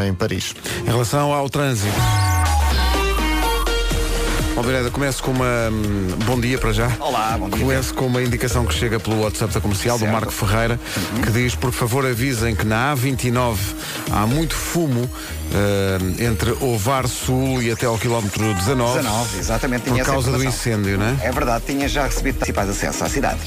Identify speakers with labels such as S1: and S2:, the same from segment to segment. S1: em Paris.
S2: Em relação ao trânsito. Bom, Miranda, começo com uma. hum, Bom dia para já.
S3: Olá, bom dia.
S2: Começo com uma indicação que chega pelo WhatsApp da comercial do
S3: Certo.
S2: Marco Ferreira, que diz: por favor, avisem que na A29 há muito fumo eh, entre Ovar Sul e até ao quilómetro 19.
S3: 19, exatamente,
S2: Por
S3: tinha essa
S2: causa do
S3: informação.
S2: incêndio, né?
S3: É verdade, tinha já recebido principais acesso à cidade.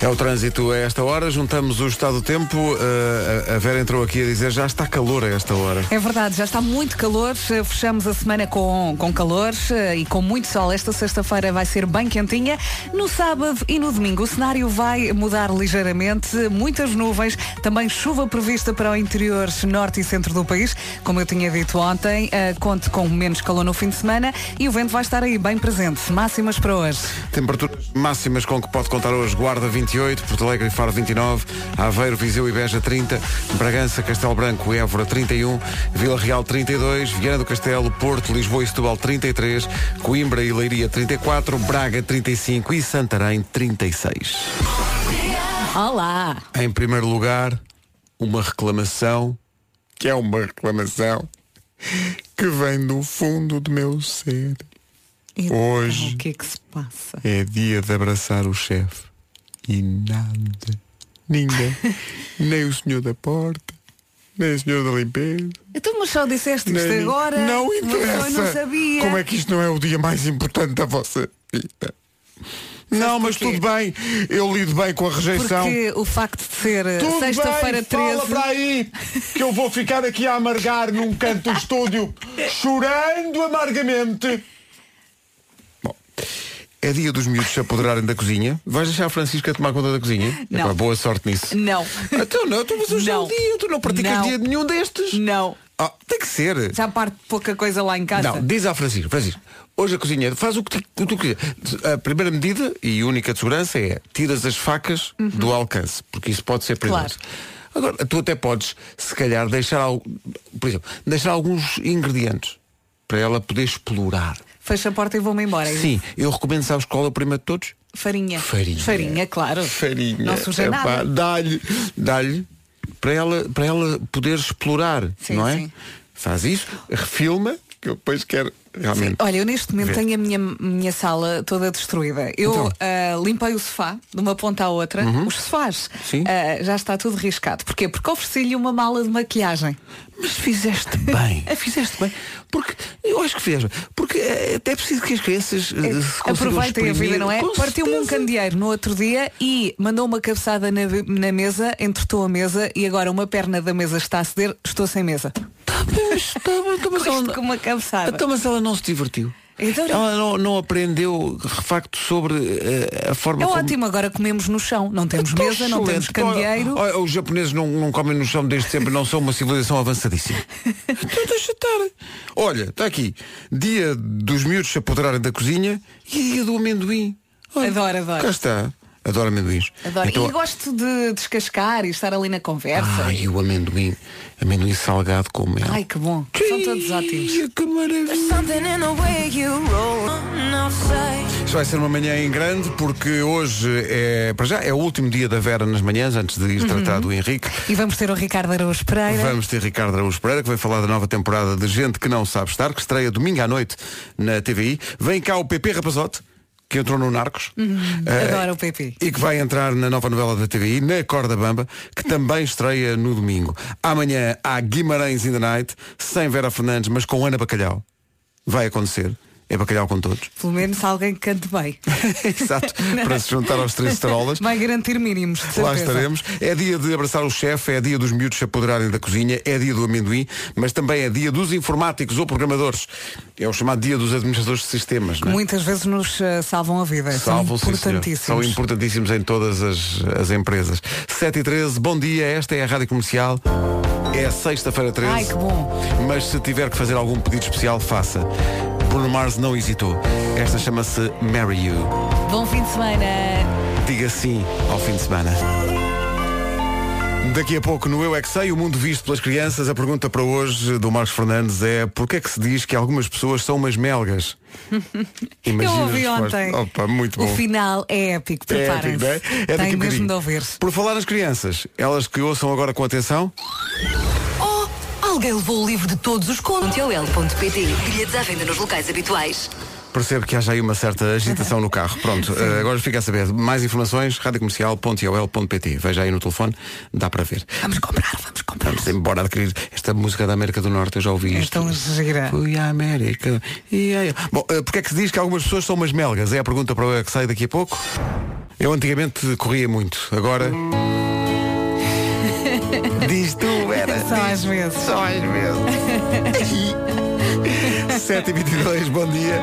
S2: É o trânsito a esta hora. Juntamos o estado do tempo. eh, a- a Vera entrou aqui a dizer: já está calor a esta hora.
S4: É verdade, já está muito calor, eh, fechamos a semana com, com calor eh, e com muito sol. Esta sexta-feira vai ser bem quentinha. No sábado e no domingo o cenário vai mudar ligeiramente, muitas nuvens, também chuva prevista para o interior norte e centro do país. Como eu tinha dito ontem, eh, conte com menos calor no fim de semana e o vento vai estar aí bem presente. Máximas para hoje.
S2: Temperaturas máximas com que pode contar hoje Guarda 28, Porto Alegre e Faro 29, Aveiro, Viseu e Beja 30, Bragança, Castelo Branco e Évora 31, Vila Real 32, Viana do Castelo, Porto, Lisboa e Setúbal 33, Coimbra e Leiria 34, Braga 35 e Santarém 36.
S4: Olá!
S2: Em primeiro lugar, uma reclamação, que é uma reclamação que vem do fundo do meu ser. Hoje.
S4: O que é que se passa?
S2: É dia de abraçar o chefe. E nada. Ninguém. nem o senhor da porta. Nem o senhor da limpeza.
S4: Então, mas só disseste isto
S2: nem-
S4: agora?
S2: Não
S4: Mas
S2: interessa.
S4: Eu não sabia.
S2: Como é que isto não é o dia mais importante da vossa vida? Não, mas
S4: porquê?
S2: tudo bem. Eu lido bem com a rejeição.
S4: Porque o facto de ser eh,
S2: Tudo
S4: sexta-feira
S2: bem, fala
S4: 13.
S2: para aí que eu vou ficar aqui a amargar num canto do estúdio chorando amargamente. Bom, é dia dos miúdos se apoderarem da cozinha. Vais deixar a Francisca tomar conta da cozinha?
S4: Não.
S2: Epá, boa sorte nisso.
S4: Não.
S2: Então não, tu mas hoje é o
S4: Não.
S2: dia, tu não praticas
S4: Não.
S2: dia nenhum destes.
S4: Não.
S2: Ah, tem que ser.
S4: Já parte pouca coisa lá em casa.
S2: Não, diz à Francisco, Francisco, hoje a cozinheira faz o que, tu, o que tu quiser. A primeira medida e única de segurança é tiras as facas
S4: Uhum.
S2: do alcance, porque isso pode ser perigoso. Agora, tu até podes, se calhar, deixar algo, por exemplo, deixar alguns ingredientes para ela poder explorar.
S4: Fecho a porta e vou-me embora. é
S2: Sim, eu recomendo, sabes qual é o primeiro de todos?
S4: Farinha.
S2: Farinha.
S4: claro.
S2: Farinha.
S4: Não suja
S2: Epá,
S4: nada.
S2: Dá-lhe, dá-lhe, para ela, para ela poder explorar,
S4: Sim,
S2: não é?
S4: sim.
S2: Faz isso, refilma, que eu depois quero realmente.
S4: Olha, eu neste momento
S2: Vê.
S4: tenho a minha, minha sala toda destruída. Eu
S2: Então. Uhum.
S4: ah, limpei o sofá de uma ponta à outra, os sofás.
S2: Sim.
S4: ah, já está tudo riscado. Porquê? Porque ofereci-lhe uma mala de maquilhagem.
S2: Mas fizeste bem. fizeste bem. Porque eu acho que fez. bem. Porque eh, até é preciso que as crianças eh, se consigam
S4: É, Aproveitem a vida,
S2: exprimir.
S4: não é?
S2: Com
S4: Partiu-me um
S2: certeza.
S4: candeeiro no outro dia e mandou uma cabeçada na, na mesa, entretou a mesa e agora uma perna da mesa está a ceder, estou sem mesa.
S2: Tá bem, mas tá bem, então, mas
S4: Isto
S2: ela-
S4: com uma cabeçada.
S2: Então, mas ela não se divertiu.
S4: Então não.
S2: ela não, não aprendeu, de facto, sobre eh, a forma
S4: É
S2: como...
S4: ótimo, agora comemos no chão. Não temos
S2: Então,
S4: mesa, não temos
S2: excelente.
S4: candeeiro.
S2: Olha, olha, os japoneses não, não comem no chão desde sempre, não são uma civilização avançadíssima. então deixa estar. Olha, está aqui. Dia dos miúdos se apoderarem da cozinha e dia do amendoim. Olha,
S4: Adoro, adoro.
S2: Cá está. Adoro amendoins.
S4: Adoro.
S2: Então,
S4: E gosto de descascar e estar ali na conversa.
S2: Ai, o amendoim. Amendoim salgado com mel.
S4: Ai, que bom. São todos ótimos.
S2: Que maravilha.
S5: Something in the way you roll on outside.
S2: Isto vai ser uma manhã em grande porque hoje é, para já, é o último dia da Vera nas manhãs, antes de ir tratar do Henrique.
S4: E vamos ter o Ricardo Araújo Pereira.
S2: Vamos ter Ricardo Araújo Pereira, que vai falar da nova temporada de Gente que Não Sabe Estar, que estreia domingo à noite na TVI. Vem cá o PP Rapazote, que entrou no Narcos. eh,
S4: Hum, Adoro o PP.
S2: E que vai entrar na nova novela da TVI, na Corda Bamba, que também estreia no domingo. Amanhã há Guimarães in the Night, sem Vera Fernandes, mas com Ana Bacalhau. Vai acontecer. É bacalhau com todos.
S4: Pelo menos alguém que cante bem.
S2: Exato. para se juntar aos três tarolas.
S4: Vai garantir mínimos, de certeza.
S2: Lá estaremos. É dia de abraçar o chefe, é dia dos miúdos se apoderarem da cozinha, é dia do amendoim, mas também é dia dos informáticos ou programadores. É o chamado dia dos administradores de sistemas.
S4: Que
S2: não é?
S4: muitas vezes nos eh, salvam a vida.
S2: Salvo,
S4: São
S2: sim, senhor.
S4: importantíssimos.
S2: São importantíssimos em todas as, as empresas. 7 e 13, bom dia, esta é a Rádio Comercial. É sexta-feira 13.
S4: Ai, que bom.
S2: Mas se tiver que fazer algum pedido especial, faça. Bruno Mars não hesitou. Esta chama-se Marry You.
S4: Bom fim de semana.
S2: Diga sim ao fim de semana. Daqui a pouco no Eu É Que Sei, o mundo visto pelas crianças, a pergunta para hoje do Marcos Fernandes é porquê é que se diz que algumas pessoas são umas melgas? Imagina
S4: Eu
S2: a
S4: ouvi
S2: resposta.
S4: ontem.
S2: Opa, muito
S4: O
S2: bom.
S4: final é épico,
S2: É épico,
S4: preparem-se.
S2: não é? É daqui a
S4: Tem
S2: bocadinho.
S4: mesmo de ouvir.
S2: Por falar nas crianças, elas que ouçam agora com atenção,
S5: Oh,
S1: Alguém levou o livro de todos os contos. .ol.pt Bilhetes à venda nos locais habituais.
S2: Percebo que haja aí uma certa agitação no carro. Pronto, eh, agora fica a saber. Mais informações, radiocomercial.iol.pt. Veja aí no telefone, dá para ver.
S4: Vamos comprar, vamos comprar.
S2: Vamos embora adquirir esta música da América do Norte, eu já ouvi
S4: É
S2: isto.
S4: tão gira.
S2: Fui à América. E aí- Bom, eh, porque é que se diz que algumas pessoas são umas melgas? É a pergunta para o que sai daqui a pouco. Eu antigamente corria muito, agora. diz tu, era.
S4: Só às vezes.
S2: Só às vezes. 7h22, bom dia.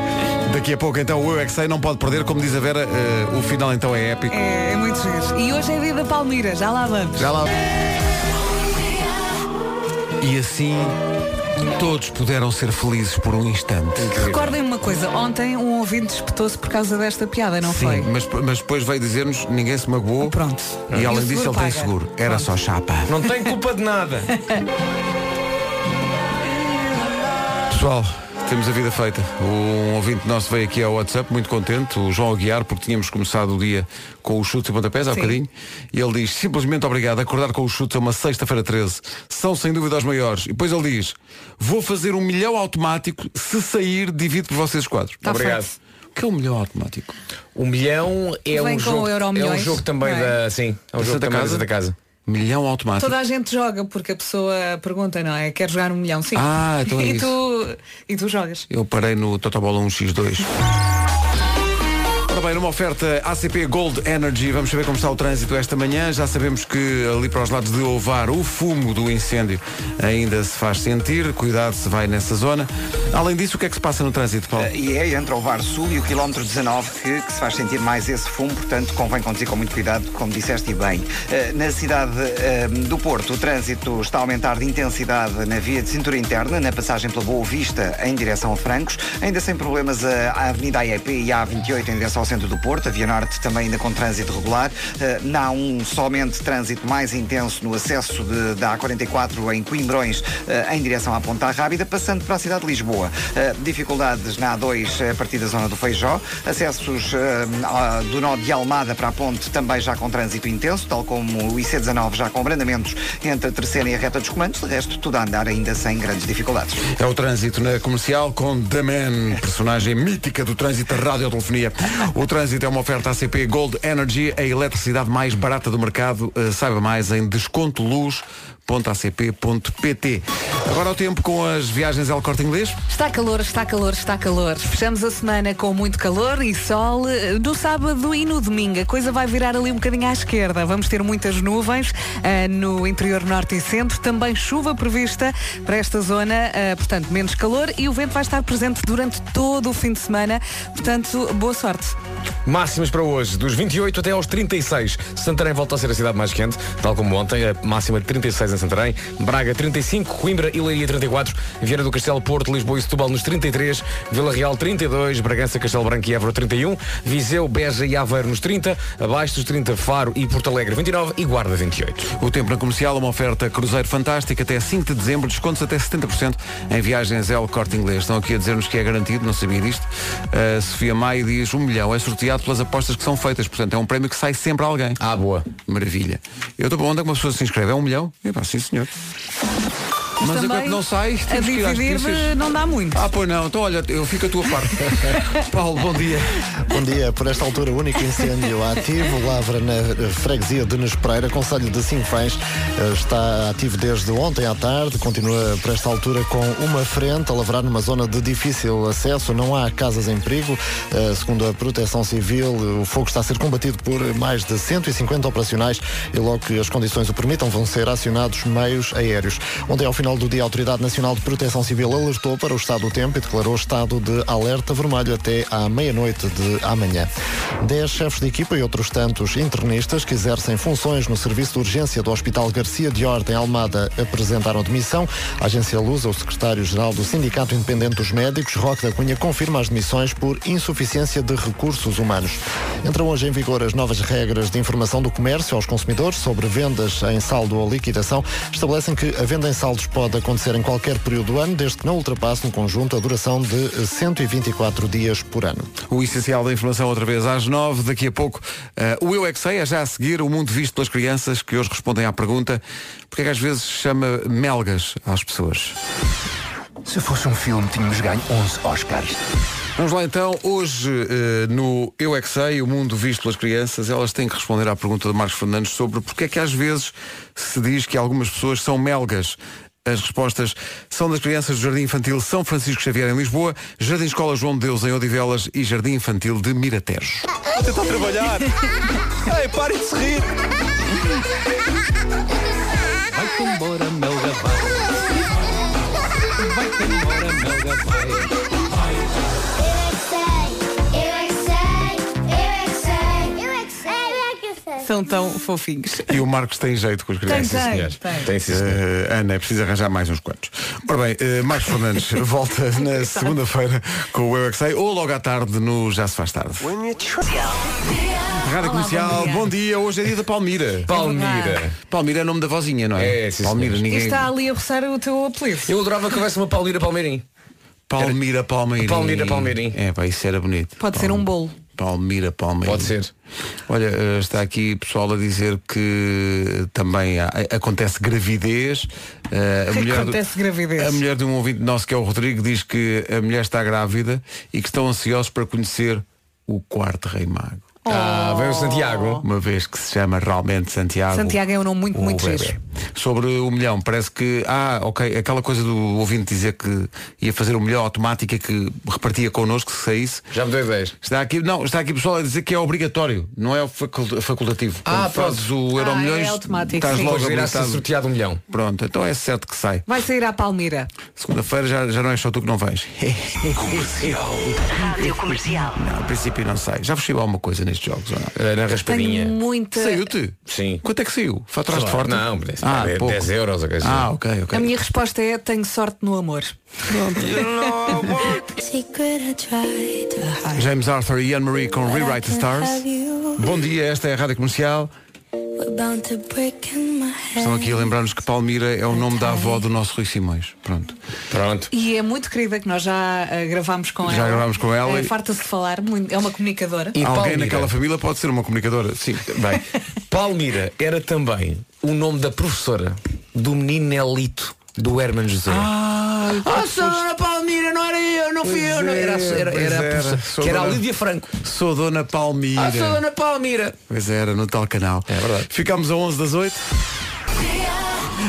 S2: Daqui a pouco então o Eu é que sei, não pode perder, como diz a Vera, eh, o final então é épico.
S4: É, é muito giro. E hoje é dia da Palmira, já lá vamos.
S2: Já lá. E assim todos puderam ser felizes por um instante.
S4: Recordem-me uma coisa, ontem um ouvinte espetou-se por causa desta piada, não
S2: Sim,
S4: foi?
S2: mas, mas depois veio dizer-nos ninguém se magoou.
S4: Pronto.
S2: E
S4: E o
S2: além
S4: seguro
S2: disso ele
S4: paga.
S2: tem seguro. Era
S4: Pronto.
S2: só chapa.
S6: Não tem culpa de nada.
S2: Pessoal, temos a vida feita. Um ouvinte nosso veio aqui ao WhatsApp, muito contente, o João Aguiar, porque tínhamos começado o dia com os chutes e pontapés, há
S4: Sim.
S2: bocadinho, e ele diz, simplesmente obrigado, acordar com os chutes é uma sexta-feira 13, são sem dúvida os maiores. E depois ele diz, vou fazer um milhão automático, se sair, divido por vocês quatro.
S4: Tá
S6: Obrigado.
S4: feito.
S2: O que é um milhão automático?
S6: O milhão é
S4: Vem
S6: um
S4: com
S6: jogo.
S4: o Euro
S6: é um
S4: Milhões,
S6: jogo também
S4: não é?
S6: da. Sim, é um
S2: Da
S6: jogo
S2: Santa
S6: também da
S2: Casa?
S6: Santa Casa.
S2: Milhão automático.
S4: Toda a gente joga porque a pessoa pergunta, não é? Quer jogar um milhão? Sim.
S2: Ah, então é
S4: e,
S2: isso.
S4: tu, e tu jogas.
S2: Eu parei no um Totobola 1x2. Ora bem, numa oferta ACP Gold Energy, vamos saber como está o trânsito esta manhã. Já sabemos que ali para os lados de Ovar o fumo do incêndio ainda se faz sentir. Cuidado se vai nessa zona. Além disso, o que é que se passa no trânsito, Paulo?
S3: E é entre o VAR Sul e o quilómetro 19 que, que se faz sentir mais esse fumo, portanto convém conduzir com muito cuidado, como disseste e bem. Eh, na cidade eh, do Porto, o trânsito está a aumentar de intensidade na via de cintura interna, na passagem pela Boa Vista em direção a Francos, ainda sem problemas eh, a Avenida AEP e a A28 em direção ao centro do Porto, a Via Norte também ainda com trânsito regular, Eh, na A1 somente trânsito mais intenso no acesso de- da A44 em Coimbrões eh, em direção à Ponta Rábida, passando para a cidade de Lisboa. Eh, dificuldades na A2 a partir da zona do Feijó, acessos eh, ah, do nó de Almada para a Ponte também já com trânsito intenso, tal como o IC19 já com abrandamentos entre a terceira e a reta dos comandos, de resto tudo a andar ainda sem grandes dificuldades.
S2: É o trânsito na comercial com The Man, personagem mítica do trânsito da radiotelefonia. O trânsito é uma oferta ACP Gold Energy, a eletricidade mais barata do mercado. Eh, saiba mais em descontoluz.acp.pt. Agora o tempo com as viagens ao corte inglês.
S4: Está calor, está calor, está calor. Fechamos a semana com muito calor e sol. eh, No sábado e no domingo a coisa vai virar ali um bocadinho à esquerda. Vamos ter muitas nuvens eh, no interior norte e centro. Também chuva prevista para esta zona, eh, portanto, menos calor. E o vento vai estar presente durante todo o fim de semana. Portanto, boa sorte.
S6: Máximas para hoje, dos 28 até aos 36. Santarém volta a ser a cidade mais quente, tal como ontem, a máxima de 36 em Santarém, Braga 35, Coimbra e Leiria 34, Vieira do Castelo, Porto, Lisboa e Setúbal nos 33, Vila Real 32, Bragança, Castelo Branco e Évora 31, Viseu, Beja e Aveiro nos 30, abaixo dos 30 Faro e Porto Alegre 29 e Guarda 28.
S2: O tempo na comercial, uma oferta cruzeiro fantástica até 5 de dezembro, descontos até 70% em viagens El Corte Inglês. Estão aqui a dizer-nos que é garantido, não sabia disto. A Sofia Maia diz um milhão é sorteado pelas apostas que são feitas, portanto é um prémio que sai sempre a alguém.
S6: Ah, boa.
S2: Maravilha. Eu estou para onde é que uma pessoa se inscreve? É um milhão? Epá, sim senhor. Mas
S4: Também,
S2: enquanto não sai,
S4: a
S2: temos que ir às
S4: dividir
S2: notícias.
S4: eh, não dá muito.
S2: Ah, pois não. Então olha, eu fico a tua parte. Paulo, bom dia.
S7: Bom dia. Por esta altura, o único incêndio ativo, Lavra, na eh, freguesia de Nespereira, Conselho de Sinfãs, eh, está ativo desde ontem à tarde, continua por esta altura com uma frente, a lavrar numa zona de difícil acesso, não há casas em perigo. Eh, Segundo a Proteção Civil, eh, o fogo está a ser combatido por mais de 150 operacionais e logo que as condições o permitam, vão ser acionados meios aéreos. Ontem, ao final do dia, a Autoridade Nacional de Proteção Civil alertou para o estado do tempo e declarou estado de alerta vermelho até à meia-noite de amanhã. Dez chefes de equipa e outros tantos internistas que exercem funções no serviço de urgência do Hospital Garcia de Horta, em Almada, apresentaram demissão. A agência Lusa, o secretário-geral do Sindicato Independente dos Médicos, Roque da Cunha, confirma as demissões por insuficiência de recursos humanos. Entram hoje em vigor as novas regras de informação do comércio aos consumidores sobre vendas em saldo ou liquidação. Estabelecem que a venda em saldos pode acontecer em qualquer período do ano, desde que não ultrapasse no conjunto a duração de eh, 124 dias por ano.
S2: O essencial da informação outra vez às nove. Daqui a pouco, eh, o Eu É Que Sei é já a seguir o mundo visto pelas crianças que hoje respondem à pergunta porque é que às vezes se chama melgas às pessoas.
S8: Se fosse um filme, tínhamos ganho 11 Oscars.
S2: Vamos lá então, hoje eh, no Eu É Que Sei, o mundo visto pelas crianças, elas têm que responder à pergunta de Marcos Fernandes sobre porque é que às vezes se diz que algumas pessoas são melgas. As respostas são das crianças do Jardim Infantil São Francisco Xavier em Lisboa, Jardim Escola João de Deus em Odivelas e Jardim Infantil de Miratejo.
S4: São tão fofinhos.
S2: E o Marcos tem jeito com as crianças.
S4: Tem, tem,
S6: senhores.
S4: tem.
S6: Tem, sim, senhor.
S2: Eh, Ana, é preciso arranjar mais uns quantos. Ora bem, eh, Marcos Fernandes volta na segunda-feira com o Eu É Que Sei, ou logo à tarde no Já Se Faz Tarde. Rádio
S4: Olá,
S2: Comercial,
S4: bom dia.
S2: bom dia. Hoje é dia da Palmira.
S6: Palmira.
S2: Palmira é o nome da vozinha, não é?
S6: É, sim,
S2: Palmira,
S6: senhores.
S4: E
S2: ninguém.
S4: está ali a roçar o teu apelido.
S6: Eu adorava que houvesse uma Palmira Palmeirim.
S2: Palmira, Palmeirim.
S6: Palmira, Palmeirim.
S2: É, pá, isso era bonito.
S4: Pode ser um bolo.
S2: Palmira, Palmeirim.
S6: Pode ser.
S2: Olha, eh, está aqui pessoal a dizer que também há- eh, acontece gravidez. Eh, a mulher do-
S4: Acontece gravidez.
S2: A mulher de um ouvinte nosso, que é o Rodrigo, diz que a mulher está grávida e que estão ansiosos para conhecer o quarto rei mago.
S4: Oh.
S6: Ah, vem o Santiago.
S2: Uma vez que se chama realmente Santiago.
S4: Santiago é um nome muito,
S2: o
S4: muito
S2: bebé.
S4: giro.
S2: Sobre o milhão, parece que, ah, ok, aquela coisa do ouvinte dizer que ia fazer o milhão automática que repartia connosco se saísse.
S6: Já me deu ideias.
S2: Está aqui, não, está aqui pessoal a dizer que é obrigatório, não é facul- facultativo.
S6: Ah,
S2: Quando fazes o Euro
S4: Ah, é
S2: Milhões,
S4: automático,
S2: estás
S4: sim.
S2: logo
S6: Hoje irá ser
S2: habilitado.
S6: sorteado um milhão.
S2: Pronto, então é certo que sai.
S4: Vai sair à Palmira.
S2: Segunda-feira já, já não é só tu que não vens.
S1: Rádio Comercial.
S2: Não, a princípio não sai. Já vos chegou alguma coisa nestes jogos ou não?
S6: Eh, Na
S4: Tenho
S6: raspadinha.
S4: muita.
S2: Saiu-te?
S6: Sim.
S2: Quanto é que saiu? Faturaste
S6: Sei lá,
S2: forte?
S6: não, mas
S2: ah,
S6: deve-
S2: pouco.
S6: 10 euros, ou coisa
S2: Ah,
S6: assim.
S2: ok, ok.
S4: A minha resposta é tenho sorte no amor.
S5: Secret I tried to hide.
S2: James Arthur e Anne-Marie com Rewrite the Stars.
S5: Have you?
S2: Bom dia, esta é a Rádio Comercial.
S5: We're bound to break in my head.
S2: Estão aqui a lembrar-nos que Palmira é o nome da avó do nosso Rui Simões. Pronto.
S6: Pronto.
S4: E é muito querida que nós já ah, gravámos com
S2: Já
S4: ela.
S2: gravámos com ela
S4: É,
S2: e-
S4: Farta-se de falar, muito- é uma comunicadora.
S6: E
S2: Alguém
S6: Palmira?
S2: naquela família pode ser uma comunicadora. Sim.
S6: Bem, Palmira era também o nome da professora do menino Nelito do Herman José. Ah, senhora Palmira, não era eu, não fui eu. Não. Era, a- era,
S2: pois
S6: era a
S2: era.
S6: professora,
S2: Sou
S6: que era a
S2: dona-
S6: Lídia Franco.
S2: Sou Dona Palmira.
S6: Ah, sou Dona Palmira.
S2: Pois era, no tal canal.
S6: É verdade.
S2: Ficámos a 11 das 8.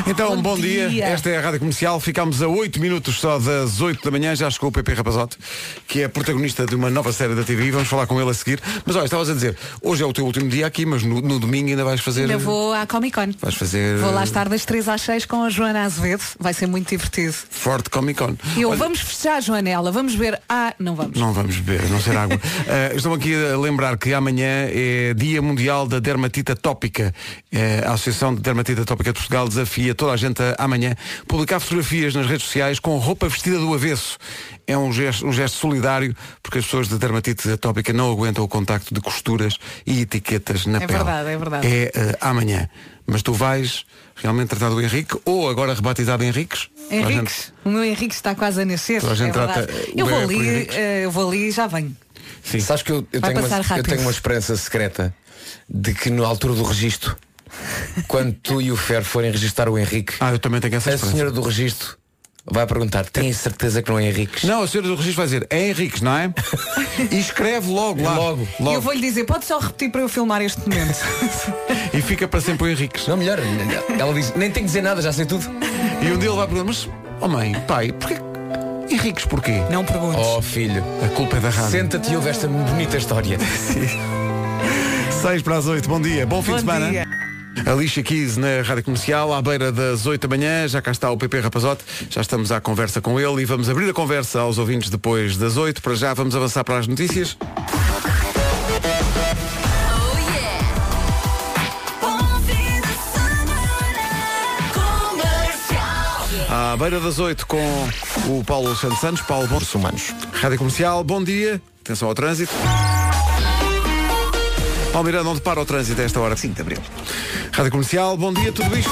S2: Então, bom,
S4: Bom
S2: dia.
S4: dia.
S2: Esta é a Rádio Comercial. Ficámos a 8 minutos só das 8 da manhã. Já chegou o Pepe Rapazote, que é protagonista de uma nova série da TV. Vamos falar com ele a seguir. Mas olha, estavas a dizer, hoje é o teu último dia aqui, mas no, no domingo ainda vais fazer.
S4: Ainda vou à Comic Con.
S2: Vais fazer.
S4: Vou lá estar das 3 às 6 com a Joana Azevedo. Vai ser muito divertido.
S2: Forte Comic Con.
S4: E eu,
S2: Olha,
S4: vamos festejar, Joanela, vamos ver. Ah, não vamos.
S2: Não vamos beber, não ser água. Ah, estou aqui a lembrar que amanhã é Dia Mundial da Dermatita Tópica. Eh, a Associação de Dermatita Tópica de Portugal desafia toda a gente a, amanhã publicar fotografias nas redes sociais com roupa vestida do avesso. É um gesto, um gesto solidário porque as pessoas de dermatite atópica não aguentam o contacto de costuras e etiquetas
S4: É
S2: na pele.
S4: verdade, é verdade.
S2: É eh, amanhã. Mas tu vais realmente tratar do Henrique ou agora rebatizado Henriques? Toda a gente-
S4: Henriques, o meu Henriques está quase a nascer.
S2: Toda a gente
S4: é verdade.
S2: trata, eh, o
S4: eu vou
S2: bebé com
S4: ali,
S2: Henriques.
S4: eh, eu vou ali e já venho.
S2: Sim.
S6: Sabes que eu, eu
S4: Vai
S6: tenho
S4: passar
S6: uma, eu
S4: rápido.
S6: tenho uma esperança secreta de que na altura do registro, quando tu e o Fer forem registrar o Henrique,
S2: Ah, eu também tenho essa
S6: a
S2: esperança.
S6: senhora do registro vai perguntar, tem certeza que não é Henrique?
S2: Não, a senhora do registro vai dizer, é Henriques, não é? E escreve logo lá.
S6: Logo.
S4: E eu vou-lhe dizer, pode só repetir para eu filmar este momento.
S2: E fica para sempre o Henriques.
S6: Não, melhor. Ela diz, nem tenho que dizer nada, já sei tudo.
S2: E um dia ele vai perguntar, mas, oh mãe, pai, porquê? Henriques porquê?
S4: não perguntes.
S6: Oh filho,
S2: A culpa é da rádio.
S6: senta-te e ouve esta bonita história. Oh.
S2: 6 para as 8, bom dia, bom fim de semana.
S4: dia.
S2: Alicia Keys na Rádio Comercial, à beira das 8 da manhã, já cá está o PP Rapazote, já estamos à conversa com ele e vamos abrir a conversa aos ouvintes depois das 8. Para já vamos avançar para as notícias. À beira das 8 com o Paulo Santos Santos, Paulo Bons Humanos. Rádio Comercial, bom dia, atenção ao trânsito. Palmeirão, onde para o trânsito a esta hora?
S3: 5 de Abril.
S2: Rádio Comercial, bom dia, tudo isto.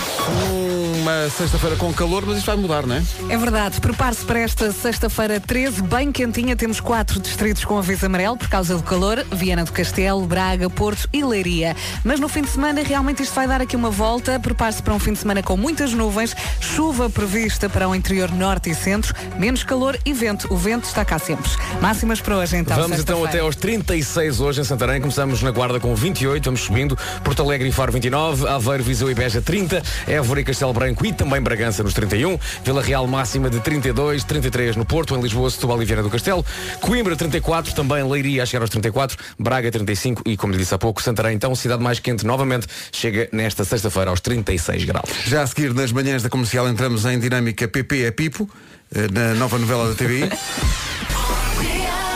S2: Um uma sexta-feira com calor, mas isto vai mudar, não é?
S4: É verdade, prepare-se para esta sexta-feira 13, bem quentinha. Temos quatro distritos com aviso amarelo por causa do calor: Viana do Castelo, Braga, Porto e Leiria. Mas no fim de semana, realmente isto vai dar aqui uma volta. Prepare-se para um fim de semana com muitas nuvens, chuva prevista para o interior norte e centro, menos calor e vento. O vento está cá sempre. Máximas para hoje, então.
S6: Vamos então
S4: sexta-feira.
S6: até aos 36 hoje em Santarém. Começamos na Guarda com 28, vamos subindo. Porto Alegre e Faro 29, Aveiro, Viseu e Beja 30, Évora e Castelo Branco e também Bragança nos 31, Vila Real máxima de 32, 33 no Porto, em Lisboa, Setúbal e Viana do Castelo, Coimbra 34, também Leiria a chegar aos 34, Braga 35 e, como lhe disse há pouco, Santarém, então, cidade mais quente novamente, chega nesta sexta-feira aos 36 graus.
S2: Já a seguir, nas manhãs da comercial, entramos em dinâmica PP é Pipo, eh, na nova novela da TVI.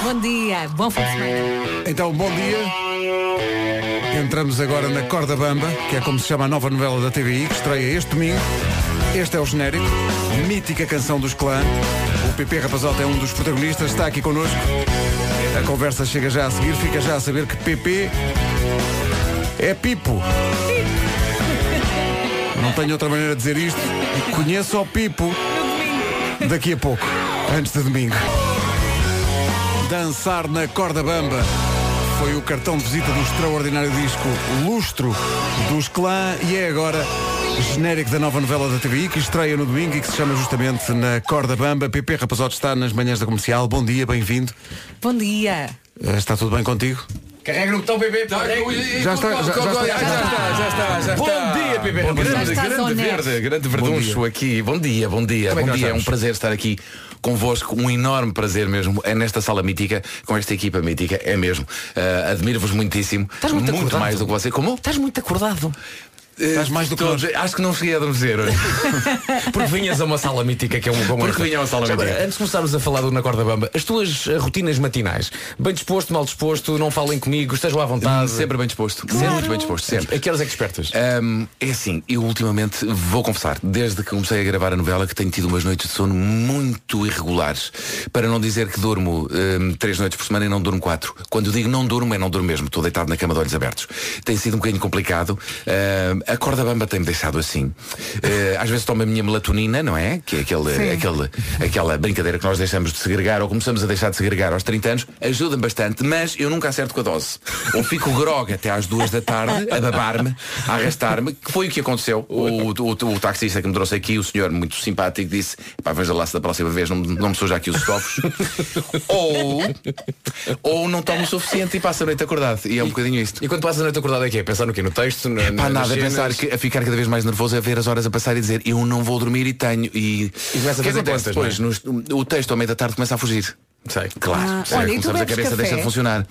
S4: Bom dia, bom fim de semana.
S2: Então, bom dia. Entramos agora na Corda Bamba, que é como se chama a nova novela da TVI, que estreia este domingo. Este é o genérico, mítica canção dos clã. O PP Rapazote é um dos protagonistas, está aqui connosco. A conversa chega já a seguir, fica já a saber que PP é Pipo. Não tenho outra maneira de dizer isto. Conheço o Pipo daqui a pouco, antes de domingo. Dançar na corda bamba foi o cartão de visita do extraordinário disco Lustro dos Clã e é agora genérico da nova novela da TVI que estreia no domingo e que se chama justamente na corda bamba. PP Rapazote está nas manhãs da comercial. Bom dia, bem-vindo.
S4: Bom dia.
S2: Eh, Está tudo bem contigo?
S6: Carrega no botão, bebê.
S2: Já está, já, já está.
S9: Já está, já está, já está.
S6: Bom dia, Pepe.
S9: Bom
S6: Já
S9: Grande,
S4: estás
S9: grande
S4: honesto.
S9: verde, grande verduncho aqui. Bom dia, bom dia.
S6: Como é que
S9: Bom
S6: nós
S9: dia, é um
S6: estamos?
S9: prazer estar aqui convosco, um enorme prazer mesmo, é nesta sala mítica, com esta equipa mítica, é mesmo. Ah, Admiro-vos muitíssimo.
S6: Estás muito acordado?
S9: mais do que você. Como?
S6: Estás muito acordado.
S9: Estás
S2: mais do que nós.
S9: Acho que não cheguei a adormecer hoje.
S6: Porque vinhas a uma sala mítica que é um bom
S9: Porque vinha a uma sala
S6: Já
S9: mítica.
S6: agora, Antes de começarmos a falar do Na Corda Bamba, as tuas eh, rotinas matinais, bem disposto, mal disposto, não falem comigo, estejam à vontade.
S9: Sempre bem disposto. Muito bem disposto, sempre.
S6: A que horas é que despertas?
S9: Ahm, é assim, eu ultimamente vou confessar, desde que comecei a gravar a novela, que tenho tido umas noites de sono muito irregulares. Para não dizer que durmo ahm, três noites por semana e não durmo quatro. Quando digo não durmo, é não durmo mesmo. Estou deitado na cama de olhos abertos. Tem sido um bocadinho complicado. Ahm, a corda bamba tem-me deixado assim. Eh, às vezes tomo a minha melatonina, não é? Que é aquele, aquele, aquela brincadeira que nós deixamos de segregar ou começamos a deixar de segregar aos 30 anos. Ajuda-me bastante, mas eu nunca acerto com a dose. Ou fico grog até às duas da tarde, a babar-me, a arrastar-me, que foi o que aconteceu. O, o, o- o taxista que me trouxe aqui, o senhor muito simpático, disse, pá, veja lá se da próxima vez não, me- não me suja aqui os estofos. ou, ou não tomo o suficiente e passo a noite acordado. E é um bocadinho isto.
S6: E quando passas a noite acordada é que é? Pensar no quê? No texto? Na,
S9: Pá,
S6: nas
S9: nada, a
S6: cenas?
S9: pensar que a ficar cada vez mais nervoso é ver as horas a passar e dizer eu não vou dormir e tenho. E,
S6: E começa a
S9: O que
S6: fazer
S9: acontece
S6: contas,
S9: depois? Nos- o texto ao meio da tarde começa a fugir.
S6: Sei.
S9: Claro,
S4: Ah,
S9: Sim,
S4: olha, e tu
S9: começamos a
S4: bebes
S9: cabeça
S4: café?
S9: deixa de funcionar.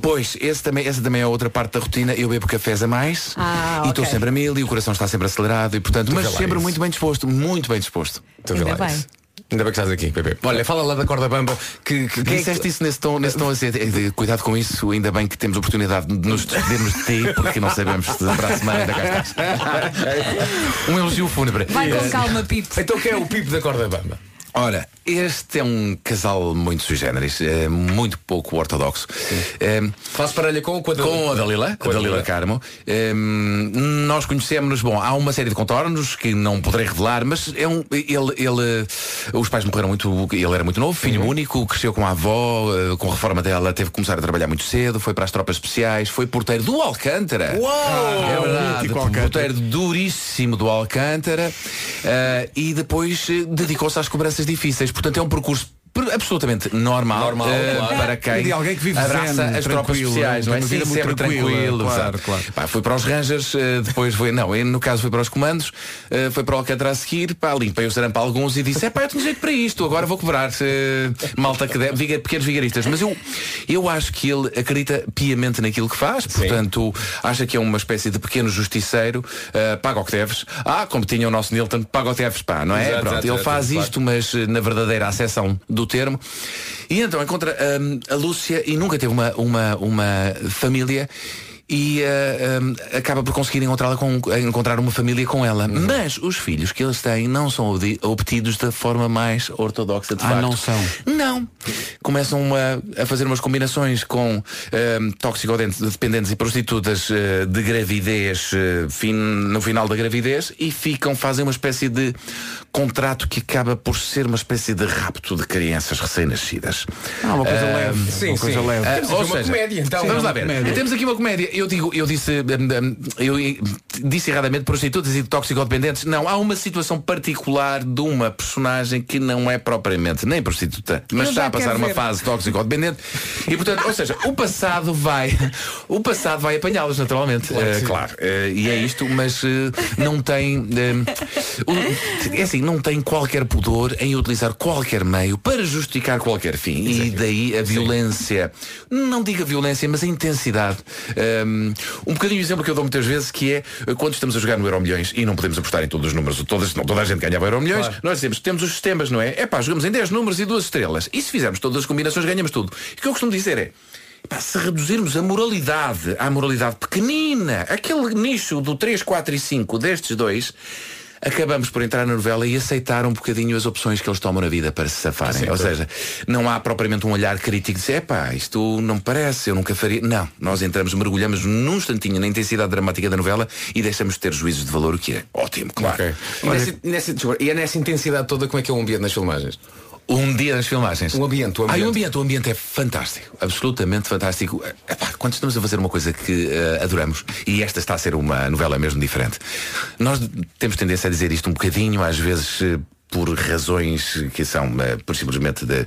S9: Pois, esse também, essa também é outra parte da rotina. Eu bebo cafés a mais
S4: Ah,
S9: e estou
S4: ok.
S9: sempre a mil e o coração está sempre acelerado e portanto, mas
S6: vê lá
S9: sempre
S6: isso.
S9: muito bem disposto, muito bem disposto.
S6: Tu vê
S4: Ainda
S6: lá
S4: bem.
S6: isso. Ainda bem que estás aqui, Pepe. Olha, fala lá da corda bamba que, é que, que
S9: Disseste isso nesse tom, nesse tom assim, eh, de- cuidado com isso, ainda bem que temos a oportunidade de nos despedirmos de ti, porque não sabemos se para a semana ainda cá estás. um elogio fúnebre. Eh,
S4: Vai com calma, Pipo.
S6: Então quem é o pipo da corda bamba?
S9: Ora, este é um casal muito sui generis, eh, muito pouco ortodoxo. Eh,
S6: Faço parelha com o quadro.
S9: Com a Dalila,
S6: Com
S9: com
S6: a
S9: a
S6: Dalila.
S9: Dalila Carmo. Ehm, nós conhecemos-nos, bom, há uma série de contornos que não poderei revelar, mas é um, ele, ele, os pais morreram muito, ele era muito novo, filho único, cresceu com a avó, eh, com a reforma dela, teve que começar a trabalhar muito cedo, foi para as tropas especiais, foi porteiro do Alcântara. É verdade,
S2: Mítico Alcântara.
S9: porteiro duríssimo do Alcântara eh, e depois eh, dedicou-se às cobranças difíceis. Portanto, é um percurso per- absolutamente normal,
S6: Normal,
S9: eh,
S6: claro.
S9: para
S2: E
S9: quem
S2: de alguém que vive
S9: abraça
S2: zen,
S9: as tropas
S2: tranquilo,
S9: especiais, não é?
S2: tem uma
S9: Sim,
S2: vida muito
S9: sempre
S2: tranquila,
S9: tranquilo.
S2: claro,
S9: exato.
S2: claro.
S9: Pá, foi para os Rangers, eh, depois foi, não, eh, no caso foi para os comandos, eh, foi para o Alcântara a seguir, pá, limpei o sarampo a alguns e disse, é pá, eu tenho jeito para isto, agora vou cobrar eh, malta que deve, viga- pequenos vigaristas. Mas eu, eu acho que ele acredita piamente naquilo que faz, portanto, acha que é uma espécie de pequeno justiceiro, eh, paga o que deves. Ah, como tinha o nosso Nilton, paga o que deves, pá, não é?
S6: Exato,
S9: Pronto,
S6: exato,
S9: ele
S6: exato,
S9: faz
S6: claro.
S9: isto isto, mas eh, na verdadeira acessão do termo. E então encontra hum, a Lúcia e nunca teve uma, uma, uma família. e ah, ah, acaba por conseguir encontrá-la com- encontrar uma família com ela.
S10: Uhum.
S9: Mas os filhos que eles têm não são obti- obtidos da forma mais ortodoxa de
S10: Ah,
S9: facto.
S10: não são.
S9: Não. Começam a, a fazer umas combinações com ehm, toxicodependentes e prostitutas eh, de gravidez eh, fin- no final da gravidez e ficam, fazem uma espécie de contrato que acaba por ser uma espécie de rapto de crianças recém-nascidas.
S2: Ah, uma coisa
S9: Ehm,
S2: leve.
S6: sim,
S2: uma coisa
S6: sim.
S2: leve.
S9: ah,
S6: Temos aqui
S9: ou
S6: uma comédia, então.
S9: Vamos lá
S6: Uma
S9: ver.
S6: comédia.
S9: Temos aqui uma comédia. Eu digo, eu disse, hum, hum, eu disse erradamente prostitutas e toxicodependentes. Não, há uma situação particular de uma personagem que não é propriamente nem prostituta, mas
S4: Eu
S9: está
S4: já
S9: a passar
S4: quero
S9: uma
S4: ver.
S9: fase toxicodependente. E portanto, ou seja, o passado vai, o passado vai apanhá-los naturalmente. Eh, Claro. Eh, e é isto, mas eh, não tem. eh, o- é assim, não tem qualquer pudor em utilizar qualquer meio para justificar qualquer fim. E daí a violência. Não diga violência, mas a intensidade. Um, um bocadinho o exemplo que eu dou muitas vezes que é eh, quando estamos a jogar no Euro Milhões e não podemos apostar em todos os números, todas, não, toda a gente ganhava Euro Milhões, nós dizemos temos os sistemas, não é? É pá, jogamos em 10 números e duas estrelas. E se fizermos todas as combinações, ganhamos tudo. E o que eu costumo dizer é. Pá, se reduzirmos a moralidade à moralidade pequenina, aquele nicho do 3, 4 e 5 destes dois, acabamos por entrar na novela e aceitar um bocadinho as opções que eles tomam na vida para se safarem. Ou seja, não há propriamente um olhar crítico de dizer, epá, isto não me parece, eu nunca faria. Não, nós entramos, mergulhamos num instantinho na intensidade dramática da novela e deixamos de ter juízos de valor, o que é ótimo, claro.
S6: E nessa- nessa- desculpa, E é nessa intensidade toda como é que é o ambiente nas filmagens?
S9: Um dia das filmagens.
S6: O ambiente, o ambiente.
S9: Ah, o ambiente, o ambiente é fantástico. Absolutamente fantástico. Epá, quando estamos a fazer uma coisa que eh, adoramos, e esta está a ser uma novela mesmo diferente, nós temos tendência a dizer isto um bocadinho, às vezes. eh, por razões que são eh, por simplesmente de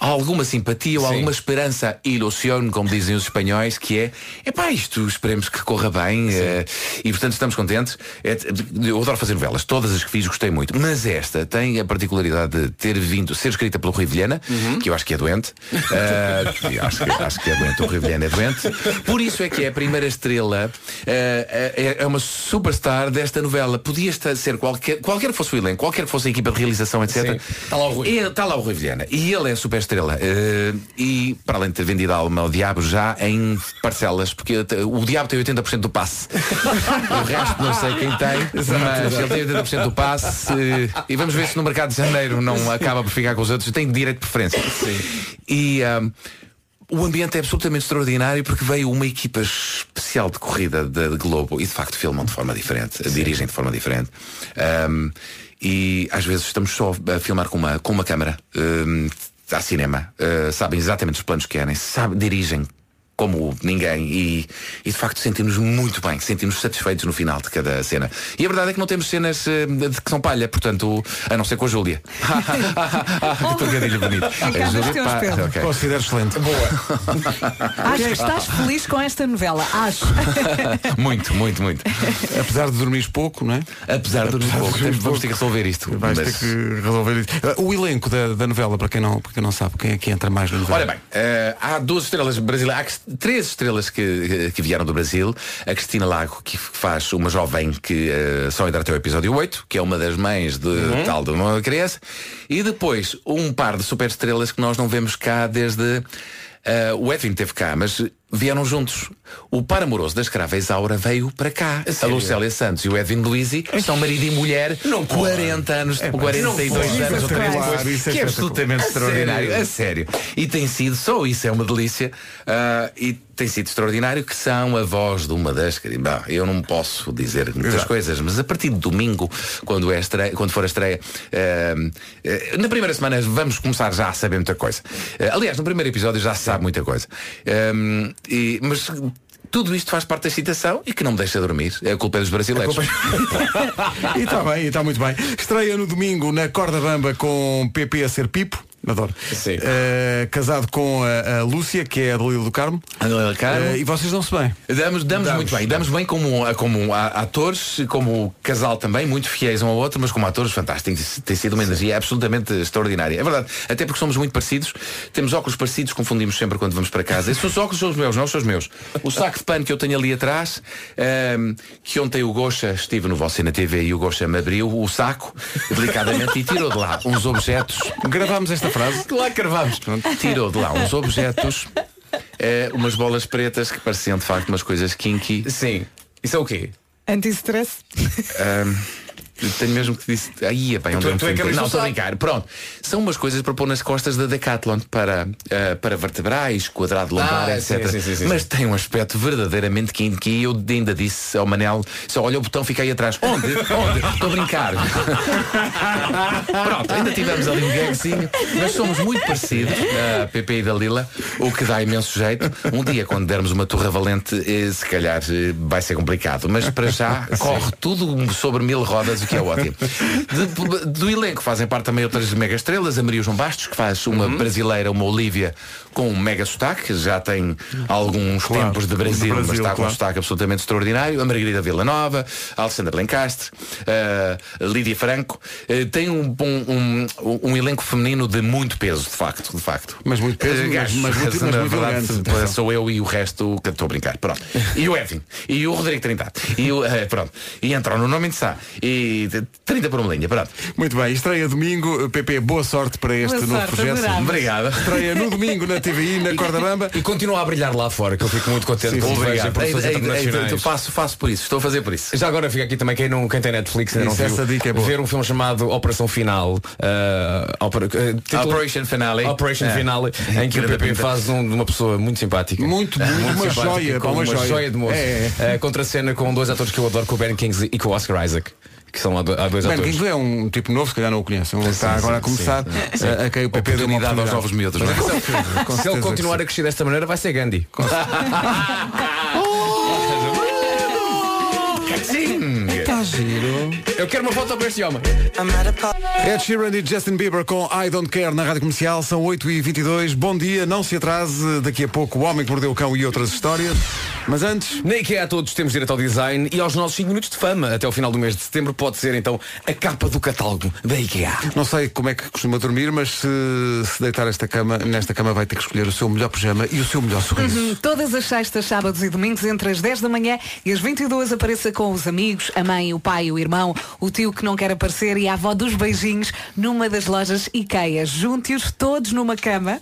S9: alguma simpatia ou
S6: Sim.
S9: alguma esperança ilusión, como dizem os espanhóis, que é epá, isto esperemos que corra bem eh, e portanto estamos contentes. É, eu adoro fazer novelas, todas as que fiz gostei muito, mas esta tem a particularidade de ter vindo, ser escrita pelo Rui Vilhena, que eu acho que é doente. Ah, eu acho, que, acho que é doente, o Rui Vilhena é doente. Por isso é que é a primeira estrela, ah, é, é uma superstar desta novela. Podia estar, ser qualquer, qualquer que fosse o elenco, qualquer que fosse a equipa de realização, etc.
S6: Sim. Está lá o Rui.
S9: E ele- Está lá o Rui Vilhena E ele é super estrela E para além de ter vendido a alma ao diabo Já em parcelas Porque até- o diabo tem 80% do passe O resto não sei quem tem Mas ele tem 80% do passe eh, E vamos ver se no mercado de janeiro Não acaba por ficar com os outros Tem direito de preferência E ahm, o ambiente é absolutamente extraordinário porque veio uma equipa especial de corrida da Globo e de facto filmam de forma diferente, dirigem de forma diferente. Ahm, e às vezes estamos só a filmar com uma, com uma câmara ahm, há cinema, ah, sabem exatamente os planos que querem, sabem, dirigem como ninguém e, e de facto sentimos muito bem, sentimos satisfeitos no final de cada cena. E a verdade é que não temos cenas eh, de que são palha, portanto, a não ser com a Júlia. Ah,
S4: Oh.
S9: que trocadilho bonito.
S4: Acabas de ter uns pelos.
S9: Ah, ok.
S2: Considero excelente. Ah,
S4: Acho que estás feliz com esta novela. Acho.
S9: Muito, muito, muito.
S2: Apesar de dormires pouco, não é?
S9: Apesar de dormir
S2: Apesar de
S9: pouco,
S2: dormir
S9: temos-
S2: pouco.
S9: vamos ter que resolver isto.
S2: Vais ter
S9: Mas-
S2: que resolver isso. Ah, O elenco da, da novela, para quem, não, para quem não sabe, quem é que entra mais na novela?
S9: Ora bem, eh, há duas estrelas brasileiras, há três estrelas que, que vieram do Brasil. A Cristina Lago, que faz uma jovem que eh, só ainda até o episódio 8, que é uma das mães de
S2: Uhum.
S9: tal de uma criança. E depois um par de super estrelas que nós não vemos cá desde. eh, o Edwin teve cá, mas vieram juntos. O par amoroso da escrava Isaura veio para cá. A, Lucélia Santos e o Edwin Luizzi são marido e mulher. Não É 40 anos,
S6: É
S9: 42 anos ou 3
S2: espetacular,
S9: depois,
S2: isso é
S9: que é absolutamente extraordinário. A sério. E tem sido, só isso é uma delícia. ah, e tem sido extraordinário que são a voz de uma das que- Bom, eu não posso dizer muitas coisas, mas a partir de domingo, quando, é a estreia- quando for a estreia, ahm, eh, na primeira semana vamos começar já a saber muita coisa. Eh, aliás, no primeiro episódio já se sabe muita coisa. Ahm, e- mas tudo isto faz parte da excitação e que não me deixa dormir. É a culpa é dos brasileiros.
S2: E está bem, e está muito bem. Estreia no domingo na Corda Bamba com PP a ser Pipo. Adoro.
S6: Sim.
S2: Eh, casado com a, a Lúcia, que é a do Lilo do Carmo.
S9: Cara,
S2: Eh, e vocês não se bem.
S9: Damos, damos, muito bem, damos bem como, como a- atores, como casal também, muito fiéis um ao outro, mas como atores fantásticos. Tem sido uma energia absolutamente extraordinária. É verdade, até porque somos muito parecidos, temos óculos parecidos, confundimos sempre quando vamos para casa. Esses óculos são os meus, não são os meus. O saco de pano que eu tenho ali atrás, ehm, que ontem o Gocha, estive no Você na TV e o Gocha me abriu o saco, delicadamente, e tirou de lá uns objetos
S2: Gravámos esta frase.
S9: Lá carvámos. Tirou de lá uns objetos. eh, eh, umas bolas pretas que pareciam de facto umas coisas kinky.
S6: Sim. Isso é o quê?
S4: Anti-stress.
S9: Ahm, tenho mesmo que disse. Aí é bem,
S6: Tu-
S9: onde
S6: tu é que abriste
S9: Não,
S6: o
S9: estou a
S6: saco.
S9: brincar. Pronto. São umas coisas para pôr nas costas da Decathlon para, ah, para vertebrais, quadrado lombar,
S6: Ah,
S9: etc.
S6: sim, sim, sim, sim.
S9: Mas tem um aspecto verdadeiramente kinky. E eu ainda disse ao Manel, só olha o botão, fica aí atrás. Onde? Onde? Ah, Estou a brincar. Pronto, ainda tivemos ali um gagzinho, mas somos muito parecidos, a PP e da Lila, o que dá imenso jeito. Um dia, quando dermos uma turra valente, eh, se calhar eh, vai ser complicado, mas para já corre tudo sobre mil rodas, o que é ótimo. De- do elenco fazem parte também outras mega estrelas, a Maria João Bastos, que faz uma brasileira, uma Olívia, com um mega sotaque, já tem alguns
S2: Claro,
S9: tempos de Brasil,
S2: de Brasil,
S9: mas está com um
S2: claro.
S9: sotaque destaque absolutamente extraordinário, a Margarida Villanova, a Alessandra Lencastre, a Lídia Franco, eh, tem um, um, um- um elenco feminino de muito peso, de facto, de facto.
S2: Mas muito peso,
S9: Eh,
S2: mas-
S9: gajos,
S2: mas muito- mas
S9: na
S2: muito
S9: verdade,
S2: elegante.
S9: pá, sou eu e o resto que estou a brincar. Pronto. E o Edwin, e o Rodrigo Trindade, e o, eh, pronto. E entram no nome de Sá, e 30 por uma linha, pronto.
S2: Muito bem, estreia domingo. PP, boa sorte para este
S4: Boa
S2: novo
S4: sorte,
S2: projeto.
S4: adorava.
S9: Obrigado.
S2: Estreia no domingo na TVI, na Corda Bamba.
S6: E continua a brilhar lá fora, que eu fico muito contente
S2: Sim,
S6: quando vejo em
S9: Ei,
S6: produções
S9: ei, ei,
S6: internacionais.
S9: eu faço, faço por isso, estou a fazer por isso.
S6: Já agora fica aqui também quem, não, quem tem Netflix ainda
S2: Isso,
S6: não viu,
S2: essa dica é boa.
S6: ver um filme chamado Operação Final. ah, opera- ah, título-
S9: Operation Finale.
S6: Operation
S9: É.
S6: Finale, em que o
S9: Grande
S6: PP
S9: pinta.
S6: faz um, de uma pessoa muito simpática.
S2: Muito, muito, uma
S6: simpática,
S2: joia,
S6: com
S2: pá, uma
S6: uma,
S2: joia.
S6: joia. de moço.
S2: É,
S6: Ah, contra a cena com dois atores que eu adoro, com o Ben Kingsley e com o Oscar Isaac, que são há do- há dois
S2: Ben
S6: atores.
S2: Kingsley é um tipo novo, se calhar não o conhecem. Ele está agora a começar uh, ah, a, a quem o PP deu
S9: Oportunidade
S2: uma oportunidade
S9: aos novos miúdos, não é?
S2: Com certeza, com
S6: Se ele
S2: certeza que
S6: continuar a crescer desta maneira, vai ser Gandhi.
S2: Está Tá giro.
S6: Eu quero uma foto para este homem.
S5: I'm at a pop.
S2: Ed Sheeran e Justin Bieber com I Don't Care na Rádio Comercial, são 8h22. Bom dia, não se atrase, daqui a pouco o Homem que Mordeu o Cão e outras histórias. Mas antes,
S6: Na IKEA todos temos direito ao design e aos nossos 5 minutos de fama. Até ao final do mês de setembro pode ser então a capa do catálogo da IKEA.
S2: não sei como é que costuma dormir, mas se, se deitar esta cama, nesta cama vai ter que escolher o seu melhor pijama e o seu melhor sorriso.
S4: Hum, Todas as sextas, sábados e domingos, entre as 10 da manhã e as 22, apareça com os amigos, a mãe, o pai, o irmão, o tio que não quer aparecer e a avó dos beijinhos numa das lojas IKEA. Junte-os todos numa cama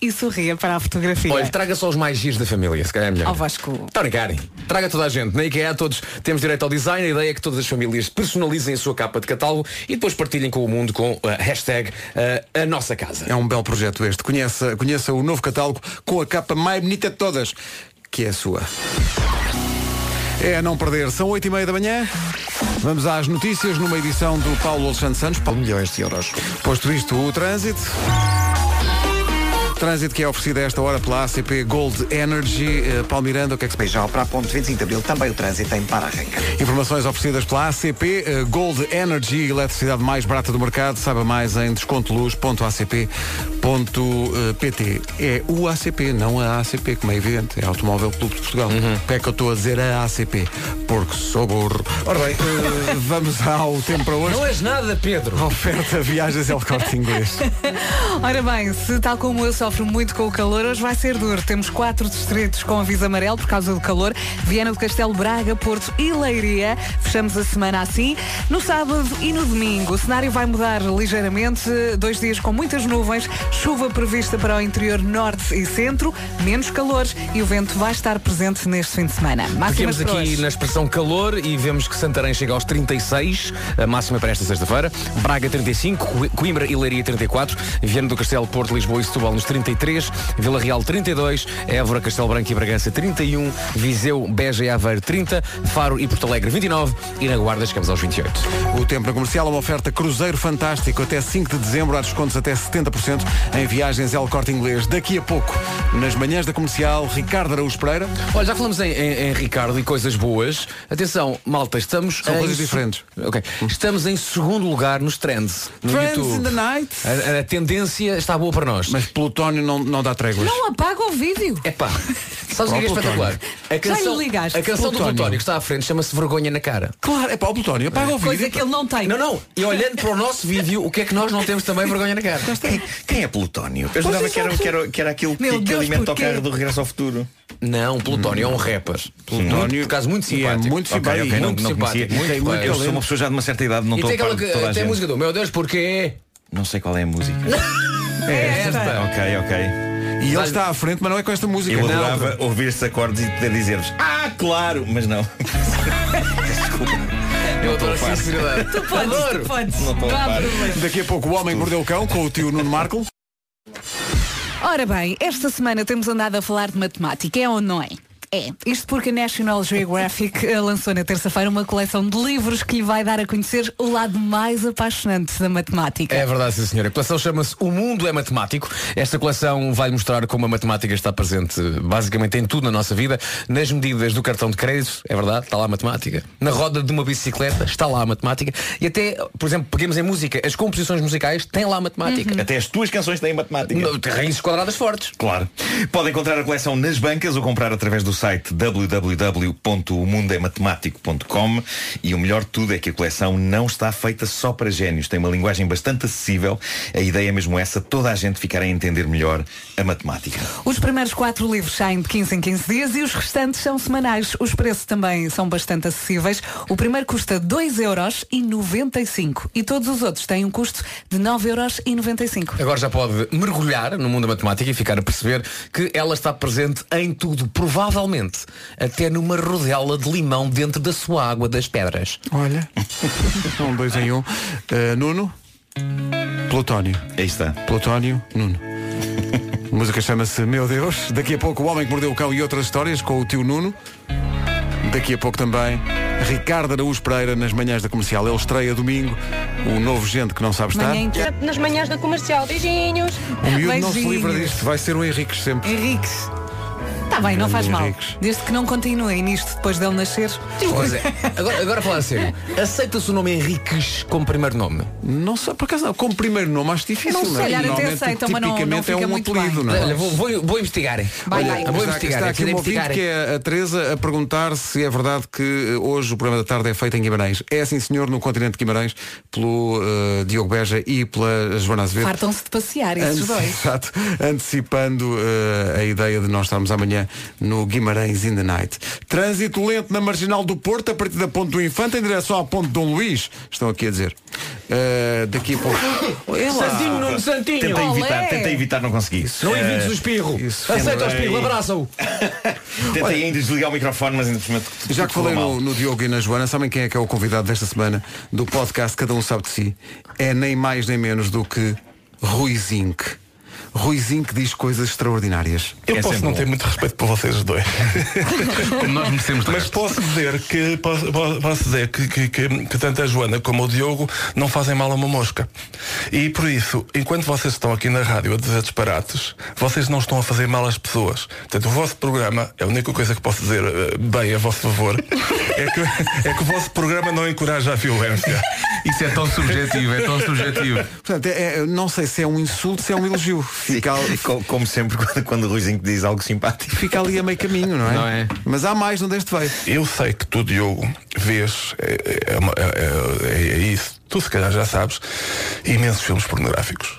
S4: e sorria para a fotografia.
S6: Olha, traga só os mais giros da família, se calhar é melhor.
S4: Ó, Vasco.
S6: Está a brincar, hein? Traga toda a gente. Na IKEA todos temos direito ao design. A ideia é que todas as famílias personalizem a sua capa de catálogo e depois partilhem com o mundo com a hashtag eh, a nossa casa.
S2: É um belo projeto este. Conheça, conheça o novo catálogo com a capa mais bonita de todas, que é a sua. É a não perder, são 8h30 da manhã. Vamos às notícias numa edição do Paulo Alexandre Santos. Paulo, um
S7: Milhões de euros.
S2: Posto isto, o trânsito. Trânsito que é oferecido a esta hora pela ACP Gold Energy. Eh, Paulo Miranda, o que é que se pede?
S3: Beijal para a ponte 25 de Abril, também o trânsito em Pararrenca.
S2: Informações oferecidas pela ACP eh, Gold Energy, eletricidade mais barata do mercado. Saiba mais em descontoluz.acp.pt. É o ACP, não a ACP, como é evidente. É Automóvel Clube de Portugal.
S6: Uhum.
S2: Porque é que eu estou a dizer a ACP? Porque sou burro. Ora bem, eh, vamos ao tempo para hoje.
S6: Não és nada, Pedro.
S2: Oferta viagens El Corte Inglês.
S4: Ora bem, se tal como eu sofro muito com o calor, hoje vai ser duro. Temos quatro distritos com aviso amarelo por causa do calor. Viana do Castelo, Braga, Porto e Leiria. Fechamos a semana assim. No sábado e no domingo, o cenário vai mudar ligeiramente. Dois dias com muitas nuvens, chuva prevista para o interior norte e centro, menos calor e o vento vai estar presente neste fim de semana. Máximas
S6: Ficamos
S4: para
S6: aqui
S4: hoje.
S6: na expressão calor e vemos que Santarém chega aos 36, a máxima para esta sexta-feira, Braga 35, Co- Coimbra e Leiria 34, Viana do Castelo, Porto, Lisboa e Setúbal nos 33, Vila Real 32, Évora, Castelo Branco e Bragança 31, Viseu, Beja e Aveiro 30, Faro e Porto Alegre 29 e na Guarda chegamos aos 28.
S2: O tempo na comercial é uma oferta Cruzeiro Fantástico até 5 de dezembro. Há descontos até 70% em viagens El Corte Inglês. Daqui a pouco, nas manhãs da comercial, Ricardo Araújo Pereira.
S6: Olha, já falamos em, em- em Ricardo e coisas boas. Atenção, malta, estamos
S2: São
S6: em
S2: coisas
S6: se-
S2: diferentes.
S6: Ok. Estamos em segundo lugar nos trends no
S2: Trends
S6: YouTube.
S2: in the night.
S6: A, a tendência está boa para nós.
S2: Mas Plutónio não, não dá tréguas.
S4: Não apaga o vídeo.
S6: Epá, sabes o que é
S2: Plutónio.
S6: espetacular? A
S4: Já lhe ligaste?
S6: a canção
S2: Plutónio.
S6: do Plutónio que está à frente chama-se Vergonha na Cara.
S2: Claro, é para o Plutónio. Apaga o
S4: Coisa
S2: vídeo.
S4: que ele não tem.
S6: Não, não, e olhando para o nosso vídeo, o que é que nós não temos também vergonha na cara?
S8: Quem é Plutónio? Eu jurava que era, que, era, que era aquilo que,
S4: Meu
S8: que
S4: Deus,
S8: alimenta
S4: porquê?
S8: o carro do regresso ao futuro.
S6: Não, Plutónio é um rapper. Plutónio, por acaso, muito
S2: E é
S6: simpático.
S2: muito
S8: Ok,
S2: simpático.
S8: ok, não,
S6: muito
S8: não conhecia.
S6: simpático, muito
S8: eu
S6: bem.
S8: sou uma pessoa já de uma certa idade, não
S6: E
S8: estou
S6: tem
S8: a par
S6: aquela
S8: de
S6: que,
S8: toda a
S6: tem a
S8: gente.
S6: música do Meu Deus, porquê?
S8: Não sei qual é a música.
S6: É esta.
S8: ok, ok.
S2: E E ele está à frente, mas não é com esta música.
S10: Eu
S2: Não.
S10: adorava ouvir estes acordes e poder dizer-vos Ah, claro! Mas não. Desculpa. Eu adoro a sinceridade.
S4: Tu podes, tu podes.
S10: Não estou a
S4: Não há
S10: par.
S4: problema.
S2: Daqui a pouco o Homem que Mordeu o Cão com o tio Nuno Marco.
S4: Ora bem, esta semana temos andado a falar de matemática, é ou não é? É. Isto porque a National Geographic eh, lançou na terça-feira uma coleção de livros que lhe vai dar a conhecer o lado mais apaixonante da matemática.
S6: É verdade, sim, senhora. A coleção chama-se O Mundo é Matemático. Esta coleção vai mostrar como a matemática está presente basicamente em tudo na nossa vida, nas medidas do cartão de crédito, é verdade, está lá a matemática. Na roda de uma bicicleta, está lá a matemática. E até, por exemplo, peguemos em música, as composições musicais têm lá a matemática.
S10: Uhum. Até as tuas canções têm matemática.
S6: Não, Tem raízes quadradas fortes.
S10: Claro. Pode encontrar a coleção nas bancas ou comprar através do site www.omundoematemático.com e o melhor de tudo é que a coleção não está feita só para génios. Tem uma linguagem bastante acessível. A ideia é mesmo essa, toda a gente ficar a entender melhor a matemática.
S4: Os primeiros quatro livros saem de 15 em 15 dias e os restantes são semanais. Os preços também são bastante acessíveis. O primeiro custa 2,95€ e todos os outros têm um custo de 9,95€.
S6: Agora já pode mergulhar no mundo da matemática e ficar a perceber que ela está presente em tudo, provavelmente até numa rodela de limão dentro da sua água das pedras.
S2: Olha. um, dois em um. Eh, Nuno. Plutónio.
S10: Aí está.
S2: Plutónio Nuno. A música chama-se Meu Deus. Daqui a pouco O Homem que Mordeu o Cão e outras histórias com o tio Nuno. Daqui a pouco também Ricardo Araújo Pereira nas manhãs da comercial. Ele estreia domingo o novo gente que não sabe estar.
S4: Manhã inteira.
S5: Nas manhãs da comercial, beijinhos.
S2: O miúdo não se livra
S4: Beijinhos.
S2: disto. Vai ser o Henriques sempre.
S4: Henriques. Está Tá bem, não faz mal.
S2: Henriques.
S4: Desde que não continuem nisto depois dele nascer.
S6: Pois é. Agora, agora a falar a sério. Aceita-se o nome Henriques como primeiro nome?
S2: Não sei, por acaso não. Como primeiro nome acho difícil.
S4: Não sei,
S2: é?
S4: olhar até
S2: Normalmente,
S4: aceitam, mas não- não
S2: tipicamente é
S4: fica
S2: um
S4: muito
S2: apelido,
S4: bem.
S2: não é?
S6: Olha, vou, vou, vou investigar.
S4: Vai, vai.
S6: Vou
S2: Está,
S6: investigar.
S2: está aqui
S6: preciso
S2: um ouvinte
S6: investigar.
S2: que é a Teresa a perguntar se é verdade que eh, hoje o programa da tarde é feito em Guimarães. É sim senhor, no continente de Guimarães, pelo eh, Diogo Beja e pela Joana Azevedo.
S4: Fartam-se de passear, esses
S2: Ante-
S4: dois.
S2: Exato, antecipando eh, a ideia de nós estarmos amanhã no Guimarães in the Night. Trânsito lento na Marginal do Porto, a partir da Ponte do Infante, em direção à Ponte Dom Luís, estão aqui a dizer. Eh, daqui a pouco. É lá.
S6: Santinho, Nuno Santinho. é?
S10: Tentei
S4: Olé!
S10: evitar, tentei evitar, não consegui.
S6: Não invites
S10: Eh,
S6: o espirro.
S2: isso.
S6: Aceita o espirro,
S10: Lembrei.
S6: abraça-o.
S10: Tentei ainda desligar o microfone, mas infelizmente.
S2: Já que falei no, no Diogo e na Joana, sabem quem é que é o convidado desta semana do podcast Cada Um Sabe de Si? É nem mais nem menos do que Rui Zinc. Rui Zinc diz coisas extraordinárias.
S11: Eu
S10: É
S11: posso
S10: sempre
S11: não
S10: bom.
S11: ter muito respeito por vocês dois,
S9: Nós merecemos
S11: mas posso dizer que posso, po- posso dizer que, que- que- que tanto a Joana como o Diogo não fazem mal a uma mosca. E por isso, enquanto vocês estão aqui na rádio a dizer disparates, vocês não estão a fazer mal às pessoas. Portanto, o vosso programa, a única coisa que posso dizer eh, bem a vosso favor, é que, é que o vosso programa não encoraja a violência.
S9: Isso é tão subjetivo, é tão subjetivo.
S2: Portanto, é- é- não sei se é um insulto, se é um elogio. Fica, al-
S10: Como, como sempre, quando, quando o Ruizinho diz algo simpático.
S2: fica ali a meio caminho, não é?
S6: Não é?
S2: Mas há mais onde este veio.
S11: Eu sei que tu, Diogo, vês, é, é- é uma- é- é- é isso, tu se calhar já sabes, imensos filmes pornográficos.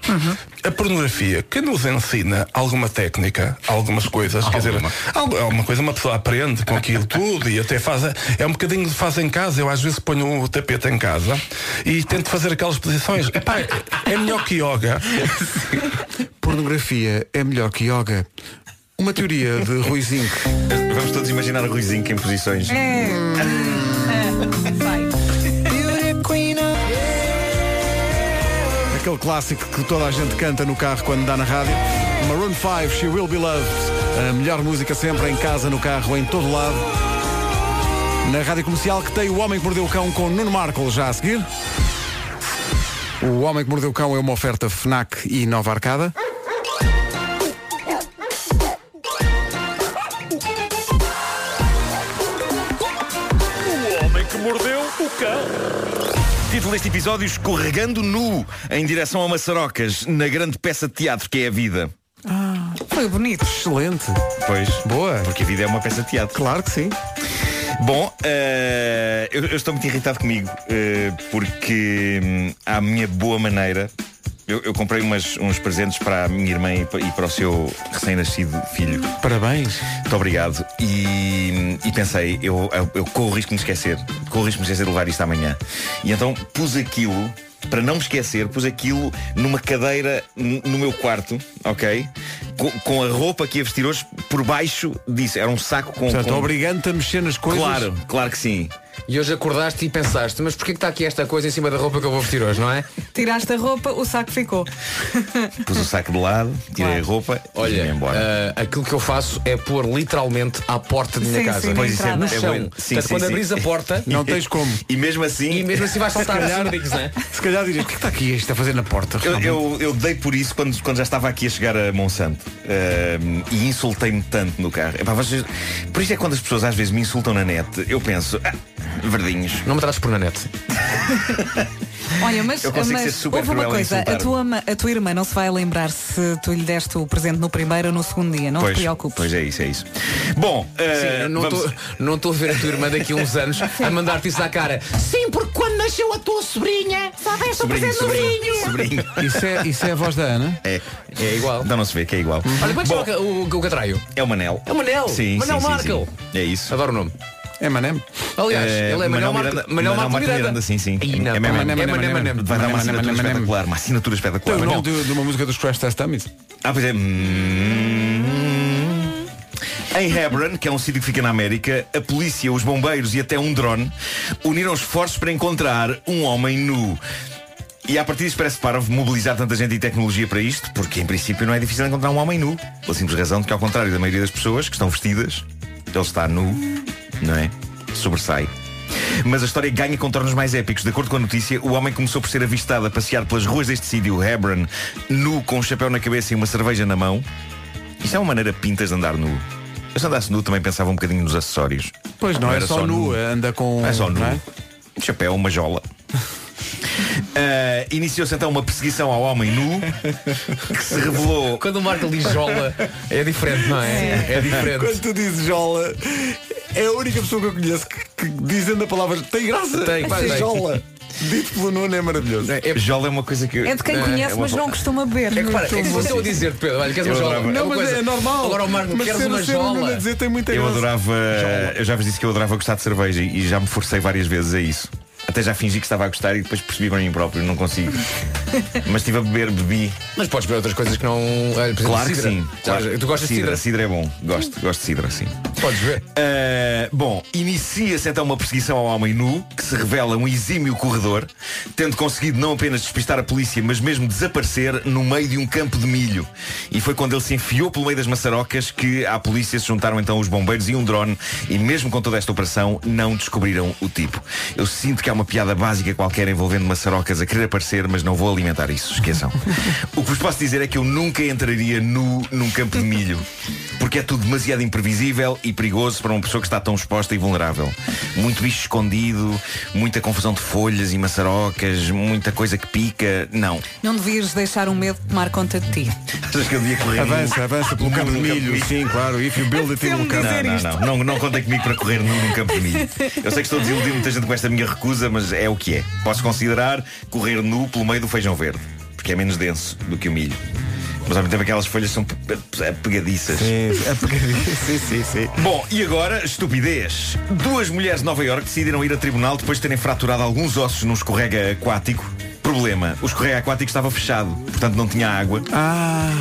S11: A pornografia que nos ensina alguma técnica, algumas coisas, quer dizer, al- alguma coisa uma pessoa aprende com aquilo tudo e até faz, a- é um bocadinho de faz em casa, eu às vezes ponho o tapete em casa e tento fazer aquelas posições. Epá, é melhor que yoga.
S2: Pornografia é melhor que yoga. Uma teoria de Rui Zinc.
S10: Vamos todos imaginar o Ruizinho em posições.
S4: É. Vai.
S2: Aquele clássico que toda a gente canta no carro quando dá na rádio. Maroon 5, She Will Be Loved. A melhor música sempre, em casa, no carro, em todo lado. Na rádio comercial que tem O Homem que Mordeu o Cão com Nuno Marco já a seguir. O Homem que Mordeu o Cão é uma oferta FNAC e Nova Arcada.
S10: Título deste episódio Escorregando nu em direção a Maçarocas na grande peça de teatro que é a vida.
S4: Foi bonito.
S2: Excelente.
S10: Pois.
S2: Boa.
S10: Porque a vida é uma peça de teatro.
S2: Claro que sim.
S10: Bom, eh, eu, eu estou muito irritado comigo eh, porque hum, à minha boa maneira eu, eu comprei umas- uns presentes para a minha irmã e pa- e para o seu recém-nascido filho.
S2: Parabéns.
S10: Muito obrigado. E, e pensei, eu, eu, eu corro o risco de me esquecer. Corro o risco de me esquecer de levar isto amanhã. E então pus aquilo, para não me esquecer, pus aquilo numa cadeira n- no meu quarto, ok? co- com a roupa que ia vestir hoje, por baixo disso. Era um saco com.
S2: Portanto,
S10: com...
S2: obrigando-te a mexer nas coisas.
S10: Claro, claro que sim.
S6: E hoje acordaste e pensaste, mas porquê que está aqui esta coisa em cima da roupa que eu vou vestir hoje, não é?
S4: Tiraste a roupa, o saco ficou.
S10: Pus o saco de lado, tirei a roupa e
S6: Olha,
S10: vim embora.
S6: ah, aquilo que eu faço é pôr literalmente à porta da minha
S10: Sim,
S6: casa.
S10: sim, na Pois isso é, entrada.
S6: no
S10: é
S6: chão.
S10: bueno. Sim,
S6: Portanto,
S10: sim,
S6: quando
S10: sim.
S6: abris a porta.
S10: Não tens
S2: como.
S10: E mesmo assim.
S6: E mesmo assim vais saltar os amigos, não é?
S2: Se calhar dirias, o que é que está aqui? Isto está a fazer na porta.
S10: Eu,
S2: Tá realmente?"
S10: eu- eu dei por isso quando, quando já estava aqui a chegar a Monsanto Ahm, e insultei-me tanto no carro. Epá, vocês- por isso é que quando as pessoas às vezes me insultam na net, eu penso, ah, verdinhos.
S6: Não me trates por na net.
S4: Olha, mas,
S10: Eu consigo ser
S4: mas
S10: super
S4: houve uma
S10: cruel em
S4: coisa, a
S10: insultar-me.
S4: tua, ma- a tua irmã não se vai lembrar se tu lhe deste o presente no primeiro ou no segundo dia, não
S10: pois,
S4: te preocupes.
S10: Pois é isso, é isso. Bom, eh,
S6: Sim, eu não
S10: vamos-
S6: estou- não estou a ver a tua irmã daqui a uns anos a mandar-te isso à cara.
S12: Sim, porque quando nasceu a tua sobrinha, é só deste o presente do sobrinho.
S2: Isso é, isso é a voz da Ana?
S10: É, é igual. Não, não se vê que é igual.
S6: Olha, quanto
S10: Bom,
S6: é o, o, o catraio?
S10: é o Manel.
S6: É o Manel.
S10: Sim,
S6: Manel
S10: sim, sim,
S6: Markel.
S10: sim. É isso.
S6: Adoro o nome.
S2: É Manem.
S6: Aliás,
S10: Eh,
S6: ele é Manel Marco-
S10: Miranda,
S6: Manel Marco
S10: Marco
S6: Miranda.
S10: Sim, sim.
S6: Ai, não.
S10: É mesmo.
S6: É Manem,
S10: É
S6: Manem,
S10: Vai dar
S6: Manem.
S10: uma
S6: Manem,
S10: assinatura
S6: Manem, Manem.
S10: espetacular. Uma assinatura
S2: Tem
S10: espetacular.
S2: o nome
S10: Manel.
S2: de, de uma música dos Crash Test Dummies?
S10: Ah, pois é. Hum. Em Hebron, que é um sítio que fica na América, a polícia, os bombeiros e até um drone uniram esforços para encontrar um homem nu. E a partir disso parece parvo mobilizar tanta gente e tecnologia para isto, porque em princípio não é difícil encontrar um homem nu. Pela simples razão de que, ao contrário da maioria das pessoas que estão vestidas, ele está nu, não é? Sobressai. Mas a história ganha contornos mais épicos. De acordo com a notícia, o homem começou por ser avistado a passear pelas ruas deste sítio, Hebron, nu, com um chapéu na cabeça e uma cerveja na mão. Isto é uma maneira pintas de andar nu. Eu se andasse nu também pensava um bocadinho nos acessórios.
S2: Pois não, é
S10: era
S2: só nu, anda com-
S10: Não é só nu.
S2: não é?
S10: Um chapéu, uma jola. Ah, Iniciou-se então uma perseguição ao homem nu que se revelou.
S6: Quando o Marco diz jola, é diferente, não é? É diferente.
S2: Quando tu dizes Jola, é a única pessoa que eu conheço que, que dizendo a palavra tem graça.
S6: Tem,
S2: Vai,
S6: tem.
S2: Jola. Dito pelo Nuno é maravilhoso.
S10: Jola é uma coisa que.
S4: É de quem
S10: É,
S4: conhece,
S10: é uma
S4: mas não
S10: boa-
S4: costuma beber.
S6: É que para,
S4: Muito
S6: é isso
S4: bom.
S6: que eu a dizer-te, Pedro. Olha, queres uma
S10: Eu
S6: jola?
S10: adorava-
S6: uma
S10: Não,
S2: mas
S6: coisa-
S2: é normal.
S6: Agora o Marco,
S2: Mas
S6: queres
S2: ser
S6: uma
S2: o ser humano
S6: jola?
S2: a dizer tem muita
S10: Eu
S2: graça.
S10: adorava. Eu já vos disse que eu adorava gostar de cerveja e e já me forcei várias vezes a isso. Até já fingi que estava a gostar e depois percebi para mim próprio, não consigo. Mas estive a beber, bebi.
S6: Mas podes ver outras coisas que não. Olha, por exemplo,
S10: Claro que
S6: cidra.
S10: sim.
S6: Já-
S10: Claro.
S6: Tu gostas de
S10: cidra?
S6: cidra?
S10: Cidra é bom. Gosto, gosto de cidra, sim.
S6: Podes ver.
S10: Uh, bom, inicia-se então uma perseguição ao homem nu, que se revela um exímio corredor, tendo conseguido não apenas despistar a polícia, mas mesmo desaparecer no meio de um campo de milho. E foi quando ele se enfiou pelo meio das maçarocas que à polícia se juntaram então os bombeiros e um drone, e mesmo com toda esta operação, não descobriram o tipo. Eu sinto que há uma piada básica qualquer envolvendo maçarocas a querer aparecer, mas não vou alimentar isso, esqueçam. o que vos posso dizer é que eu nunca entraria nu num campo de milho, porque é tudo demasiado imprevisível e perigoso para uma pessoa que está tão exposta e vulnerável. Muito bicho escondido, muita confusão de folhas e maçarocas, muita coisa que pica. Não.
S4: Não devias deixar o medo tomar conta de ti.
S10: Achas que eu devia correr?
S2: Avança,
S10: nu?
S2: avança pelo
S10: Nu
S2: campo de
S10: num
S2: milho. Sim, claro. If you build it, it will come.
S10: não, não, não, não, não contem comigo para correr nu num campo de milho. Eu sei que estou a desiludir muita gente com esta minha recusa, mas é o que é. Posso considerar correr nu pelo meio do feijão verde, porque é menos denso do que o milho. Mas ao mesmo tempo aquelas folhas são pe- pe- pegadiças.
S2: É sim, sim, sim.
S10: Bom, e agora, estupidez. Duas mulheres de Nova Iorque decidiram ir a tribunal depois de terem fraturado alguns ossos num escorrega aquático. Problema, o escorrega aquático estava fechado, portanto não tinha água.
S2: Ah.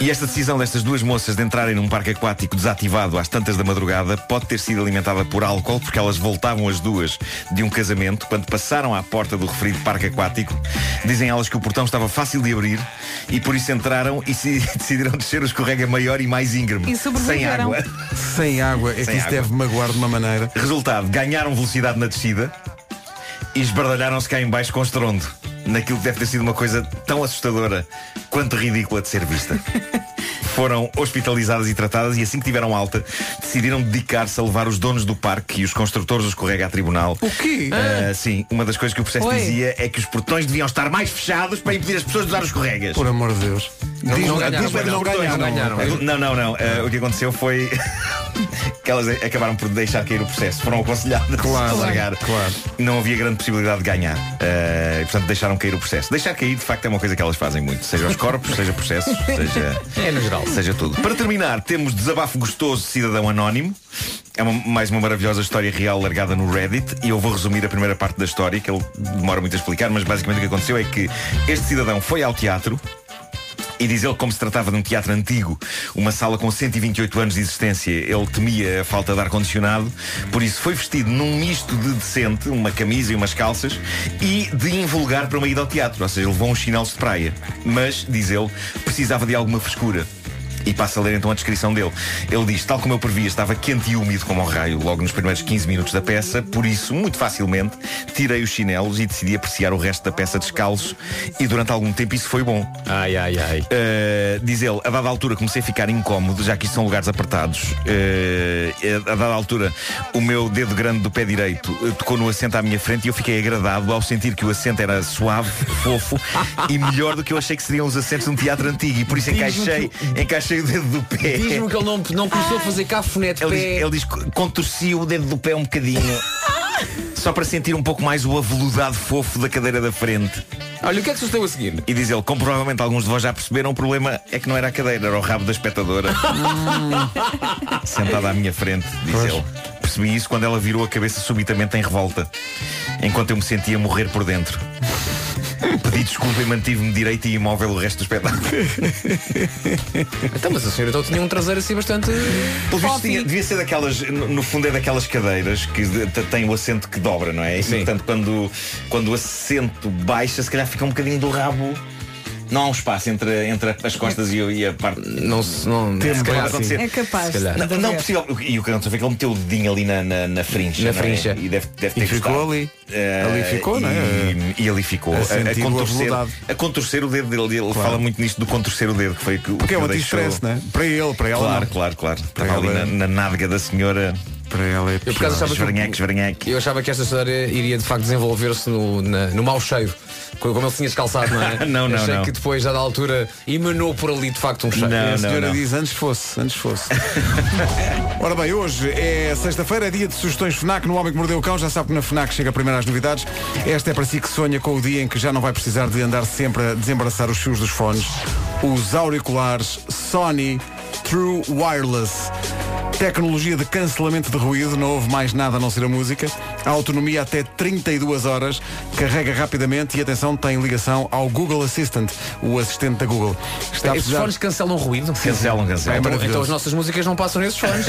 S10: E esta decisão destas duas moças de entrarem num parque aquático desativado às tantas da madrugada pode ter sido alimentada por álcool, porque elas voltavam as duas de um casamento quando passaram à porta do referido parque aquático. Dizem elas que o portão estava fácil de abrir e por isso entraram e se- decidiram descer o escorrega maior e mais íngreme,
S4: E
S10: sem
S4: sobreviveram.
S10: água.
S2: Sem água,
S10: Sem
S2: é que isso
S10: água.
S2: deve magoar de uma maneira.
S10: Resultado, ganharam velocidade na descida e esbardalharam-se cá em baixo com estrondo. Naquilo que deve ter sido uma coisa tão assustadora quanto ridícula de ser vista. Foram hospitalizadas e tratadas e assim que tiveram alta, decidiram dedicar-se a levar os donos do parque e os construtores os correga a tribunal.
S2: O quê?
S10: Ah, sim, uma das coisas que o processo
S2: Oi.
S10: dizia é que os portões deviam estar mais fechados para impedir as pessoas de usar os corregas.
S2: Por amor de Deus. Diz-
S6: não ganharam,
S2: diz-me que
S6: não ganharam, não ganharam.
S10: Não, não, não. Eh, o que aconteceu foi que elas acabaram por deixar cair o processo. Foram aconselhadas
S2: Claro,
S10: a largar.
S2: claro.
S10: Não havia grande possibilidade de ganhar. Eh, e, portanto, deixaram cair o processo. Deixar cair, de facto, é uma coisa que elas fazem muito. Seja os corpos, seja processos, seja.
S6: É no geral.
S10: Seja tudo. Para terminar, temos desabafo gostoso de cidadão anónimo. É uma- mais uma maravilhosa história real largada no Reddit e eu vou resumir a primeira parte da história, que ele demora muito a explicar, mas basicamente o que aconteceu é que este cidadão foi ao teatro E diz ele como se tratava de um teatro antigo, uma sala com 128 anos de existência. Ele temia a falta de ar-condicionado, por isso foi vestido num misto de decente, uma camisa e umas calças, e de invulgar para uma ida ao teatro, ou seja, levou uns chinelos de praia. Mas, diz ele, precisava de alguma frescura. E passa a ler então a descrição dele. Ele diz: Tal como eu previa, estava quente e úmido como um raio logo nos primeiros 15 minutos da peça, por isso, muito facilmente, tirei os chinelos e decidi apreciar o resto da peça descalço. E durante algum tempo isso foi bom. Eh,
S6: Ai, ai, ai.
S10: diz ele: A dada altura comecei a ficar incómodo, já que isto são lugares apertados. Uh, a dada altura, o meu dedo grande do pé direito uh, tocou no assento à minha frente e eu fiquei agradado ao sentir que o assento era suave, fofo e melhor do que eu achei que seriam os assentos de um teatro antigo. E por isso
S6: Diz-me que
S10: encaixei, encaixei o dedo do pé.
S6: Diz-me que ele não, não começou a fazer cafuné de
S10: É. Ele
S6: pé.
S10: diz, ele diz que contorcia o dedo do pé um bocadinho. Só para sentir um pouco mais o aveludado fofo da cadeira da frente.
S6: Olha, o que é que sucedeu a seguir?
S10: E diz ele, como provavelmente alguns de vós já perceberam, o problema é que não era a cadeira, era o rabo da espectadora. Hum. sentada à minha frente, diz ele. Percebi isso quando ela virou a cabeça subitamente em revolta, enquanto eu me sentia morrer por dentro. Pedi desculpa e mantive-me direito e imóvel o resto do espetáculo.
S6: Então, mas a senhora então tinha um traseiro assim bastante.
S10: Pelo visto,
S6: assim.
S10: tinha- devia ser daquelas, no no fundo é daquelas cadeiras que de- te- tem o assento que dobra, não é? E, portanto, quando, quando o assento baixa, se calhar fica um bocadinho do rabo. Não há um espaço entre, entre as costas e, o- e a parte.
S6: Não se. Não,
S10: Tem
S6: se
S10: pode
S6: calhar
S10: acontecer.
S6: sim. É capaz. Se calhar.
S10: Não, não possível. E o que aconteceu foi que ele meteu o dedinho ali na, na, na frincha.
S6: Na
S10: não é?
S6: frincha.
S10: E deve, deve ter
S6: E ficou
S10: gostado.
S6: ali.
S10: Eh,
S6: Ali ficou,
S10: e,
S6: não é?
S10: E ali ficou.
S6: A
S10: A, a
S6: sentir o
S10: contorcer,
S6: aveludado.
S10: a contorcer o dedo dele. Ele fala muito nisto do contorcer o dedo, que foi o que o
S2: Porque é
S10: que
S2: um
S10: deixou-
S2: anti-stress, não é? Para ele, para ela.
S10: Claro,
S2: não.
S10: claro, claro. Estava ali
S2: ela
S10: na,
S2: é-
S10: na nádega da senhora.
S2: Para ela é
S6: Eu por acaso achava que-
S10: esverganheque, esverganheque.
S6: Eu achava que esta história iria de facto desenvolver-se no, na- no mau cheiro. co- Como ele se tinha descalçado, não é?
S10: Não, não,
S6: Achei
S10: não.
S6: que depois, já da altura, emanou por ali de facto um cheiro.
S2: E a senhora diz antes fosse, antes fosse. Ora bem, hoje é sexta-feira, é dia de sugestões FNAC no Homem que Mordeu o Cão. Já sabe que na FNAC chega primeiro às novidades. Esta é para si que sonha com o dia em que já não vai precisar de andar sempre a desembaraçar os fios dos fones. Os auriculares Sony True Wireless. Tecnologia de cancelamento de ruído, não houve mais nada a não ser a música. A autonomia até 32 horas, carrega rapidamente e atenção, tem ligação ao Google Assistant, o assistente da Google. Está a
S6: Esses
S2: precisar- É
S6: fones cancelam o ruído?
S10: Cancelam, cancelam.
S6: Então,
S2: maravilhoso.
S6: então as nossas músicas não passam nesses fones.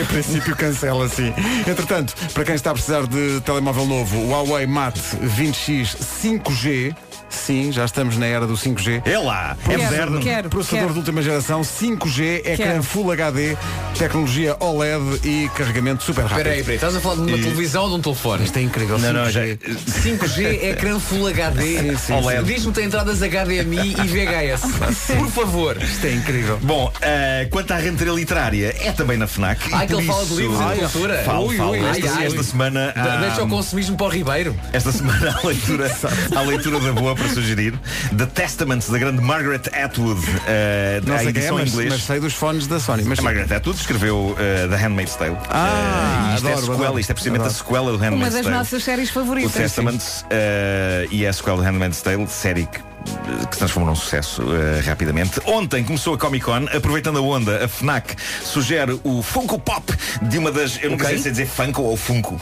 S2: Em princípio cancela sim. Entretanto, para quem está a precisar de telemóvel novo, o Huawei Mate 20X 5G. Sim, já estamos na era do 5G.
S10: É lá,
S4: é Quero, moderno. quero,
S2: Processador
S4: quero.
S2: de última geração, 5G, ecrã
S4: Quero.
S2: Full HD, tecnologia OLED e carregamento super rápido.
S6: Espera aí, espera aí, estás a falar de uma
S2: E-
S6: televisão ou de um telefone? Isto
S2: é incrível.
S10: Não, não, já-
S6: 5G é crânio Full HD.
S10: Sim, sim, OLED.
S6: Diz-me que tem entradas HDMI e VHS. Por favor.
S2: Ah, Isto é incrível.
S10: Bom, eh, quanto à rentreira literária, é também na FNAC.
S6: Ai,
S10: e
S6: que
S10: por
S6: ele fala de
S10: isso-
S6: livros e de cultura.
S10: Falo,
S6: Ui,
S10: falo.
S6: ui,
S10: esta,
S6: ai, ai.
S10: esta semana.
S6: De-
S10: há-
S6: Deixa o consumismo para o Ribeiro.
S10: Esta semana a leitura, a leitura da boa para sugerir The Testaments da grande Margaret Atwood eh,
S2: Não
S10: a
S2: sei quem é,
S10: edição em
S2: mas,
S10: inglês É
S2: mas sei dos fones da Sony. Mas
S10: a Margaret Atwood escreveu eh, The Handmaid's Tale
S2: Ah,
S10: Eh, e isto
S2: adoro,
S10: é a sequela,
S2: adoro.
S10: isto é precisamente
S2: Adoro.
S10: a sequela do Handmaid's
S4: Uma das
S10: Tale
S4: nossas séries
S10: o
S4: favoritas.
S10: Testament eh, e a sequela de Handmaid's Tale, série que eh, que se transformou num sucesso eh, rapidamente. Ontem começou a Comic Con, aproveitando a onda, a FNAC sugere o Funko Pop de uma das. Eu nunca
S6: Ok.
S10: sei se é dizer Funko ou Funko.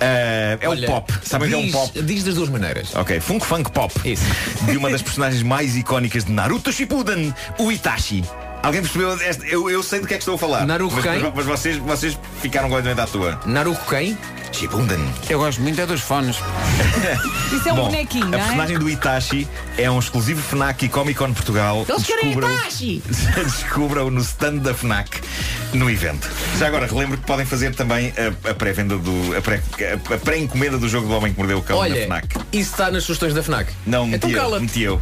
S10: Eh, é
S6: Olha,
S10: o pop, sabem que é um
S6: diz-
S10: pop.
S6: Diz das duas maneiras.
S10: Ok, Funk Funk Pop. Isso. De uma das personagens mais icónicas de Naruto Shippuden, o Itachi. Alguém percebeu? esta- Eu, eu sei do que é que estou a falar.
S6: Naruto
S10: mas,
S6: quem?
S10: Mas, mas vocês, vocês ficaram completamente à toa.
S6: Naruto quem?
S10: Shippuden.
S2: Eu gosto muito é dos fones.
S4: Isso é um
S10: Bom,
S4: bonequinho,
S10: A
S4: não é?
S10: personagem do Itachi é um exclusivo FNAC e Comic Con Portugal.
S12: Eles querem
S10: Descubra-o-
S12: Itachi!
S10: Descubram-o no stand da FNAC no evento. Já agora, relembro que podem fazer também a, a pré-venda do. a pré- a pré-encomenda do jogo do Homem que Mordeu o Cão na
S6: Olha,
S10: FNAC.
S6: isso está nas sugestões da FNAC.
S10: Não, meti
S6: Então
S10: eu.
S6: cala-te.
S10: Meti eu.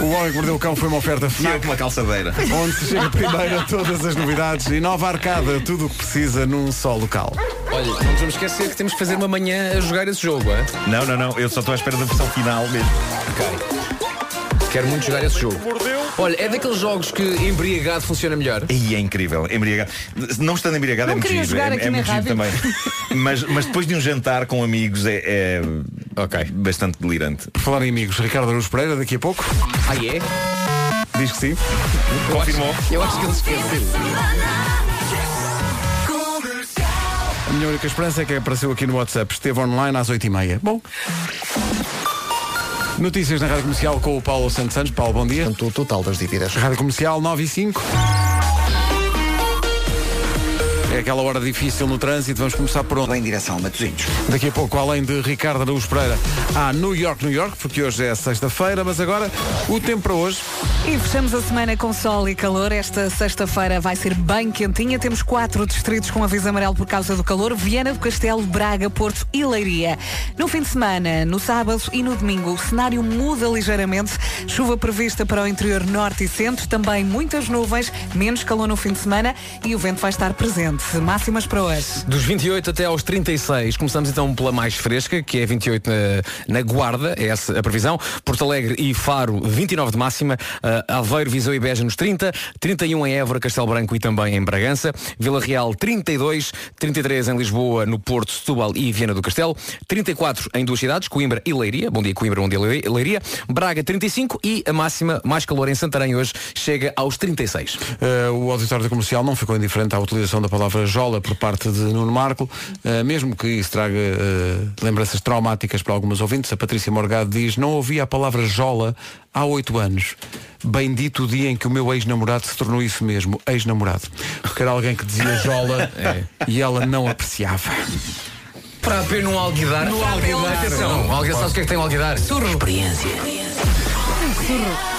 S2: O Homem que Mordeu o Cão foi uma oferta
S10: Meti eu
S2: FNAC.
S10: com uma calçadeira.
S2: Onde se chega primeiro a todas as novidades e nova arcada, tudo o que precisa num só local.
S6: Olha, não nos vamos esquecer que temos que fazer uma manhã a jogar esse jogo, é?
S10: Não, não, não. Eu só estou à espera da versão final mesmo.
S6: Quero muito jogar esse jogo. Olha, é daqueles jogos que embriagado funciona melhor.
S10: E é incrível, embriagado. Não estando embriagado
S4: Não
S10: é muito
S4: queria
S10: giro,
S4: jogar
S10: é,
S4: aqui
S10: é
S4: na
S10: muito giro também.
S4: rádio.
S10: Mas, mas depois de um jantar com amigos é, é bastante delirante.
S2: Por falar em amigos, Ricardo Aruz Pereira, daqui a pouco.
S6: Ah, é?
S2: Diz que sim.
S10: Confirmou.
S6: Eu acho que ele esqueceu.
S2: A minha única esperança é que apareceu aqui no WhatsApp. Esteve online às 8h30. Bom. Notícias na Rádio Comercial com o Paulo Santos Santos. Paulo, bom dia.
S7: O total das dívidas.
S2: Rádio Comercial 9 e 5. É aquela hora difícil no trânsito, vamos começar por onde?
S3: Em direção a Matosinhos.
S2: Daqui a pouco, além de Ricardo Araújo Pereira, há New York, New York, porque hoje é sexta-feira, mas agora o tempo para hoje.
S4: E fechamos a semana com sol e calor. Esta sexta-feira vai ser bem quentinha. Temos quatro distritos com aviso amarelo por causa do calor. Viana do Castelo, Braga, Porto e Leiria. No fim de semana, no sábado e no domingo, o cenário muda ligeiramente. Chuva prevista para o interior norte e centro. Também muitas nuvens, menos calor no fim de semana e o vento vai estar presente. Máximas para hoje.
S6: Dos 28 até aos 36, começamos então pela mais fresca, que é 28 na, na Guarda, é essa a previsão. Porto Alegre e Faro, 29 de máxima. Ah, Aveiro, Viseu e Beja nos 30. 31 em Évora, Castelo Branco e também em Bragança. Vila Real, 32. 33 em Lisboa, no Porto, Setúbal e Viana do Castelo. 34 em duas cidades, Coimbra e Leiria. Bom dia, Coimbra, bom dia, Leire- Leiria. Braga, 35. E a máxima, mais calor em Santarém hoje, chega aos 36.
S2: Eh, o auditório da comercial não ficou indiferente à utilização da palavra jola por parte de Nuno Marco, eh, mesmo que isso traga eh, lembranças traumáticas para algumas ouvintes. A Patrícia Morgado diz: Não ouvia a palavra jola há oito anos. Bendito o dia em que o meu ex-namorado se tornou isso mesmo, ex-namorado. Porque era alguém que dizia jola
S6: É.
S2: e ela não apreciava.
S6: Para apenas no Alguidar. No Alguidar. Atenção, o Alguidar, sabes o que é que tem o Alguidar? Surro. Experiência.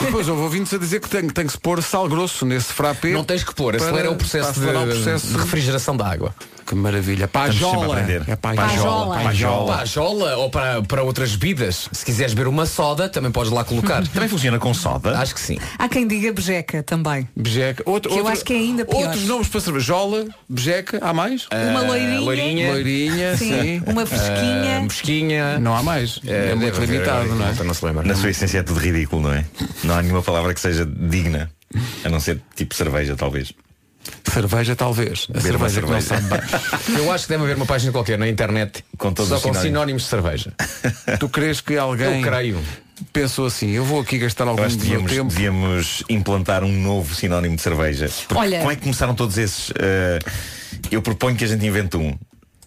S2: Depois houve ouvintes a dizer que tem, tem que se pôr sal grosso nesse frappé.
S6: Não tens que pôr, acelera o processo
S2: para acelerar
S6: de-
S2: o processo
S6: de refrigeração da água.
S2: Que maravilha.
S6: Estamos sempre a
S2: Pajola.
S6: aprender.
S2: É pajola.
S6: Pajola. Pajola ou para, para outras bebidas. Se quiseres beber uma soda, também podes lá colocar. também
S10: funciona com soda?
S6: Acho que sim.
S4: Há quem diga bejeca também.
S2: Bejeca. Outro,
S4: Que eu
S2: outro-
S4: acho que é ainda pior.
S2: Outros nomes para cerveja. Jola, bejeca, há mais?
S4: Uma loirinha. loirinha.
S2: Loirinha, sim.
S4: Sim. Uma fresquinha.
S6: Mosquinha.
S2: Não há mais. É, muito limitado, não é?
S6: Não se lembra.
S10: Na sua essência é tudo ridículo, não é? Não há nenhuma palavra que seja digna, a não ser tipo cerveja, talvez.
S2: Cerveja, talvez. A
S10: Beber uma
S2: cerveja que não
S10: cerveja.
S2: sabe bem.
S6: Eu acho que deve haver uma página qualquer na internet
S10: Com todos
S6: só
S10: os
S6: com
S10: sinónimos.
S6: sinónimos de cerveja.
S2: Tu crees que
S6: Eu
S2: alguém
S6: creio.
S2: pensou assim, eu vou aqui gastar
S10: Eu
S2: algum
S10: acho que
S2: do meu
S10: devíamos,
S2: tempo.
S10: devíamos implantar um novo sinónimo de cerveja. Porque
S4: Olha-
S10: Como é que começaram todos esses? eh, eu proponho que a gente invente um.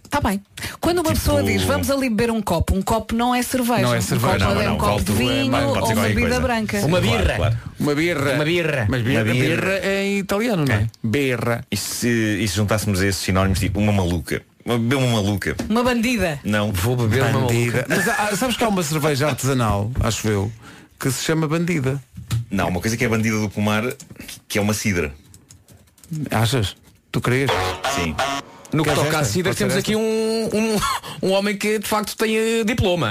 S4: Está Tá bem. Quando uma pessoa diz vamos ali beber um copo, um copo não é cerveja.
S10: Não é cerveja.
S4: Um copo
S10: Não,
S4: é
S10: não,
S4: um copo de
S10: copo é-
S4: vinho
S10: pode ser
S4: ou uma
S10: qualquer
S4: bebida
S10: coisa.
S4: branca.
S10: Uma Claro, birra. claro.
S2: Uma birra.
S10: Uma birra.
S2: Mas birra,
S10: Uma
S2: birra.
S10: birra.
S2: é em italiano, não é? Birra.
S10: E se, e se juntássemos esses sinónimos, tipo uma maluca? Bebeu uma maluca.
S4: Uma bandida.
S10: Não.
S6: Vou beber
S2: Bandida. Mas há- sabes que há uma cerveja artesanal, acho eu, que se chama bandida.
S10: Não, uma coisa que é bandida do pomar, que- que é uma cidra.
S2: Achas? Tu crês?
S10: Sim.
S6: No que
S2: é
S10: Queres
S6: toca à
S10: esta?
S6: Cidra,
S10: Pode ser
S6: temos
S10: esta?
S6: aqui um, um, um homem que de facto tem eh, diploma,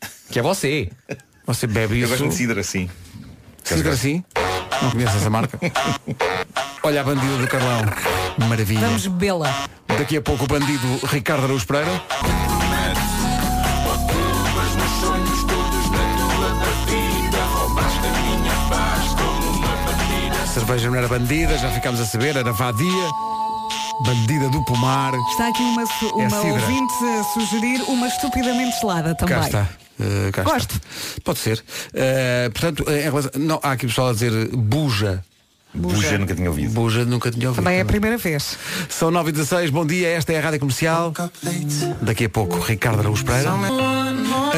S6: hein? que é você.
S2: Você bebe
S10: Eu
S2: isso?
S10: gosto de cidra, sim.
S2: Cidra assim? Não conheço essa marca? Olha a bandida do Carlão. Maravilha.
S4: Vamos bebê-la.
S2: Daqui a pouco o bandido Ricardo Araújo Pereira. Cerveja não era bandida, já ficámos a saber, era vadia, bandida do pomar.
S4: Está aqui uma, su-
S2: É
S4: uma
S2: cidra.
S4: ouvinte a sugerir uma estupidamente gelada também.
S2: Cá está. Eh, cá
S4: Gosto.
S2: está. Pode ser. Eh, portanto, eh, em relação- não, há aqui pessoal a dizer eh, buja.
S10: Buja. Buja nunca tinha ouvido.
S2: Buja nunca tinha ouvido.
S4: Também é a primeira vez.
S2: São 9 e 16 bom dia, esta é a Rádio Comercial. Daqui a pouco, Ricardo Araújo Pereira.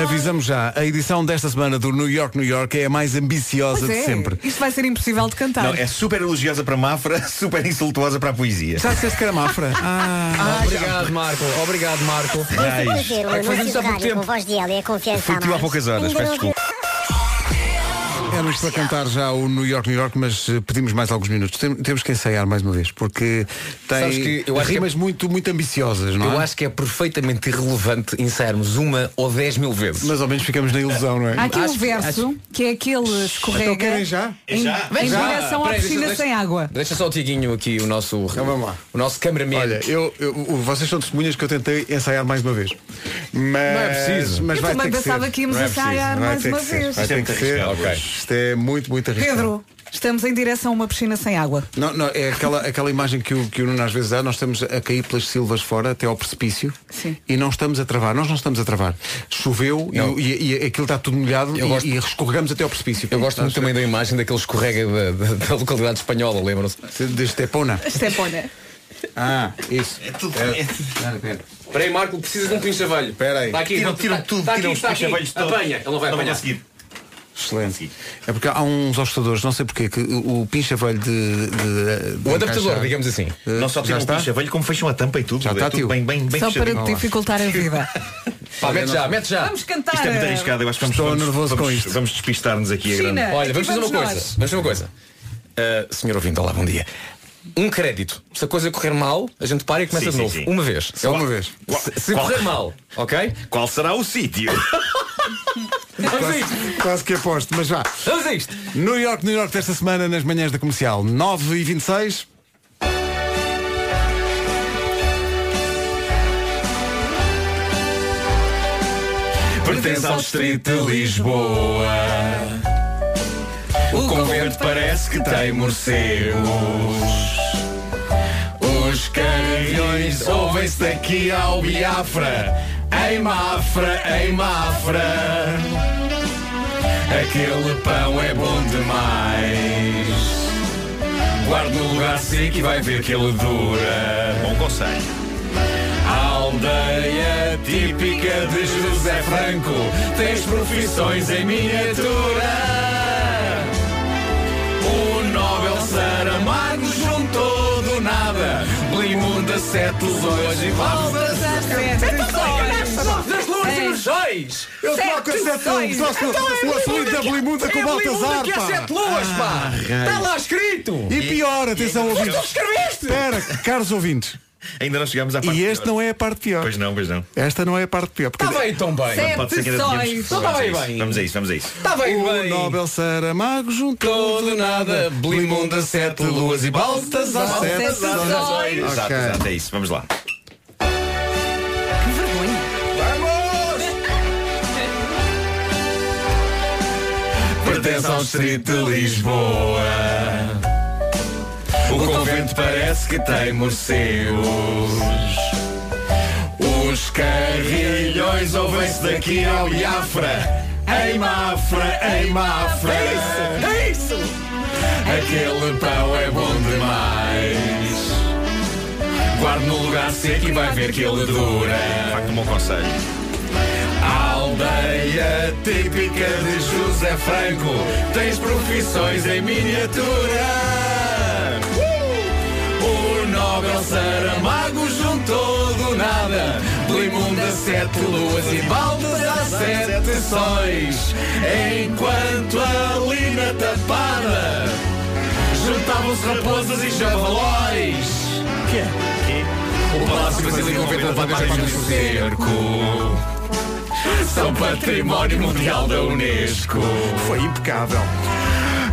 S2: Avisamos já, a edição desta semana do New York, New York é a mais ambiciosa
S4: Pois
S2: de
S4: é, Tá.
S2: sempre.
S4: Isto vai ser impossível de cantar.
S10: Não, é super elogiosa para a Mafra, super insultuosa para a poesia.
S2: Já disseste que era Mafra? Ah,
S6: Obrigado, Marco. Obrigado, Marco.
S10: Ai,
S13: Vou fazer um
S6: É que fazemos
S13: anúncio
S6: há
S13: de
S6: pouco
S13: rádio com
S6: tempo.
S13: voz de ela e a confiança
S10: Foi
S13: a
S10: tio há
S13: mais.
S10: poucas horas,
S13: Ainda
S10: peço
S13: não ouvi.
S10: desculpa.
S2: Éramos para cantar já o New York, New York, mas eh, pedimos mais alguns minutos. Tem- temos que ensaiar mais uma vez, porque tem
S6: Sabes que eu acho que é-
S2: rimas muito, muito ambiciosas, não é?
S6: Eu acho que é perfeitamente irrelevante ensaiarmos uma ou dez mil vezes.
S2: Mas ao menos ficamos na ilusão, não é?
S4: Há aqui um
S6: Acho-
S4: verso que é aquele escorrega
S2: Então querem já?
S4: Em,
S6: Já?
S4: em
S6: Já?
S4: direção à
S6: Espera aí,
S4: piscina
S6: deixa-
S4: sem água.
S6: Deixa só o Tiguinho aqui, o nosso,
S2: Então
S6: o nosso cameraman.
S2: Olha, eu, eu- vocês são testemunhas que eu tentei ensaiar mais uma vez. Mas, não
S6: é preciso.
S2: Mas
S4: Eu
S2: vai
S4: também
S2: ter que
S4: pensava
S2: ser.
S4: que íamos
S2: Não é
S4: ensaiar
S2: preciso. Vai
S4: mais
S2: ter
S4: uma
S2: que ser.
S4: vez.
S2: Vai
S4: Isto é
S2: ter que ser. Isto é muito, muito arriscado.
S4: Pedro, estamos em direção a uma piscina sem água.
S2: Não, não, é aquela, aquela imagem que o, que o Nuno às vezes dá, nós estamos a cair pelas silvas fora até ao precipício
S4: Sim.
S2: e não estamos a travar, nós não estamos a travar. Choveu e, o- e, e aquilo está tudo molhado e,
S6: Eu gosto-
S2: e escorregamos até ao precipício.
S6: Eu gosto muito também da imagem daquele escorrega da, da- da localidade espanhola, lembram-se?
S2: De Estepona.
S4: Estepona.
S2: Ah, isso.
S10: É tudo.
S2: Espera.
S10: é-
S2: Espera, espera.
S6: Espera aí, Marco, precisas de um pincha velho.
S2: Espera aí.
S10: Tiram- tiram tudo, tiram os pinchavelhos todos.
S6: Apanha, ele não vai
S10: Não vou
S6: apanhar.
S10: conseguir.
S2: Excelente. É porque há uns assustadores, não sei porquê, que o pincha velho de, de- de
S6: O adaptador,
S2: encaixar,
S6: digamos assim.
S2: eh,
S13: Não só
S2: já
S13: tem um
S2: está?
S13: pincha velho, como fecham a tampa e tudo.
S2: Já
S13: é
S2: está,
S13: tudo
S2: tio.
S13: bem, bem, bem
S4: Só para
S13: fechadinho.
S4: te dificultar a vida.
S13: Pá, mete já,
S6: mete já.
S4: Vamos cantar.
S13: Isto é muito
S4: eh,
S13: arriscado, eu acho que vamos, vamos, vamos, vamos despistar-nos aqui a
S4: China,
S13: grande.
S6: Olha,
S4: aqui
S6: vamos fazer uma
S4: vamos
S6: coisa.
S4: nós.
S6: Vamos fazer uma coisa. Uh, senhor ouvinte, olá, bom dia. Um crédito. Se a coisa correr mal, a gente para e começa
S13: Sim,
S6: de
S13: sim,
S6: novo.
S13: sim.
S6: Uma vez.
S13: Se- qual- qual-
S6: Se, se
S13: qual-
S6: correr mal, ok?
S13: Qual será o sítio?
S6: Vamos a isto.
S2: Quase, quase que aposto, mas vá.
S6: Vamos a isto.
S2: New York, New York, desta semana, nas manhãs da comercial, 9 e 26
S13: Pertence ao distrito de Lisboa. O convento parece que tem morcegos. Os canhões ouvem-se daqui ao Biafra. Em Mafra, em Mafra. Aquele pão é bom demais. Guarde no lugar seco e vai ver que ele dura. Bom conselho. Aldeia típica de José Franco. Tens profissões em miniatura. O Nobel Saramago juntou do nada. Blimunda, sete hoje e volta.
S6: Das luas e dos sóis!
S2: Eu troco a sete luas, troco o apelido da Blimunda com o Baltazar,
S6: que Então é
S2: pá.
S6: sete luas, pá!
S2: Ah,
S6: Está lá escrito!
S2: E pior, atenção,
S6: Mas
S2: ouvintes.
S6: tu escreveste!
S2: Espera, caros ouvintes.
S13: Ainda não chegámos à parte
S2: E este não é a parte pior.
S13: Pois não, pois não.
S2: Esta não é a parte pior. porque-
S6: Está Tá bem, tão bem!
S4: Sete
S13: Pode ser que ainda
S4: sóis.
S13: tenhamos-
S6: Então vai
S13: Vamos a
S6: bem.
S13: isso, Vamos a isso, vamos a isso.
S2: Tá
S6: Está bem,
S2: O
S6: bem!
S2: Nobel Saramago juntou
S6: Todo
S2: do
S6: nada,
S2: nada
S6: Blimunda, sete luas e Baltazar,
S2: Baltazar,
S6: sete
S2: sete
S6: luas.
S4: sóis.
S13: Exato,
S2: Ok.
S13: exato, é isso. Vamos lá.
S4: Que vergonha.
S13: Pertence ao distrito de Lisboa. O convento parece que tem morcegos. Os carrilhões ouvem-se daqui ao Biafra. Em Mafra, em Mafra. É isso, é isso. Aquele pão é bom demais. Guarde no lugar seco e vai ver que ele dura. Facto, um bom conselho. Aldeia típica de José Franco, tens profissões em miniatura. Uh! O Nobel Saramago juntou do nada Blimunda, sete luas e baldas a sete sóis Enquanto a lina tapada Juntavam-se raposas e javalóis O Palácio Brasileiro convento a Padres do Cerco São Património Mundial da Unesco
S2: Foi impecável.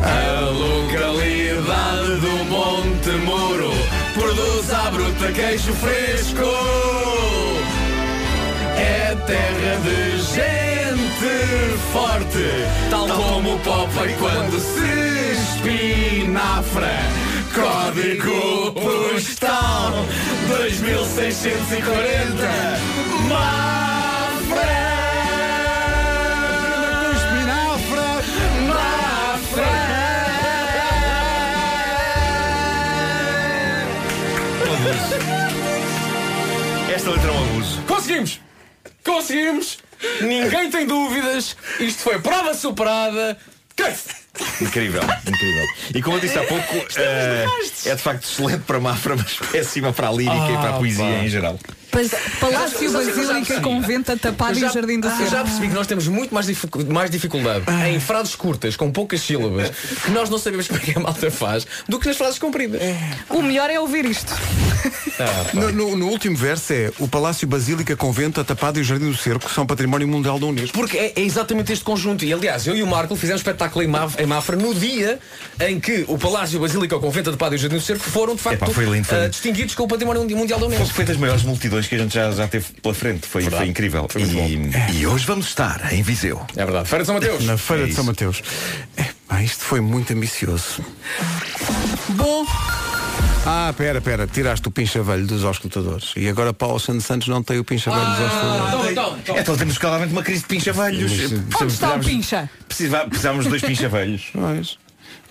S13: a localidade do Monte Muro produz à bruta queijo fresco. É terra de gente forte, tal como o Popeye quando se espinafra. Código postal 2640 Mafra. Esta letra é um abuso.
S6: Conseguimos! Conseguimos! Ninguém tem dúvidas! Isto foi prova superada! Case!
S13: Incrível, incrível. E como eu disse há pouco, eh, é de facto excelente para a Mafra, mas péssima para a lírica e para a poesia em geral.
S4: Pa- Palácio Basílica, Convento, Tapado e Jardim do
S6: já
S4: Cerro.
S6: percebi que nós temos muito mais, dificu- mais dificuldade
S2: Ah.
S6: em frases curtas, com poucas sílabas, que nós não sabemos como é que a malta faz, do que nas frases compridas.
S4: O melhor é ouvir isto.
S6: Ah,
S2: No, no- no último verso é o Palácio Basílica, Convento, a Tapada e o Jardim do Cerco são património mundial da Unesco.
S6: Porque é, é exatamente este conjunto. E aliás, eu e o Marco fizemos espetáculo em, Maf- em Mafra no dia em que o Palácio Basílica, o Convento de Padre e o Jardim do Cerco foram de facto
S13: Epá, foi lindo, foi
S6: ah,
S13: lindo.
S6: distinguidos com o Património Mundial da
S13: Foi,
S6: Unesco.
S13: foi das maiores multidões que a gente já, já teve pela frente. Foi, foi incrível. e, e hoje vamos estar em Viseu.
S6: É verdade. Feira de São Mateus.
S2: Na Feira
S13: É
S2: de São
S13: isso.
S2: Mateus. É, pá, isto foi muito ambicioso.
S4: Bom,
S2: Ah, pera, pera, tiraste o pincha velho dos auscultadores. E agora Paulo Santos Santos não tem o pincha velho dos auscultadores.
S6: Ah, Toma, toma, toma.
S13: Então temos claramente uma crise de pinchavelhos.
S4: onde está o pincha?
S13: Precisava- Precisávamos de dois pinchavelhos.
S2: Pois.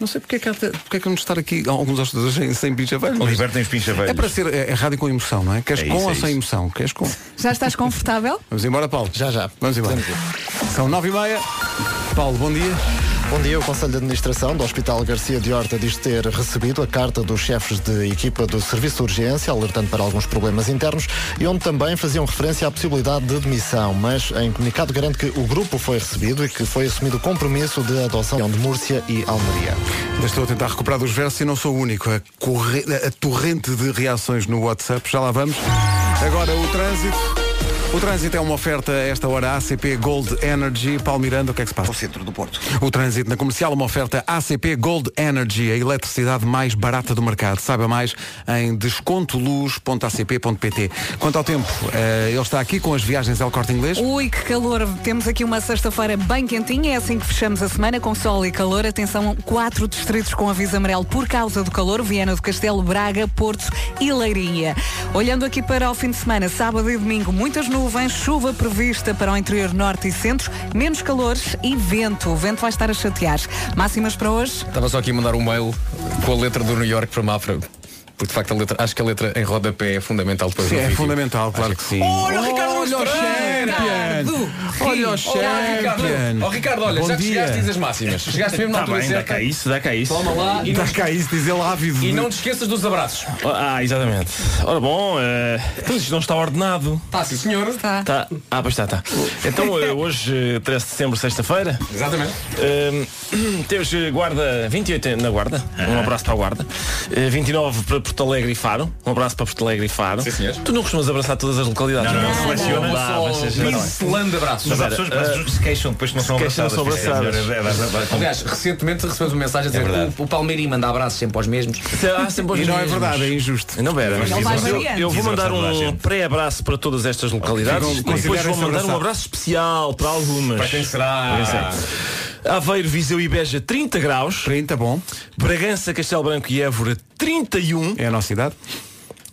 S2: Não sei porque é que, há te- porque é que vamos estar aqui alguns auscultadores sem, sem pincha velho. mas-
S13: Libertem os pinchavelhos.
S2: É para ser é, é rádio com emoção, não é? Queres
S13: É
S2: com
S13: isso,
S2: ou
S13: é
S2: sem
S13: isso.
S2: emoção? Queres com?
S4: Já estás confortável?
S2: Vamos embora, Paulo.
S7: Já, já.
S2: Vamos embora. São nove e meia. Paulo, bom dia.
S7: Bom dia, o Conselho de Administração do Hospital Garcia de Horta diz ter recebido a carta dos chefes de equipa do Serviço de Urgência, alertando para alguns problemas internos, e onde também faziam referência à possibilidade de demissão, mas em comunicado garante que o grupo foi recebido e que foi assumido o compromisso de adoção de Múrcia e Almeria.
S2: Ainda Estou a tentar recuperar dos versos e não sou o único. A, corre- a torrente de reações no WhatsApp, já lá vamos. Agora o trânsito. O trânsito é uma oferta a esta hora ACP Gold Energy. Paulo Miranda, o que é que se passa? O
S14: centro do Porto.
S2: O trânsito na comercial, uma oferta ACP Gold Energy, a eletricidade mais barata do mercado. Saiba mais em descontoluz.acp.pt. Quanto ao tempo, eh, ele está aqui com as viagens ao corte inglês.
S4: Ui, que calor! Temos aqui uma sexta-feira bem quentinha, é assim que fechamos a semana, com sol e calor. Atenção, quatro distritos com aviso amarelo por causa do calor, Viana do Castelo, Braga, Porto e Leirinha. Olhando aqui para o fim de semana, sábado e domingo, muitas nuvens, chuva prevista para o interior norte e centro, menos calores e vento. O vento vai estar a chatear. Máximas para hoje?
S11: Estava só aqui a mandar um mail com a letra do New York para Mafra. Porque de facto a letra, acho que a letra em rodapé é fundamental depois
S2: Sim,
S11: do
S2: é
S11: vídeo.
S2: fundamental, claro
S11: Acho
S2: que
S11: sim.
S2: Olha o Ricardo Olha o Champion! Olha o Champion!
S11: Ó Ricardo, olha,
S2: Bom
S11: já que
S2: dia.
S11: chegaste diz as máximas. Chegaste mesmo na
S15: Tá
S11: altura
S15: bem, dá
S11: certa.
S15: cá isso, dá cá isso.
S11: Toma lá e
S15: Dá
S11: não-
S2: cá isso, diz ele ávido.
S11: E
S15: de-
S11: não te esqueças dos abraços.
S15: Ah, exatamente. Ora bom, eh, então isto não está ordenado.
S11: Está, sim, senhor. Está.
S15: Tá. Ah, pois está, está. Então eh, hoje, eh, 13 de dezembro, sexta-feira.
S11: Exatamente.
S15: Ehm, temos eh, guarda 28 na guarda. Um abraço para a guarda. Eh, 29 para Porto Alegre e Faro. Um abraço para Porto Alegre e Faro. Sim, senhor. Tu não costumas abraçar todas as localidades.
S11: Não, não, não, seleciona. Só pincelando abraços.
S15: Mas
S11: Mas
S15: há
S11: era,
S15: pessoas mas se queixam depois que não são
S11: Se queixam,
S15: abraçadas.
S11: não são abraçadas.
S15: É, é, é, é, é, é.
S6: Aliás, recentemente recebemos uma mensagem a dizer
S15: verdade.
S6: que o, o Palmeirinho manda abraços sempre aos mesmos.
S15: Ah, sempre aos
S6: E não é
S15: mesmos.
S6: verdade, é
S2: injusto.
S15: Não era.
S6: Mas dizem-
S15: Eu, eu vou mandar um pré-abraço para todas estas localidades
S11: Ficam-
S15: e depois
S11: consideram-se
S15: vou mandar um
S11: abraçados.
S15: abraço especial para algumas.
S11: Para quem será?
S15: Para Aveiro, Viseu e Beja 30 graus.
S2: 30, bom.
S15: Bragança, Castelo Branco e Évora 31.
S2: É a nossa idade.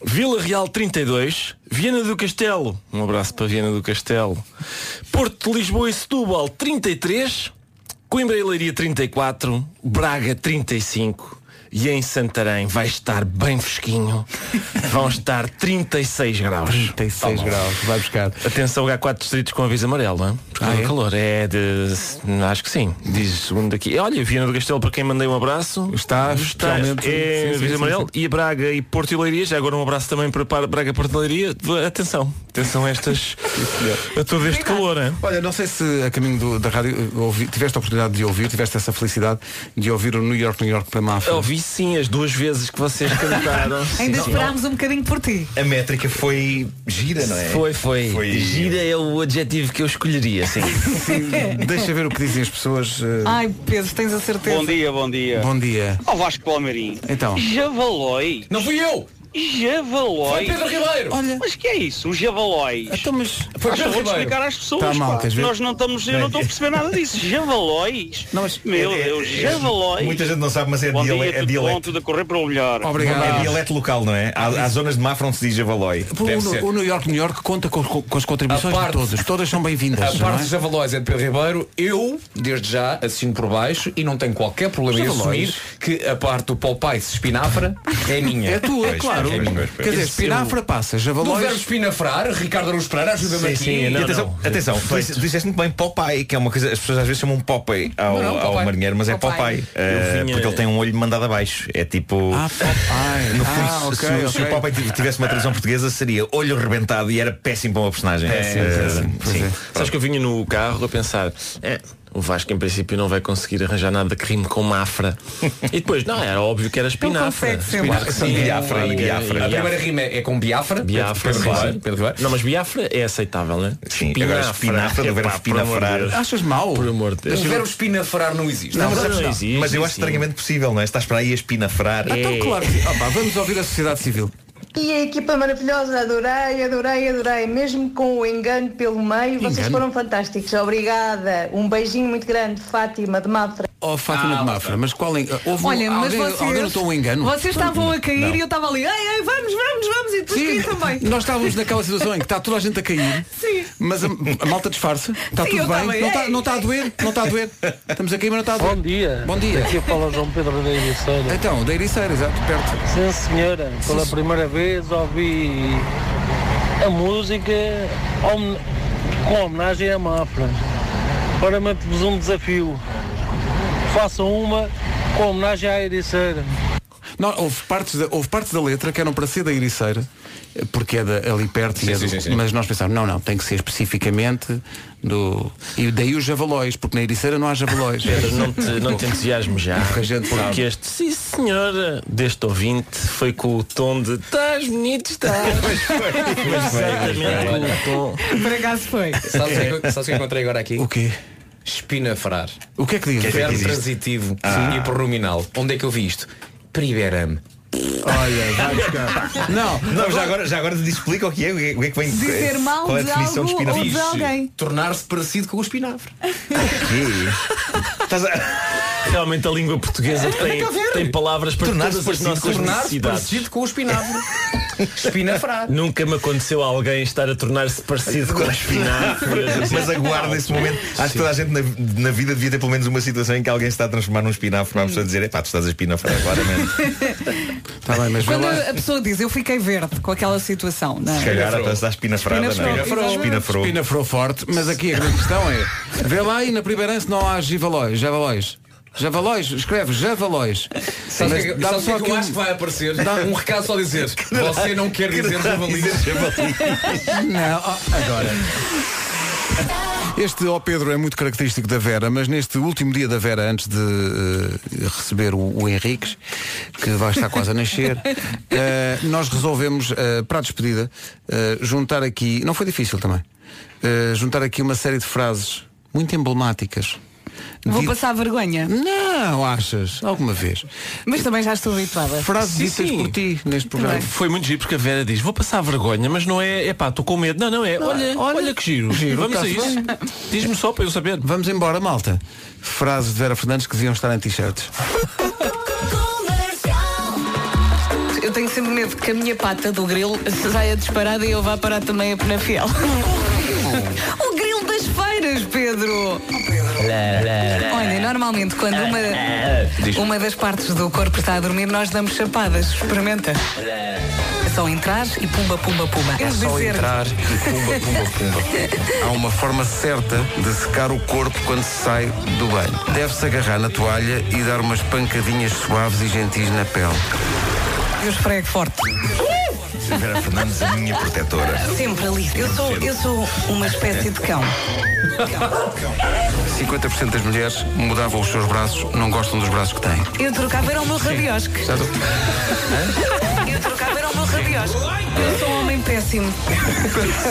S15: Vila Real 32. Viana do Castelo. Um abraço para Viana do Castelo. Porto, de Lisboa e Setúbal 33. Coimbra e Leiria 34. Braga 35. E em Santarém vai estar bem fresquinho. Vão estar 36 graus. Tá
S2: 36 graus, vai buscar.
S15: Atenção, há quatro distritos com aviso amarelo, não é? Por causa
S2: Ah,
S15: do
S2: é?
S15: calor. É de. Acho que sim. Diz segundo aqui. Olha, Viana do Castelo, para quem mandei um abraço.
S2: Está,
S15: está.
S2: realmente.
S15: É
S2: Sim, sim,
S15: aviso
S2: sim,
S15: amarelo.
S2: sim.
S15: E Braga e Porto e Leiria, já agora um abraço também para Par- Braga e Porto e Leiria. V- Atenção, atenção a estas. a todo este calor, hein?
S2: Olha, não sei se a caminho do- da rádio eh, ouvi- tiveste a oportunidade de ouvir, tiveste essa felicidade de ouvir o New York, New York para Mafra.
S15: Ouvi sim as duas vezes que vocês cantaram.
S4: Ainda
S15: Sim.
S4: esperámos um bocadinho por ti.
S15: A métrica foi gira,
S4: não é?
S6: Foi, foi. Gira
S15: é o adjetivo que eu escolheria, sim.
S2: Deixa ver o que dizem as pessoas. eh,
S4: Ai, Pedro, tens a certeza.
S13: Bom dia, bom dia.
S2: Bom dia.
S13: Ao Vasco Palmeirim.
S2: Então.
S13: Javalói.
S11: Não fui eu. Foi
S13: Javalói.
S11: Pedro Ribeiro.
S13: Olha. Mas que é isso? O Javalói.
S2: Então, mas...
S11: Foi Pedro
S13: vou
S11: Ribeiro.
S13: explicar às pessoas,
S11: Tá
S13: pá.
S11: mal, queres ver?
S13: Nós não estamos... Eu não estou a perceber nada disso. Javalóis. Meu
S10: É- é-
S13: Deus,
S10: é-
S13: Javalóis.
S10: Muita gente não sabe, mas é,
S13: Bom
S10: diale-
S13: dia,
S10: é
S13: tudo
S10: dialeto.
S13: bom, tudo a correr para o melhor.
S10: É dialeto local, não é? Há, há zonas de Mafra onde se diz Javalói.
S2: Pô,
S10: Deve
S2: o,
S10: ser.
S2: o New York, New York conta com, com- com as contribuições
S6: A parte-
S2: de todas. Todas são bem-vindas.
S6: A
S2: não é?
S6: parte dos avalóis é de Pedro Ribeiro, eu, desde já, assino por baixo e não tenho qualquer problema em
S2: Os avalóis?
S6: assumir que a parte do Popeye espinafra é minha.
S2: É tua, claro.
S6: É minha.
S2: Quer dizer, espinafra passa,
S6: Do
S2: javalóis.
S6: verbo espinafrar, Ricardo Aruz Pereira,
S10: Sim,
S6: ajuda-me aqui.
S10: sim, e atenção, atenção tu disse- disseste muito bem Popeye, que é uma coisa, as pessoas às vezes chamam Popeye ao,
S6: Não, não,
S10: ao
S6: Popeye.
S10: marinheiro, mas
S6: Popeye.
S10: é Popeye, eh,
S6: Eu vinha-
S10: porque ele tem um olho mandado abaixo. É tipo.
S2: Ah, Popeye.
S10: No fundo,
S2: Ah,
S10: se-
S2: ok,
S10: se, o- se
S2: ok.
S10: o Popeye tiv- tivesse uma tradução portuguesa, seria olho rebentado e era péssimo para uma personagem.
S15: Péssimo,
S10: Eh,
S15: péssimo,
S10: sim.
S15: é. Sabes que eu vinha no carro a pensar, é, o Vasco em princípio não vai conseguir arranjar nada que rime com mafra. E depois, não, era óbvio que era espinafra.
S6: consegue um sempre.
S15: Espinafra, sim, um
S6: E
S15: Biafra,
S6: Biafra,
S15: e Biafra.
S6: A primeira rima é com Biafra.
S15: Biafra,
S6: Pedro
S15: claro.
S6: Ribeiro.
S15: Não, mas Biafra é aceitável, né? Sim,
S10: agora espinafra, do verbo espinafrar.
S2: Achas mal?
S15: Por amor de
S6: O
S15: Deus.
S6: verbo espinafrar não existe.
S10: Não, mas,
S6: Não,
S10: sabes-
S6: não
S10: mas
S6: existe,
S10: eu acho
S6: existe.
S10: estranhamente possível, não é? Estás para aí a espinafrar.
S6: É.
S2: Então, claro. que- Ah, pá, vamos ouvir a sociedade civil.
S16: E a equipa maravilhosa, adorei, adorei, adorei. Mesmo com o engano pelo meio, vocês
S2: Engano?
S16: foram fantásticos. Obrigada. Um beijinho muito grande, Fátima de Mafra.
S2: Oh,
S6: Ah,
S2: Fátima de Mafra, mas qual en... houve um-
S4: Olha, mas
S2: alguém,
S4: vocês,
S2: alguém notou um engano?
S4: Vocês estavam a cair
S2: Não.
S4: e eu estava ali, ei, ei, vamos, vamos, vamos, e tu
S2: Sim,
S4: aqui também.
S2: nós estávamos naquela situação em que está toda a gente a cair,
S4: Sim.
S2: mas a, a malta disfarça, está
S4: Sim,
S2: tudo
S4: eu
S2: bem,
S4: também.
S2: não está não está a doer, não está a doer. Estamos a cair, mas não está a doer.
S17: Bom dia.
S2: Bom dia.
S17: Aqui fala João Pedro da Ericeira.
S2: Então, da Ericeira, exato, perto.
S17: Sim, senhora. Pela
S2: Sim, se-
S17: primeira vez ouvi a música hom- com homenagem à Mafra. Ora, meto-vos um desafio.
S18: façam uma com homenagem à Ericeira.
S2: Não, houve partes, da, houve partes da letra que eram para ser da Ericeira, porque é da, ali perto, e é do- mas nós pensámos, não, não, tem que ser especificamente do. E daí os javalóis, porque na Ericeira não há javalóis.
S15: Pedro, não te, não te entusiasmo já.
S2: Porque a gente sabe.
S15: Porque este, sim senhora, deste ouvinte foi com o tom de estás bonito, estás. Exatamente o tom.
S4: Por acaso foi.
S13: Sabes o que é que- sabes o que encontrei agora aqui? O
S2: quê?
S13: Espinafrar.
S2: O que é que diz? Ah.
S13: Verbo transitivo e pronominal. Onde é que eu vi isto? Priverame.
S2: Olha, vai buscar.
S13: Não,
S10: Não, já agora, já agora te explica o que é, o que é- o que é que vem
S13: eh,
S4: Dizer mal
S10: qual é a
S4: de
S10: definição
S4: algo ou
S10: espinafre?
S4: de alguém.
S13: Tornar-se parecido com o espinafre.
S15: Realmente a língua portuguesa tem, tem palavras para todas
S13: Tornar-se
S15: as
S13: parecido com-
S15: nossas
S13: tornar-se
S15: necessidades.
S13: parecido com o espinafre. Espinafrar.
S15: Nunca me aconteceu alguém estar a tornar-se parecido com o espinafre.
S10: Mas aguarda esse momento. Acho que toda a gente na, na vida devia ter pelo menos uma situação em que alguém se está a transformar num espinafre. Vamos só dizer, epá, tu estás a espinafrar, claramente.
S2: Está Tá bem, mas
S4: Quando a pessoa diz eu fiquei verde com aquela situação, não é?
S10: Se calhar a pessoa está espinafrada, não é?
S4: Espinafrou.
S10: Espinafrou.
S2: Espinafrou forte, mas aqui a grande questão é, vê lá e na Primeirance não há givalóis, javalóis. Javalóis, escreve javalóis.
S13: Sabe o que, é que-
S2: dá-me
S13: sabe o que é que
S2: aqui
S13: eu
S2: um-
S13: acho que vai aparecer?
S2: dá-
S13: Um recado só a dizer. Você não quer dizer javali.
S2: Não, oh, agora. Este ó Pedro é muito característico da Vera, mas neste último dia da Vera, antes de eh, receber o, o Henriques, que vai estar quase a nascer, eh, nós resolvemos, eh, para a despedida, eh, juntar aqui, não foi difícil também, eh, juntar aqui uma série de frases muito emblemáticas.
S4: Vou
S2: Dito-
S4: passar vergonha.
S2: Não, achas? Alguma vez.
S4: Mas também já estou habituada.
S2: Frases ditas por ti neste programa.
S15: Foi muito giro porque a Vera diz, vou passar vergonha, mas não é, é pá, estou com medo. Não, não é, olha, olha, que giro. Vamos a
S2: está-se
S15: isso.
S2: bem.
S15: Diz-me só para eu saber.
S2: tá Vamos embora, malta. Frases de Vera Fernandes que deviam estar em t-shirts.
S4: Eu tenho sempre medo que a minha pata do grilo saia disparada e eu vá parar também a Penafiel. o grilo das feiras, Pedro! Olha, normalmente quando uma,
S15: Diz.
S4: uma das partes do corpo está a dormir, nós damos chapadas. Experimenta. É só entrar e pumba, pumba,
S10: É
S4: pumba. Queres dizer?
S2: pumba, pumba, pumba. Há uma forma certa de secar o corpo quando se sai do banho. Deve-se agarrar na toalha e dar umas pancadinhas suaves e gentis na pele.
S4: Eu esfrego forte.
S10: Vera Fernandes, a minha protetora.
S4: Sempre ali. Eu sou, eu sou uma espécie de cão.
S2: 50% das mulheres mudavam os seus braços, não gostam dos braços que têm.
S4: Eu trocava era o meu rabiosque.
S2: Já estou-
S4: Eu trocava era o meu rabiosque. Eu sou um homem péssimo.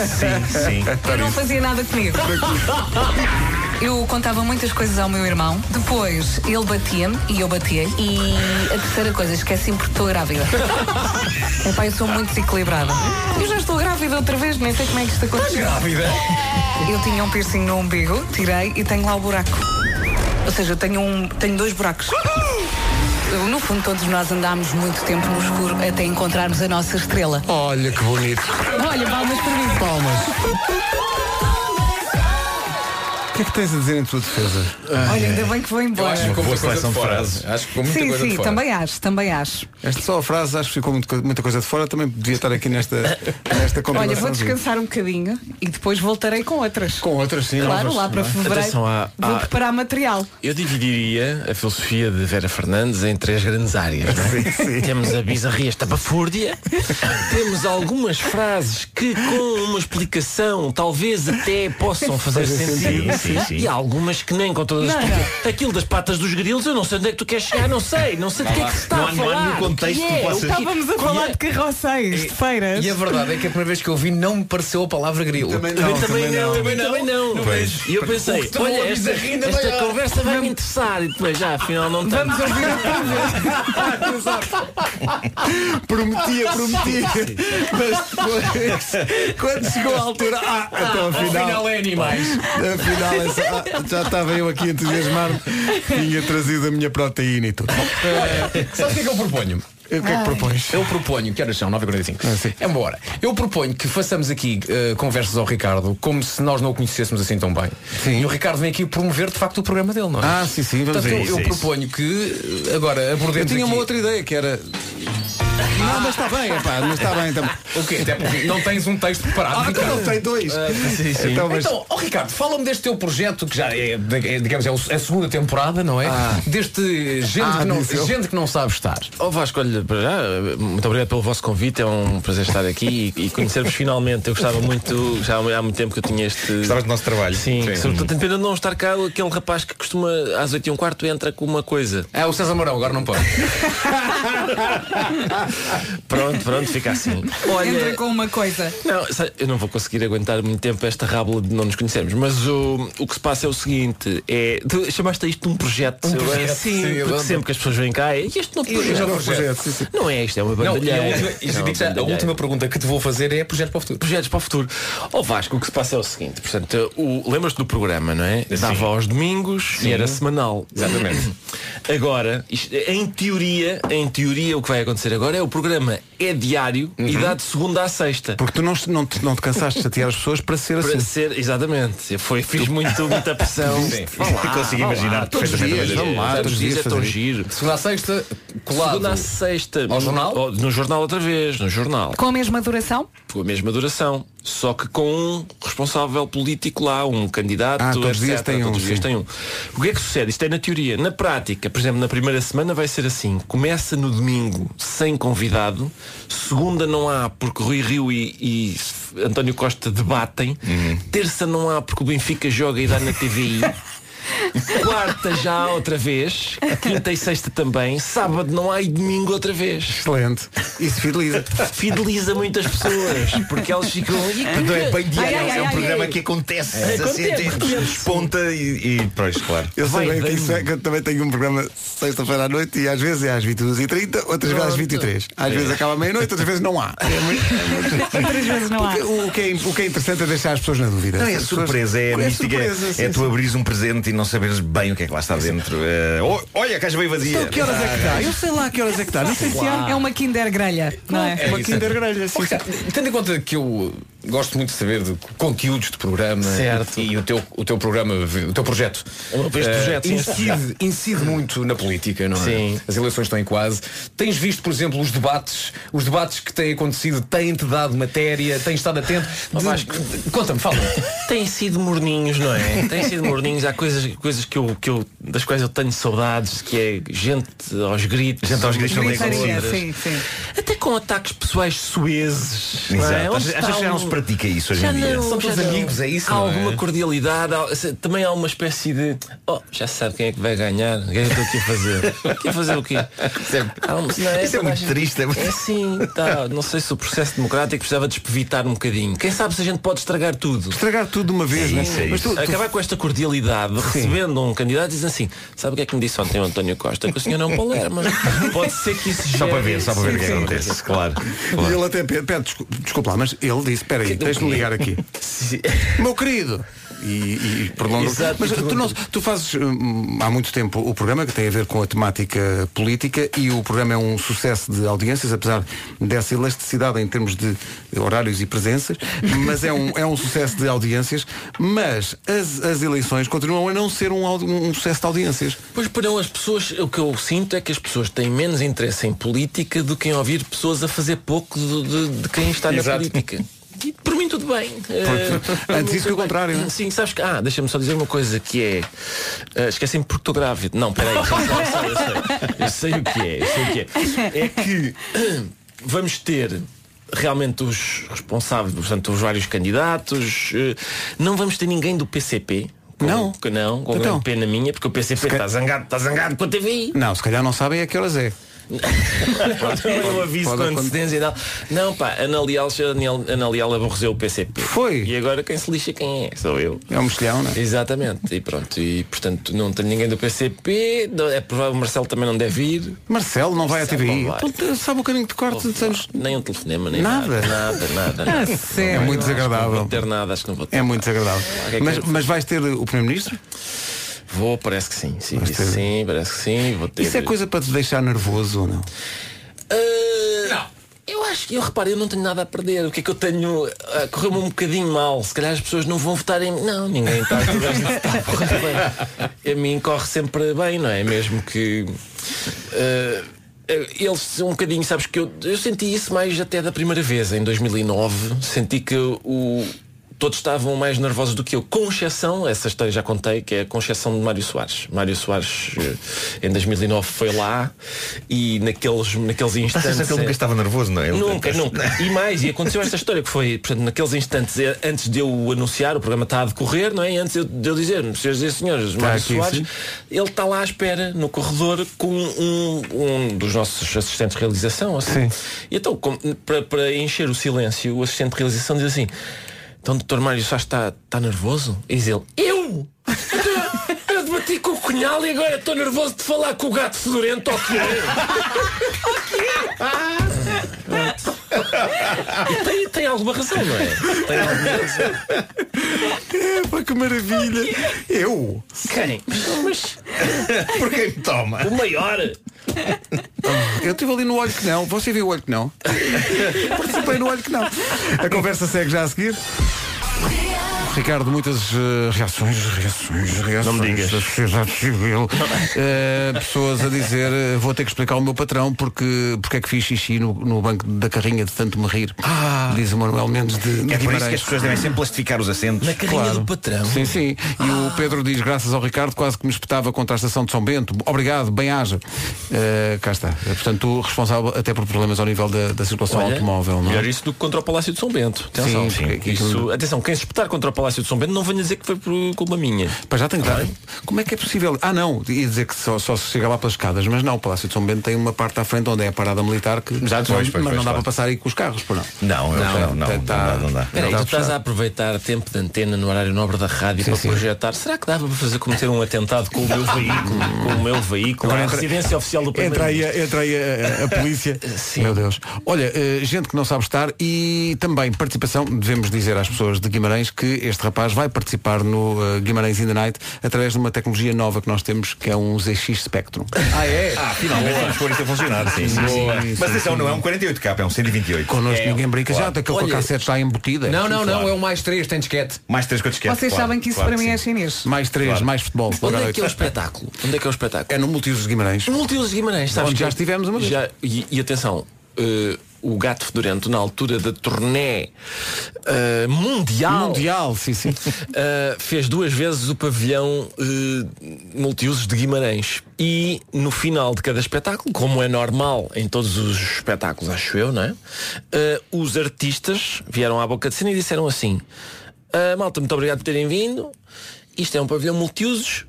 S10: Sim, sim.
S4: Eu não fazia nada comigo. Eu contava muitas coisas ao meu irmão. Depois ele batia-me e eu batia-lhe. E a terceira coisa, esqueci-me porque estou grávida. Epá, eu sou muito desequilibrada. Eu já estou grávida outra vez, nem sei como é que isto aconteceu.
S13: grávida?
S4: Eu tinha um piercing no umbigo, tirei e tenho lá o buraco. Ou seja, eu tenho, um, tenho dois buracos. Eu, No fundo, todos nós andámos muito tempo no escuro até encontrarmos a nossa estrela.
S2: Olha que bonito.
S4: Olha, palmas para mim. Palmas.
S2: O que é que tens a dizer em tua defesa?
S4: Olha, ainda bem que vou
S2: Ah, é. Eu
S4: embora.
S2: acho que ficou muita coisa de fora. Acho que ficou muita
S4: sim,
S2: coisa
S4: sim,
S2: de fora.
S4: também acho, também acho.
S2: Esta só a frase, acho que ficou muito co- muita coisa de fora. Também devia estar aqui nesta, nesta
S4: Olha,
S2: combinação.
S4: vou descansar um bocadinho e depois voltarei com outras.
S2: Com outras, sim.
S4: Claro,
S2: novas,
S4: lá para
S2: não é?
S4: fevereiro
S15: Atenção, há-
S4: vou
S15: há-
S4: preparar material.
S15: Eu dividiria a filosofia de Vera Fernandes em três grandes áreas. não é? Temos a bizarria estapafúrdia, temos algumas frases que com uma explicação talvez até possam fazer
S13: Fazer
S15: sentido,
S13: sentido, sim, sim.
S15: e há algumas que nem com todas as...
S13: Não,
S15: Aquilo das patas dos grilos, eu não sei onde é que tu queres chegar, não sei, não sei do que é que se está
S13: Não
S15: a
S13: há- não há
S15: falar.
S13: nenhum
S15: O que
S13: contexto
S15: é?
S13: que
S15: O que- é?
S13: possas-
S4: Estávamos a falar
S15: e-
S4: de carroceis, de feiras.
S13: é- E a verdade é que a primeira vez que eu vi não me pareceu a palavra grilo.
S15: Eu também não, eu também não. E eu
S13: é
S15: pensei, olha, esta, esta conversa vai me interessar. E depois, já, afinal, não tem.
S4: Vamos ouvir
S2: Prometia, prometia. Mas depois, quando chegou a altura, ah, então afinal.
S13: afinal é animais.
S2: Afinal, é só- ah, já estava eu aqui entusiasmado. Tinha trazido a minha proteína e tudo.
S13: Eh, Sabe o que é que eu proponho? O
S2: que é que Ai. propões? Ah,
S13: Eu proponho, que horas são? 9h45. Embora, É eu proponho que façamos aqui eh, conversas ao Ricardo como se nós não o conhecêssemos assim tão bem. E o Ricardo vem aqui promover de facto o programa dele, não é?
S2: Ah, sim, sim, vamos
S13: Portanto,
S2: a
S13: eu,
S2: isso,
S13: eu
S2: é isso.
S13: proponho que eh, agora
S2: Eu
S13: abordemos.
S2: tinha
S13: aqui... Ah.
S2: uma outra ideia que era. Não, mas está bem, epá, É, mas está bem então. também.
S13: O quê? Até porque não tens um texto preparado.
S2: Ah, então
S13: Ricardo.
S2: não tem dois.
S13: Ah, sim, sim.
S2: Então,
S13: Então,
S2: mas-
S13: ó, Ricardo, fala-me deste teu projeto que já é, é, digamos, é o- é a segunda temporada, não é?
S2: Ah.
S13: Deste gente,
S15: Ah,
S13: que não,
S15: disse eu.
S13: gente que não sabe estar.
S15: Ó Vasco, olha, para já, muito obrigado pelo vosso convite, é um prazer estar aqui e, e conhecer-vos finalmente. Eu gostava muito, já há muito tempo que eu tinha este. Gostavas
S19: do nosso trabalho.
S15: Sim,
S13: Sim.
S15: sobretudo tenho pena de não estar cá aquele rapaz que costuma às 8 e um quarto entra com uma coisa.
S13: É o César Mourão, agora não pode.
S15: Pronto, pronto, fica assim.
S4: Entra com uma coisa.
S15: Não, sabe, eu não vou conseguir aguentar muito tempo esta rábula de não nos conhecermos, mas o, o que se passa é o seguinte, é. Tu chamaste isto de um projeto.
S13: Um
S15: eu-
S13: projeto,
S15: sim,
S13: sim, eu
S15: porque
S13: lembro.
S15: sempre que as pessoas vêm cá é "E este novo
S13: E este
S15: projeto.
S13: novo projeto, sim, sim.
S15: Não é isto, é uma
S13: Não, e a
S15: bandalheira. É
S13: última- isto
S15: uma
S13: digo já, a
S15: bandalheira.
S13: última pergunta que te vou fazer é projetos para o futuro.
S15: Projetos para o futuro. Ó Vasco, o que se passa é o seguinte, portanto, o, lembras-te do programa, não é? Dava aos domingos
S13: Sim.
S15: e era semanal.
S13: Exatamente.
S15: Agora, isto- em teoria, em teoria, o que vai acontecer agora é o programa é diário
S13: Uhum.
S15: e dá de segunda à sexta.
S2: Porque tu não, não, te- não te cansaste de chatear as pessoas para ser
S15: Para
S2: assim.
S15: ser, exatamente. Eu Foi, fiz muito, muita pressão.
S2: Sim.
S15: Vá lá,
S2: Consigo
S15: vá lá,
S2: imaginar
S15: todos os
S2: perfeitamente
S15: dias,
S2: a maneira.
S15: vamos lá,
S2: Todos
S15: todos os dias é
S2: fazer
S15: tão
S2: isso.
S15: giro.
S13: Segunda à sexta, colado.
S15: Segunda à sexta.
S13: Ao jornal?
S15: Oh, No jornal outra vez, no jornal.
S4: Com a mesma duração?
S15: Com a mesma duração. Só que com um responsável político lá, um candidato,
S2: Ah, todos os
S15: etc.
S2: dias tem um,
S15: todos os dias
S2: sim.
S15: tem um. O que é que sucede? Isto é na teoria. Na prática, por exemplo, na primeira semana vai ser assim. Começa no domingo sem convidado. Segunda não há porque Rui Rio e, e António Costa debatem.
S2: Uhum.
S15: Terça não há porque o Benfica joga e dá na TVI. Quarta já há outra vez, quinta e sexta também, sábado não há e domingo outra vez.
S2: Excelente. Isso fideliza.
S15: Fideliza muitas pessoas, porque elas ficam. "E que-
S19: Não é bem diário,
S15: Ai, ai,
S19: é um
S15: ai,
S19: programa
S15: ai.
S19: que acontece.
S15: É,
S19: assim,
S15: acontece,
S19: de- desponta e, e pois, claro.
S2: Eu sei bem
S19: Vai
S2: que isso
S19: dando.
S2: é que eu também tenho um programa sexta-feira à noite e às vezes é às 22h30, outras vezes às 23
S13: É.
S2: Às vezes acaba à meia-noite, outras vezes não há. É muito-
S4: Outras vezes não há.
S2: Porque O que, é, o que é interessante é deixar as pessoas na dúvida.
S19: Não, é
S2: As
S19: surpresa, é,
S2: pessoas-
S19: mística.
S2: surpresa,
S19: é
S2: sim,
S19: tu
S2: sim.
S19: abrires um presente e não saberes bem o que é que lá está dentro. É, o- olha, a caixa veio vazia.
S2: Então que horas é que está? Eu sei lá que horas é que está. Não sei se há.
S4: É uma Kinder Grelha, não é?
S13: É isso. Ó, Ricardo, Tendo em conta que eu gosto muito de saber de conteúdos de programa
S15: Certo.
S13: e o teu, o teu programa, o teu projeto,
S15: Este
S13: eh,
S15: projeto, sim, este
S13: incide,
S15: projeto.
S13: incide muito na política, não é?
S15: Sim.
S13: As eleições estão em quase. Tens visto, por exemplo, os debates, os debates que têm acontecido, têm-te dado matéria, tens estado atento. De- de- Conta-me, fala
S15: Têm sido morninhos, não é? Têm sido morninhos, há coisas, coisas que eu, que eu, das quais eu tenho saudades, que é gente aos gritos.
S19: Gente aos gritos, não
S15: umas
S19: tem
S15: outras.
S19: sim,
S15: Até com ataques pessoais suezes. não é?
S19: Exato.
S15: Onde
S19: Achas
S15: está
S19: achas que já não
S15: um-
S19: se pratica isso hoje
S15: Já
S19: em dia?
S15: não, já não.
S19: é
S13: é
S15: Há alguma cordialidade, há- se- também há uma espécie de. Oh, já sabe quem é que vai ganhar, o que é que eu estou aqui a fazer? Aqui a fazer o quê? Há um- não,
S19: isso é
S15: toda a
S19: muito
S15: gente-
S19: triste, é muito-
S15: É assim, tá, não sei se o processo democrático precisava despevitar um bocadinho. Quem sabe se a gente pode estragar tudo.
S2: Estragar tudo de uma vez,
S15: Sim,
S19: é?
S2: né?
S15: sim.
S2: Mas tu- tu-
S15: Acabar com esta cordialidade, recebendo um candidato, dizem assim: sabe o que é que me disse ontem o António Costa? Que o senhor é um palerma. Pode ser que isso
S19: Só para
S15: gere-
S19: ver, só para ver o que é que
S15: Sim, sim.
S19: acontece, claro.
S2: E ele até pede, pede descu- desculpa lá, mas ele disse, espera aí,
S15: Que-
S2: deixa-me
S15: que-
S2: ligar aqui. Meu querido! E, e prolonga.
S15: Exato,
S2: mas
S15: e
S2: tu, não- tu fazes hum, há muito tempo o programa que tem a ver com a temática política e o programa é um sucesso de audiências, apesar dessa elasticidade em termos de horários e presenças, mas é um, é um sucesso de audiências, mas as, as eleições continuam a não ser um, audi- um sucesso de audiências.
S15: Pois porão, as pessoas, o que eu sinto é que as pessoas têm menos interesse em política do que em ouvir pessoas a fazer pouco do- de, de quem está na
S2: Exato.
S15: política. E por mim tudo bem. Eh, por
S2: Antes
S15: mim
S2: isso que
S15: tudo bem.
S2: o contrário, não é?
S15: Sim, sabes que. Ah, deixa-me só dizer uma coisa que é. eh, Esquecem-me porque estou grávido. Não, peraí, eu sei, eu sei, eu sei, eu sei o que é, eu sei o que é. É que vamos ter realmente os responsáveis, portanto, os vários candidatos, eh, não vamos ter ninguém do PCP. não. Que não, com
S2: Então.
S15: grande pena minha, porque o PCP está tá zangado, está zangado com a TVI.
S2: Não, se calhar não sabem a que horas é.
S15: Eu aviso
S2: pode
S15: com
S2: acontecer.
S15: antecedência e tal. Não, pá, Ana Leal, Ana- Ana Leal aborreceu o PCP.
S2: Foi.
S15: E agora quem se lixa quem é? Sou eu.
S2: É um mexilhão, não é?
S15: Exatamente. E pronto, e portanto não tem ninguém do PCP, não- é provável que o Marcelo também não deve ir.
S2: Marcelo não vai à
S15: Marcelo
S2: TVI.
S15: não vai.
S2: Então, sabe o caminho de corte de anos.
S15: Nem um telefonema, nem
S2: Nada.
S15: nada. Nada, nada. nada.
S2: É sério?
S15: Não,
S2: É muito
S15: acho que
S2: desagradável.
S15: Não vou ter nada, acho que não vou ter.
S2: É muito desagradável.
S15: Lá, o que é que
S2: Mas,
S15: eu-
S2: mas vais ter eh, o Primeiro-Ministro?
S15: Vou, parece que sim. Sim, disse sim, parece que sim. Vou ter.
S2: Isso é coisa para te deixar nervoso ou não?
S15: não. Eu acho que eu reparo, eu não tenho nada a perder. O que é que eu tenho? Ah, Correu-me um bocadinho mal. Se calhar as pessoas não vão votar em mim. Não, ninguém está. toda a gente está a correr bem. A mim corre sempre bem, não é? Mesmo que. ah, eh, eles são um bocadinho, sabes que eu, eu senti isso mais até da primeira vez, em 2009, senti que o todos estavam mais nervosos do que eu, com exceção, essa história já contei, que é com exceção de Mário Soares. Mário Soares eh, em 2009 foi lá e naqueles, naqueles
S19: Está a
S15: instantes...
S19: sensação que ele nunca
S15: eh,
S19: estava nervoso, não é? Ele-
S15: Nunca, nunca. E mais, e aconteceu esta história que foi, portanto, naqueles instantes, eh, antes de eu anunciar, o programa está a decorrer, não é? E Antes eu- de eu dizer, senhores e senhores, Mário
S2: aqui,
S15: Soares,
S2: sim.
S15: ele está lá à espera, no corredor, com um, um dos nossos assistentes de realização, assim. E então, como- para, para encher o silêncio, o assistente de realização diz assim, então, doutor Mário Soares está está nervoso? E diz ele, Eu? Então, Eu debati com o cunhal e agora estou nervoso de falar com o gato fedorento ao que E tem, tem alguma razão, não é? Tem alguma razão.
S2: Epá, que maravilha! Eu?
S15: Quem?
S2: Então,
S15: Mas.
S2: Por quem me toma?
S15: O maior!
S2: Eu estive ali no olho que não. Você viu o olho que não?
S15: É.
S2: Participei no olho que não. A conversa segue já a seguir. Ricardo, muitas eh, reações, reações, reações
S19: Não me digas. Tá
S2: da sociedade civil. Eh, pessoas a dizer, eh, vou ter que explicar ao meu patrão porque, porque é que fiz xixi no, no banco da carrinha de tanto me rir. Diz o Manuel Mendes de, de
S19: É por isso que
S2: Guimarães.
S19: as pessoas devem sempre plastificar os assentos.
S2: Claro. Sim, sim. E o
S19: Ah.
S2: Pedro diz, graças ao Ricardo, quase que me espetava contra a estação de São Bento. Obrigado, bem haja. Eh, cá está. Eh, Portanto, responsável até por problemas ao nível da, da circulação
S15: Olha,
S2: automóvel, não é?
S15: Melhor isso do que contra o Palácio de São Bento. Atenção.
S2: Sim, porque aqui
S15: Isso,
S2: tudo-
S15: atenção, quem se espetar contra o Palácio de São Bento não venha dizer que foi por culpa minha.
S2: Pá, já tem que dar. Como é que é possível? Ah, não, ia dizer que só, só se chega lá pelas escadas, mas não, o Palácio de São Bento tem uma parte à frente onde é a parada militar que já
S19: pois, pois,
S2: mas não
S19: pois,
S2: dá
S19: claro.
S2: para passar aí com os carros, por não.
S19: Não, eu- não, não, não,
S2: tá-
S19: dá, não dá.
S15: Peraí,
S2: Não
S15: tu
S2: dá
S15: estás
S2: fechado.
S15: a aproveitar tempo de antena no horário nobre da rádio para projetar. Será que dava para fazer cometer um atentado com o meu veículo? com o meu veículo?
S2: Agora
S15: a
S2: entra-
S15: residência oficial do
S2: Entra aí,
S15: primeiro
S2: a- entra aí a, a- a polícia. Meu Deus. Olha, eh, gente que não sabe estar e também participação, devemos dizer às pessoas de Guimarães que este rapaz vai participar no eh, Guimarães in the Night através de uma tecnologia nova que nós temos, que é um ZX Spectrum.
S19: Ah, é? Ah, finalmente vamos pôr isso a funcionar. Sim, sim, sim.
S2: Boa.
S19: Mas atenção, não é um 48K, é um 128.
S2: Connosco
S19: É,
S2: ninguém brinca já,
S19: claro.
S2: daquele com a
S19: Olha,
S2: cassete já embutida.
S13: Não, não, não,
S2: Claro.
S13: é o mais 3, tem disquete.
S19: Mais três quantos
S4: Vocês sabem que isso para mim é chinês.
S2: Mais três, mais futebol.
S15: Onde
S2: Agora
S15: é que é o
S2: oito.
S15: espetáculo? Onde é que é o espetáculo?
S2: É no Multiusos de Guimarães.
S15: Multiusos de Guimarães, sabes?
S2: Onde
S15: que
S2: já
S15: eu-
S2: estivemos uma vez.
S15: já- e, e atenção, eh, o Gato Fedorento, na altura da turnê eh, mundial, eh,
S2: mundial sim, sim.
S15: fez duas vezes o pavilhão eh, multiusos de Guimarães. E no final de cada espetáculo, como é normal em todos os espetáculos, acho eu, não é? Eh, os artistas vieram à boca de cena e disseram assim: "Ah, Malta, muito obrigado por terem vindo. Isto é um pavilhão multiusos.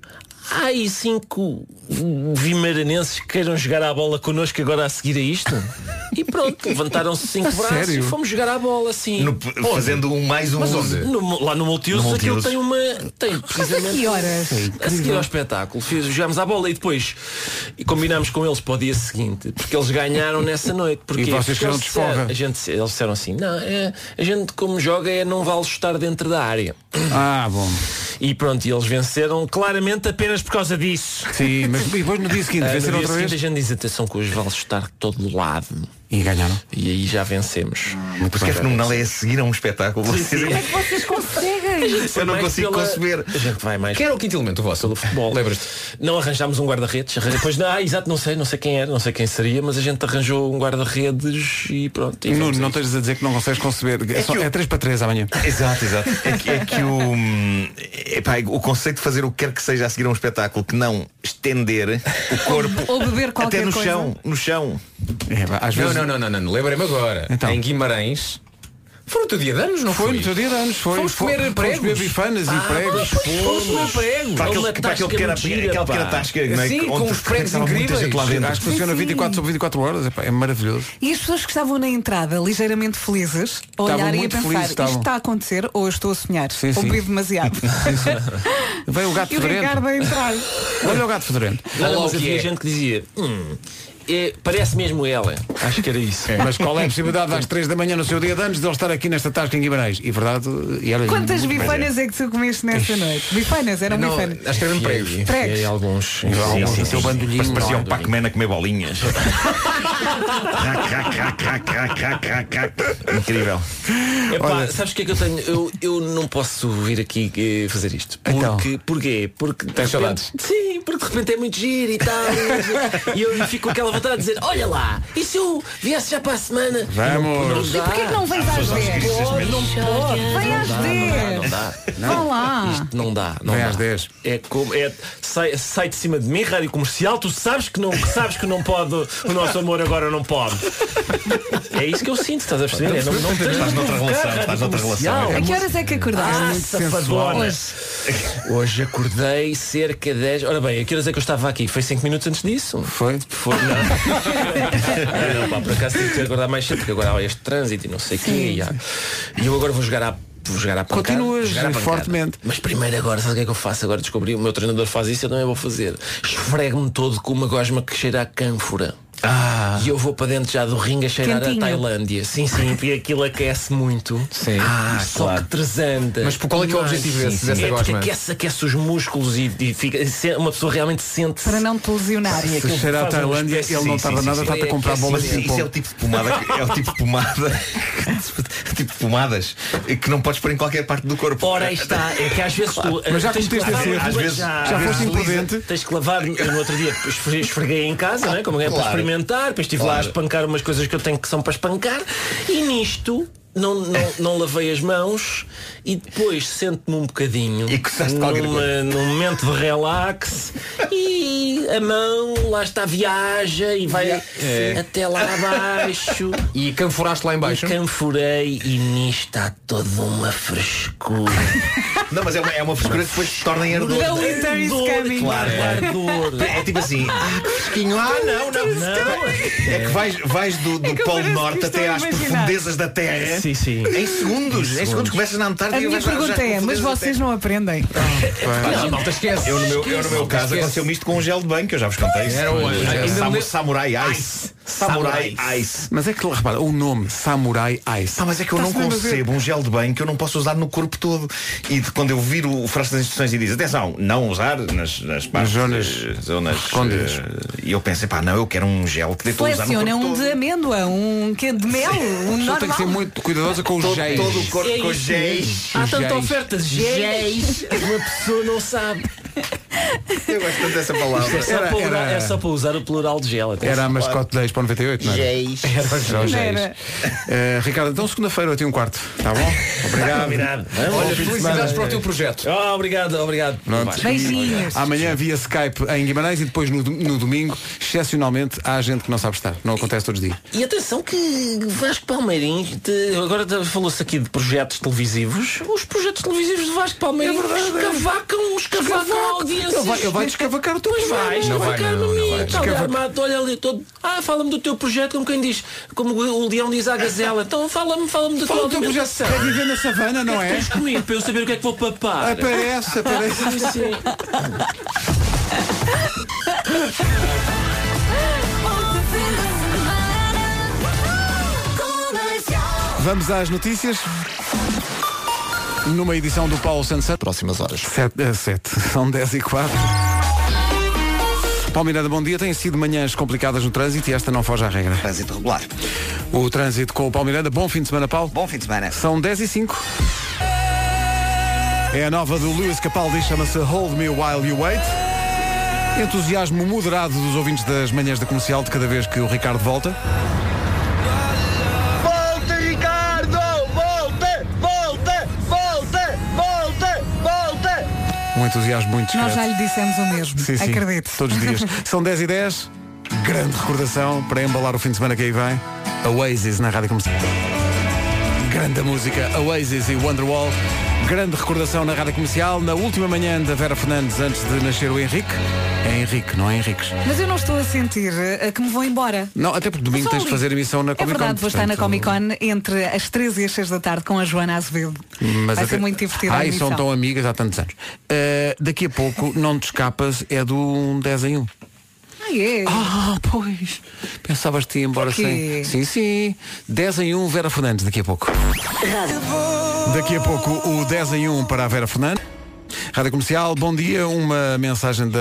S15: Há aí cinco vimaranenses que queiram jogar à bola connosco agora a seguir a isto. E pronto, levantaram-se cinco
S19: A
S15: braços
S19: sério?
S15: e fomos jogar à bola assim.
S19: No- fazendo um mais um
S15: Mas
S19: onde?
S15: onde? No- lá no multiusos
S19: No
S15: aquilo
S19: multiusos.
S15: tem uma. Tem precisamente.
S4: que horas? É
S15: A seguir
S4: incrível.
S15: ao espetáculo. Fiz, jogámos à bola e depois e combinámos com eles para o dia seguinte. Porque eles ganharam nessa noite. Porque,
S2: E vocês
S15: porque
S2: queriam
S15: eles disseram-
S2: desforra.
S15: a gente, Eles disseram assim, não, é, a gente como joga é não vale chutar dentro da área.
S2: Ah, bom.
S15: E pronto, e eles venceram claramente apenas por causa disso.
S2: Sim, mas depois no dia seguinte,
S15: Ah, no
S2: venceram
S15: dia
S2: outra vez?
S15: seguinte a gente diz atenção que hoje vale chutar de todo lado.
S2: E ganharam.
S15: E aí já vencemos.
S19: Porque é fenomenal é a seguir a um espetáculo. Vocês-
S4: Como é que vocês
S15: A
S4: conseguem?
S15: gente foi
S19: Eu não
S15: mais
S19: consigo
S15: pela-
S19: conceber.
S15: A gente vai mais. Que era o quinto elemento vosso do futebol, lembras-te? Não arranjámos um guarda-redes. arran- Pois não, ah, exato, não sei, não sei quem era, não sei quem seria, mas a gente arranjou um guarda-redes e pronto. E
S2: Nuno,
S15: vamos a
S2: não
S15: isso.
S2: tens a dizer que não consegues conceber. É,
S15: É
S2: só,
S15: que eu-
S2: é 3 para 3 amanhã.
S19: Exato, exato. É que, é que o, hum, epá, o conceito de fazer o que quer que seja a seguir a um espetáculo que não estender o corpo
S4: Ou beber qualquer
S19: até no
S4: coisa.
S19: chão, no chão.
S2: às
S13: não,
S2: vezes-
S13: não, não, não, não, não. lembrei-me agora. Em Guimarães. Foi no teu dia de anos, não foi? Foi
S2: no teu dia de anos, foi.
S13: Fomos
S2: Foi-
S13: comer
S2: fomos
S13: pregos.
S2: comer bifanas e
S13: Ah,
S2: pregos.
S13: pois, Fomos comer
S2: Fomos.
S13: pregos.
S19: Para aquele-
S13: Uma
S19: para aquele
S13: tasca
S19: pequeno-
S13: muito gira,
S19: aquela pequena
S13: pá.
S19: tasca, não é?
S13: Sim,
S19: Onde
S13: com os pregos
S19: estava muita
S13: incríveis.
S19: gente lá dentro.
S2: Acho que funciona
S4: Sim, sim.
S2: 24 sobre 24 horas. epá, É maravilhoso.
S4: E as pessoas que estavam na entrada ligeiramente felizes a
S2: Estavam
S4: olharem e a
S2: muito
S4: pensar,
S2: felizes,
S4: isto
S2: estavam.
S4: está a acontecer ou eu estou a sonhar?
S2: Sim,
S4: ou
S2: sim.
S4: bebi demasiado.
S2: Vem o gato
S4: e o Ricardo
S2: fedorento.
S4: a entrar.
S2: Olha o gato fedorento.
S15: Não, não, mas
S19: é.
S15: havia gente que dizia, "Hum, é, parece mesmo ela. Acho que era isso.
S2: Mas qual é a possibilidade às 3 da manhã no seu dia de anos de ele estar aqui nesta tasca em Guimarães? E verdade, e era
S4: Quantas
S2: muito-
S4: bifanas é que tu comeste nessa noite? Bifanas, eram
S13: Não,
S4: bifanas.
S13: acho que eram pregos.
S4: Pregos.
S13: E alguns.
S19: Sim, sim, sim,
S2: Seu bandolinho,
S19: Mas parecia
S2: não,
S19: um Pac-Man a comer bolinhas. Rac, rac, rac, rac, rac, rac, rac, rac. Incrível.
S15: Epá, sabes o que é que eu tenho? Eu, eu não posso vir aqui eh, fazer isto. Porque,
S13: Então.
S15: Porquê? Porque de
S13: Tens
S15: repente- Sim, porque de repente é muito giro e tal. e eu fico com aquela voltar a dizer, olha lá, e se eu viesse já para a semana? Não
S2: Vamos!
S15: dá.
S4: E porquê que não vens às 10? Vem às
S15: Não dá, Ah,
S4: 10!
S15: Não dá, não dá.
S4: Vá lá.
S15: Isto não dá. Não dá. às 10. É como. É, sai, sai de cima de mim, rádio comercial, tu sabes que não, que sabes que não pode. O nosso amor agora não pode. É isso que eu sinto, estás a perceber? É, não, não tens
S10: Estás
S15: de
S10: noutra
S15: provocar
S10: relação,
S15: rádio
S10: estás noutra
S15: comercial.
S10: relação.
S4: A que horas é que acordaste?
S15: Ah,
S4: Muito
S15: safadona.
S4: sensual.
S15: Hoje acordei cerca de 10. Ora bem, a que horas é que eu estava aqui? Foi 5 minutos antes disso?
S2: Foi?
S15: Foi, não. não pá, por acaso tive que acordar mais cedo, porque agora há este trânsito e não sei o quê. E, há- e eu agora vou jogar à. Vou jogar à pancada,
S2: Continuas
S15: jogar à pancada.
S2: fortemente.
S15: Mas primeiro agora, sabe o que é que eu faço? Agora descobri, o meu treinador faz isso, eu também vou fazer. Esfrego-me todo com uma gosma que cheira a cânfora.
S10: Ah,
S15: E eu vou para dentro já do ringue a cheirar
S13: Quentinho.
S15: a Tailândia. Sim, sim, e aquilo aquece muito. Sim. Ah, só que trezanda.
S13: Mas por- qual é que é o objetivo
S15: Sim,
S13: desse-
S15: sim,
S13: dessa
S15: é porque
S13: gosma?
S15: aquece, aquece os músculos e, e fica, se- uma pessoa realmente sente
S4: Para não te lesionar.
S15: Sim, aquilo
S2: Se cheira à
S10: um
S15: faz uma
S2: Tailândia,
S15: espécie-
S2: ele não
S15: sim,
S2: tarda
S15: sim,
S2: nada,
S15: sim,
S2: está
S15: sim.
S2: a comprar
S15: É,
S2: bolas
S15: sim,
S2: de
S15: sim.
S2: ping-pong.
S10: Isso é o tipo de pomada, que- é o tipo de pomada, tipo de pomadas que não podes pôr em qualquer parte do corpo.
S15: Ora aí está, é que às vezes tu.
S10: Mas já
S15: tens que
S10: cometeste
S15: lavar-
S10: esse erro.
S15: às vezes-
S10: Já-
S15: às
S10: já
S15: vezes
S10: foste
S15: tu-
S10: imprudente.
S15: Tens que lavar, eu no outro dia esfre- esfreguei em casa, não é? Como é para
S10: Claro.
S15: experimentar, depois estive lá a
S10: Claro.
S15: espancar umas coisas que eu tenho que são para espancar e nisto. Não, não, não lavei as mãos e depois sento-me um bocadinho
S10: qualquer coisa.
S15: num momento de relax e a mão lá está viaja e vai
S13: É.
S15: até lá abaixo
S13: E canforaste lá em baixo?
S15: E canforei e nisto há toda uma frescura.
S10: Não, mas é uma, é uma frescura que depois se torna em ardor.
S15: The
S13: então é
S15: winter is coming.
S10: é Claro, claro.
S15: Ardor.
S10: É tipo assim, ah, que fresquinho, ah, não, não, não. É que vais, vais do, do Polo Norte até às profundezas da Terra.
S15: Sim, sim.
S10: Em segundos, em segundos começas na Antártida
S4: A
S10: e
S4: minha
S10: vais já-
S4: pergunta
S10: já às
S4: é, mas
S10: profundezas da
S4: vocês não aprendem?
S10: Pá,
S13: malta, esquece.
S10: Eu no meu, eu, no meu
S13: Malta,
S10: caso
S13: esquece.
S10: aconteceu-me isto com um gel de banho, que eu já vos contei. isso.
S13: Era o-
S10: Mas,
S13: era-
S10: é,
S13: ainda
S10: Samu-
S13: me-
S10: Samurai Ice. Samurai Ice.
S2: Mas é que, repara, o nome Samurai Ice.
S10: Ah, mas é que eu
S13: Tá
S10: não
S2: Está-se mesmo a ver.
S10: concebo um gel de banho que eu não posso usar no corpo todo. E de- quando eu viro o frasco das instruções e diz, atenção, não usar nas, nas partes,
S2: zonas-
S10: eh, zonas
S2: escondidas.
S10: eh, E eu pensei, pá, não, eu quero um gel que dê para usar no corpo
S4: Seleciona um
S10: todo.
S4: de amêndoa, um que é de mel, um
S2: Só tem que ser
S4: normal.
S2: muito cuidadosa com os
S10: Todo-
S2: géis.
S10: todo o corpo É com isso géis. mesmo.
S15: Há tanta
S2: Géis.
S15: oferta de
S10: É
S15: géis. Uma pessoa não sabe.
S10: Eu gosto tanto dessa palavra.
S15: É só,
S2: Era-
S15: para, usar-
S2: era-
S15: é só para usar o plural de gel. atenção.
S2: Era a mascote da Expo 98, não era?
S19: é
S15: Géis.
S2: Era o géis.
S15: Era.
S2: Eh, Ricardo, então segunda-feira, 8 e um quarto. Tá bom? Obrigado.
S15: Combinado. Vamos.
S2: Olha,
S15: Bom fim de
S2: felicidades
S15: semana.
S2: para o teu
S13: projeto.
S15: Ah, obrigado, obrigado.
S2: Pronto.
S4: Beijinhos.
S2: Amanhã via Skype em Guimarães e depois no, dom- no domingo, excepcionalmente, há gente que não sabe estar. Não acontece todos os dias.
S15: E atenção que Vasco Palmeirim, te- agora te- falou-se aqui de projetos televisivos. Os projetos televisivos de Vasco Palmeirim escavacam, escavacam a audiência.
S2: Ele vai- ele vai descavacar o teu
S15: Pois vai,
S2: programa. Não vai,
S15: escavacar
S2: não,
S15: no
S2: não
S15: mim.
S2: vai.
S15: Está ali armado, olha ali todo. Ah, fala-me do teu projeto, como quem diz, como o leão diz à gazela. Então fala-me, fala-me do
S2: Fala
S15: teu
S2: do teu projeto.
S15: alimentação.
S2: Quer viver na savana, não
S15: O que
S2: é? Ah,
S15: Tens comigo para eu saber o que é que vou papar.
S2: Aparece, aparece.
S15: Ah, Sim, sim.
S2: Vamos às notícias. Numa edição do Paulo Santos Santos.
S7: Próximas horas.
S2: 7, são 10 e 4. Paulo Miranda, bom dia. Têm sido manhãs complicadas no trânsito e esta não foge à regra.
S3: Trânsito regular.
S2: O trânsito com o Paulo Miranda. Bom fim de semana, Paulo.
S3: Bom fim de semana.
S2: São 10 e 5. É a nova do Lewis Capaldi, chama-se Hold Me While You Wait. Entusiasmo moderado dos ouvintes das manhãs da comercial de cada vez que o Ricardo volta.
S12: Volta, Ricardo! Volta! Volta! Volta! Volta! Volta!
S2: Um entusiasmo muito
S4: Nós
S2: discreto.
S4: já lhe dissemos o mesmo.
S2: Sim, sim,
S4: Acredito.
S2: Todos os dias. São 10 e 10. Grande recordação para embalar o fim de semana que aí vem. Oasis na Rádio Comercial. Grande música, Oasis e Wonderwall. Grande recordação na Rádio Comercial. Na última manhã da Vera Fernandes antes de nascer o Henrique. É Henrique, não é Henriques.
S4: Mas eu não estou a sentir eh, que me vou embora.
S2: Não, até porque
S4: Só
S2: domingo tens
S4: ali.
S2: de fazer emissão na Comic Con.
S4: É verdade, vou estar na Comic
S2: portanto,
S4: Con entre as 13 e as 6 da tarde com a Joana Azevedo.
S2: Mas
S4: Vai
S2: até-
S4: ser muito divertido.
S2: Ai, são tão amigas há tantos anos. Uh, daqui a pouco, não te escapas, é do 10 em 1.
S4: Ah, é?
S2: Ah, pois. Pensavas que ia embora
S4: Por quê?
S2: sem. Sim, sim. 10 em 1, Vera Fernandes, daqui a pouco. Daqui a pouco, o 10 em 1 para a Vera Fernandes. Rádio Comercial, bom dia. Uma mensagem da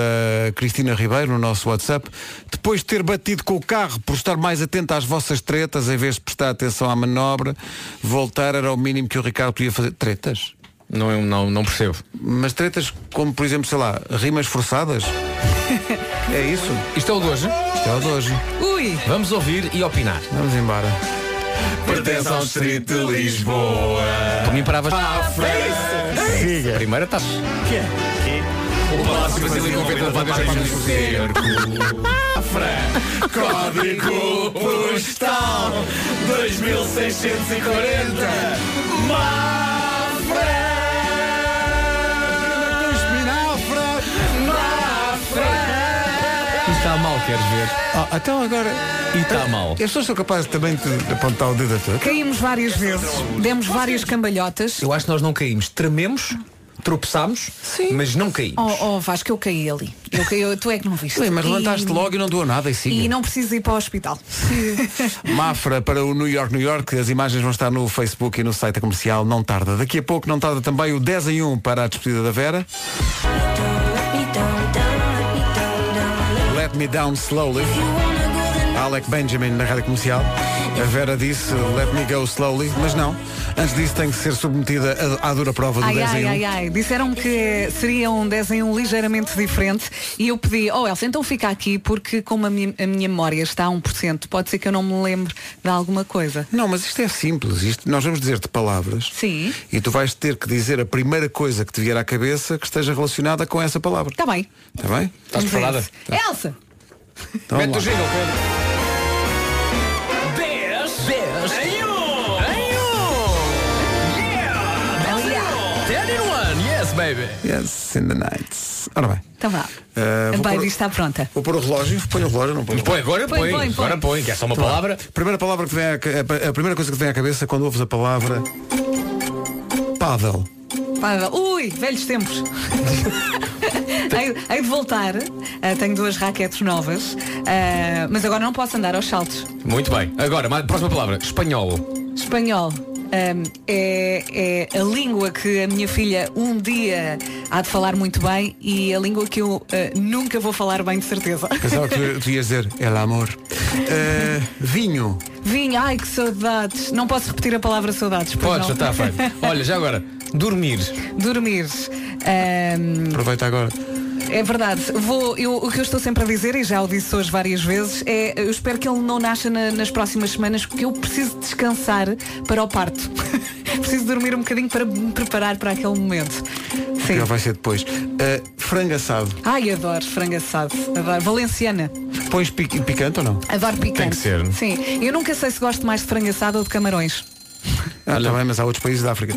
S2: Cristina Ribeiro no nosso WhatsApp. Depois de ter batido com o carro por estar mais atento às vossas tretas, em vez de prestar atenção à manobra, voltar era o mínimo que o Ricardo podia fazer. Tretas?
S13: Não, não, não percebo.
S2: Mas tretas como, por exemplo, sei lá, rimas forçadas?
S3: É isso?
S13: Isto é o de hoje?
S2: Isto é o de hoje.
S4: Ui!
S13: Vamos ouvir e opinar.
S2: Vamos embora.
S13: Pertence ao Distrito de Lisboa. Por mim paravas. À frente! Siga. Primeira está. Que é? O Palácio Basílico Venta vai para o cerco. Fran,
S5: Código postal 2640 Mafra Mafra
S13: Está mal, queres ver?
S2: Ah, então agora.
S13: E está mal.
S2: Eu só sou capaz também de apontar o dedo a todos.
S4: Caímos várias vezes, demos várias cambalhotas.
S13: Eu acho que nós não caímos. Trememos, tropeçámos, mas não caímos.
S4: Oh, oh Vasco, eu caí ali. Eu caí, eu- tu é que não viste.
S2: Sim, mas
S4: E-
S2: levantaste logo e não doou nada e
S4: E
S2: siga.
S4: não preciso ir para o hospital.
S2: Mafra para o New York, New York. As imagens vão estar no Facebook e no site da comercial. Não tarda. Daqui a pouco não tarda também o 10 em 1 para a despedida da Vera. Let me down slowly. Alec Benjamin na rádio comercial. A Vera disse let me go slowly, mas não. Antes disso tem que ser submetida à à dura prova do
S4: Ai,
S2: 10
S4: ai,
S2: em 1.
S4: ai, ai. Disseram que seria um desenho ligeiramente diferente e eu pedi, oh Elsa, então fica aqui porque como a minha, a minha memória está a 1%, pode ser que eu não me lembre de alguma coisa.
S2: Não, mas isto é simples. Isto, nós vamos dizer-te palavras
S4: Sim.
S2: e tu vais ter que dizer a primeira coisa que te vier à cabeça que esteja relacionada com essa palavra.
S4: Está Tá bem.
S2: Está bem?
S4: Vamos a isso.
S2: Tá.
S4: Elsa!
S2: Então, vamos lá.
S13: Yes, baby.
S2: Yes, in the night. Ora bem.
S4: Então vá.
S2: eh,
S4: a
S2: vou
S4: baby
S2: pôr-
S4: está pronta.
S2: Vou pôr o relógio, põe o relógio, não põe.
S13: Põe, agora Põe, põe. põe, põe. Agora põe, que é só uma
S2: Tá bem.
S13: palavra.
S2: Primeira palavra que vem à ca- a, a primeira coisa que te vem à cabeça quando ouves a palavra paddle.
S4: Pá, Ui, velhos tempos. hei, hei de voltar. Ah, tenho duas raquetes novas. Ah, mas agora não posso andar aos saltos.
S13: Muito bem. Agora, ma- próxima palavra. Espanhol.
S4: Espanhol. hum, é, é a língua que a minha filha um dia há de falar muito bem e a língua que eu eh, nunca vou falar bem de certeza.
S13: é.
S2: Pensava que tu, tu ias dizer ela amor. Eh, vinho.
S4: Vinho, ai que saudades. Não posso repetir a palavra saudades. pois
S13: Pode,
S4: não.
S13: já está feito. Olha, já agora. Dormir.
S4: Dormir. Hum,
S2: Aproveita agora.
S4: é verdade. Vou, eu- o que eu estou sempre a dizer, e já o disse hoje várias vezes, é eu espero que ele não nasça na- nas próximas semanas porque eu preciso descansar para o parto. preciso dormir um bocadinho para me preparar para aquele momento. Sim.
S2: Já é vai ser depois. Eh, frango assado.
S4: Ai, adoro frango assado. Adoro. Valenciana.
S2: Pões pic- picante ou não?
S4: Adoro picante.
S2: Tem que ser. é?
S4: Sim. Eu nunca sei se gosto mais de frango assado ou de camarões.
S2: Ah, tá bem, mas há outros países da África.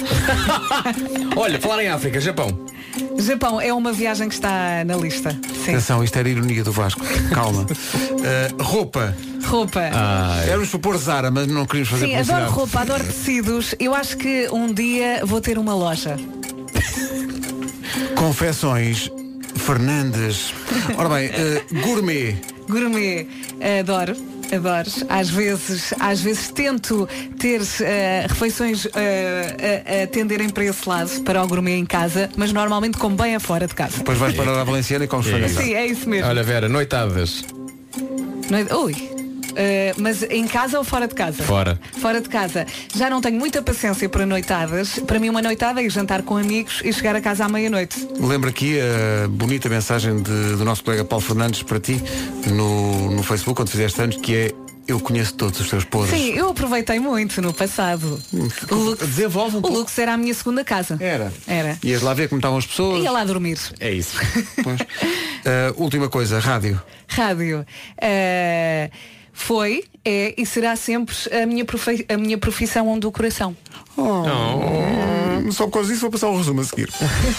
S13: Olha, falar em África, Japão.
S4: Japão é uma viagem que está na lista. Sim.
S2: Atenção, isto era ironia do Vasco. Calma. Eh, roupa.
S4: Roupa.
S2: Éramos para pôr Zara, mas não queríamos Ah, fazer
S4: É. Sim, adoro
S2: publicidade.
S4: roupa, adoro tecidos. Eu acho que um dia vou ter uma loja.
S2: Confecções Fernandes. Ora bem, eh, gourmet.
S4: Gourmet, adoro. Adoro. Às vezes, às vezes tento ter eh, refeições eh, a, a tenderem para esse lado, para o gourmet em casa, mas normalmente como bem afora de casa.
S2: Depois vais parar à Valenciana e comes frango assado.
S4: Sim, é isso mesmo.
S13: Olha, Vera, noitadas.
S4: Não é- Ui. Eh, mas em casa ou fora de casa?
S13: Fora.
S4: Fora de casa. Já não tenho muita paciência para noitadas. Para mim, uma noitada é jantar com amigos e chegar a casa à meia-noite.
S2: Lembro aqui a bonita mensagem de- do nosso colega Paulo Fernandes para ti no, no Facebook, quando fizeste anos, que é Eu conheço todos os teus podres.
S4: Sim, eu aproveitei muito no passado. O Lux,
S2: Desenvolve
S4: o Lux era a minha segunda casa.
S2: Era.
S4: Era.
S2: Ias lá ver como estavam as pessoas.
S4: Ia lá dormir.
S13: É isso.
S2: Eh, última coisa, rádio.
S4: Rádio. Eh, foi, é e será sempre a minha, profe- a minha profissão do coração.
S2: Só por causa disso vou passar o resumo a seguir.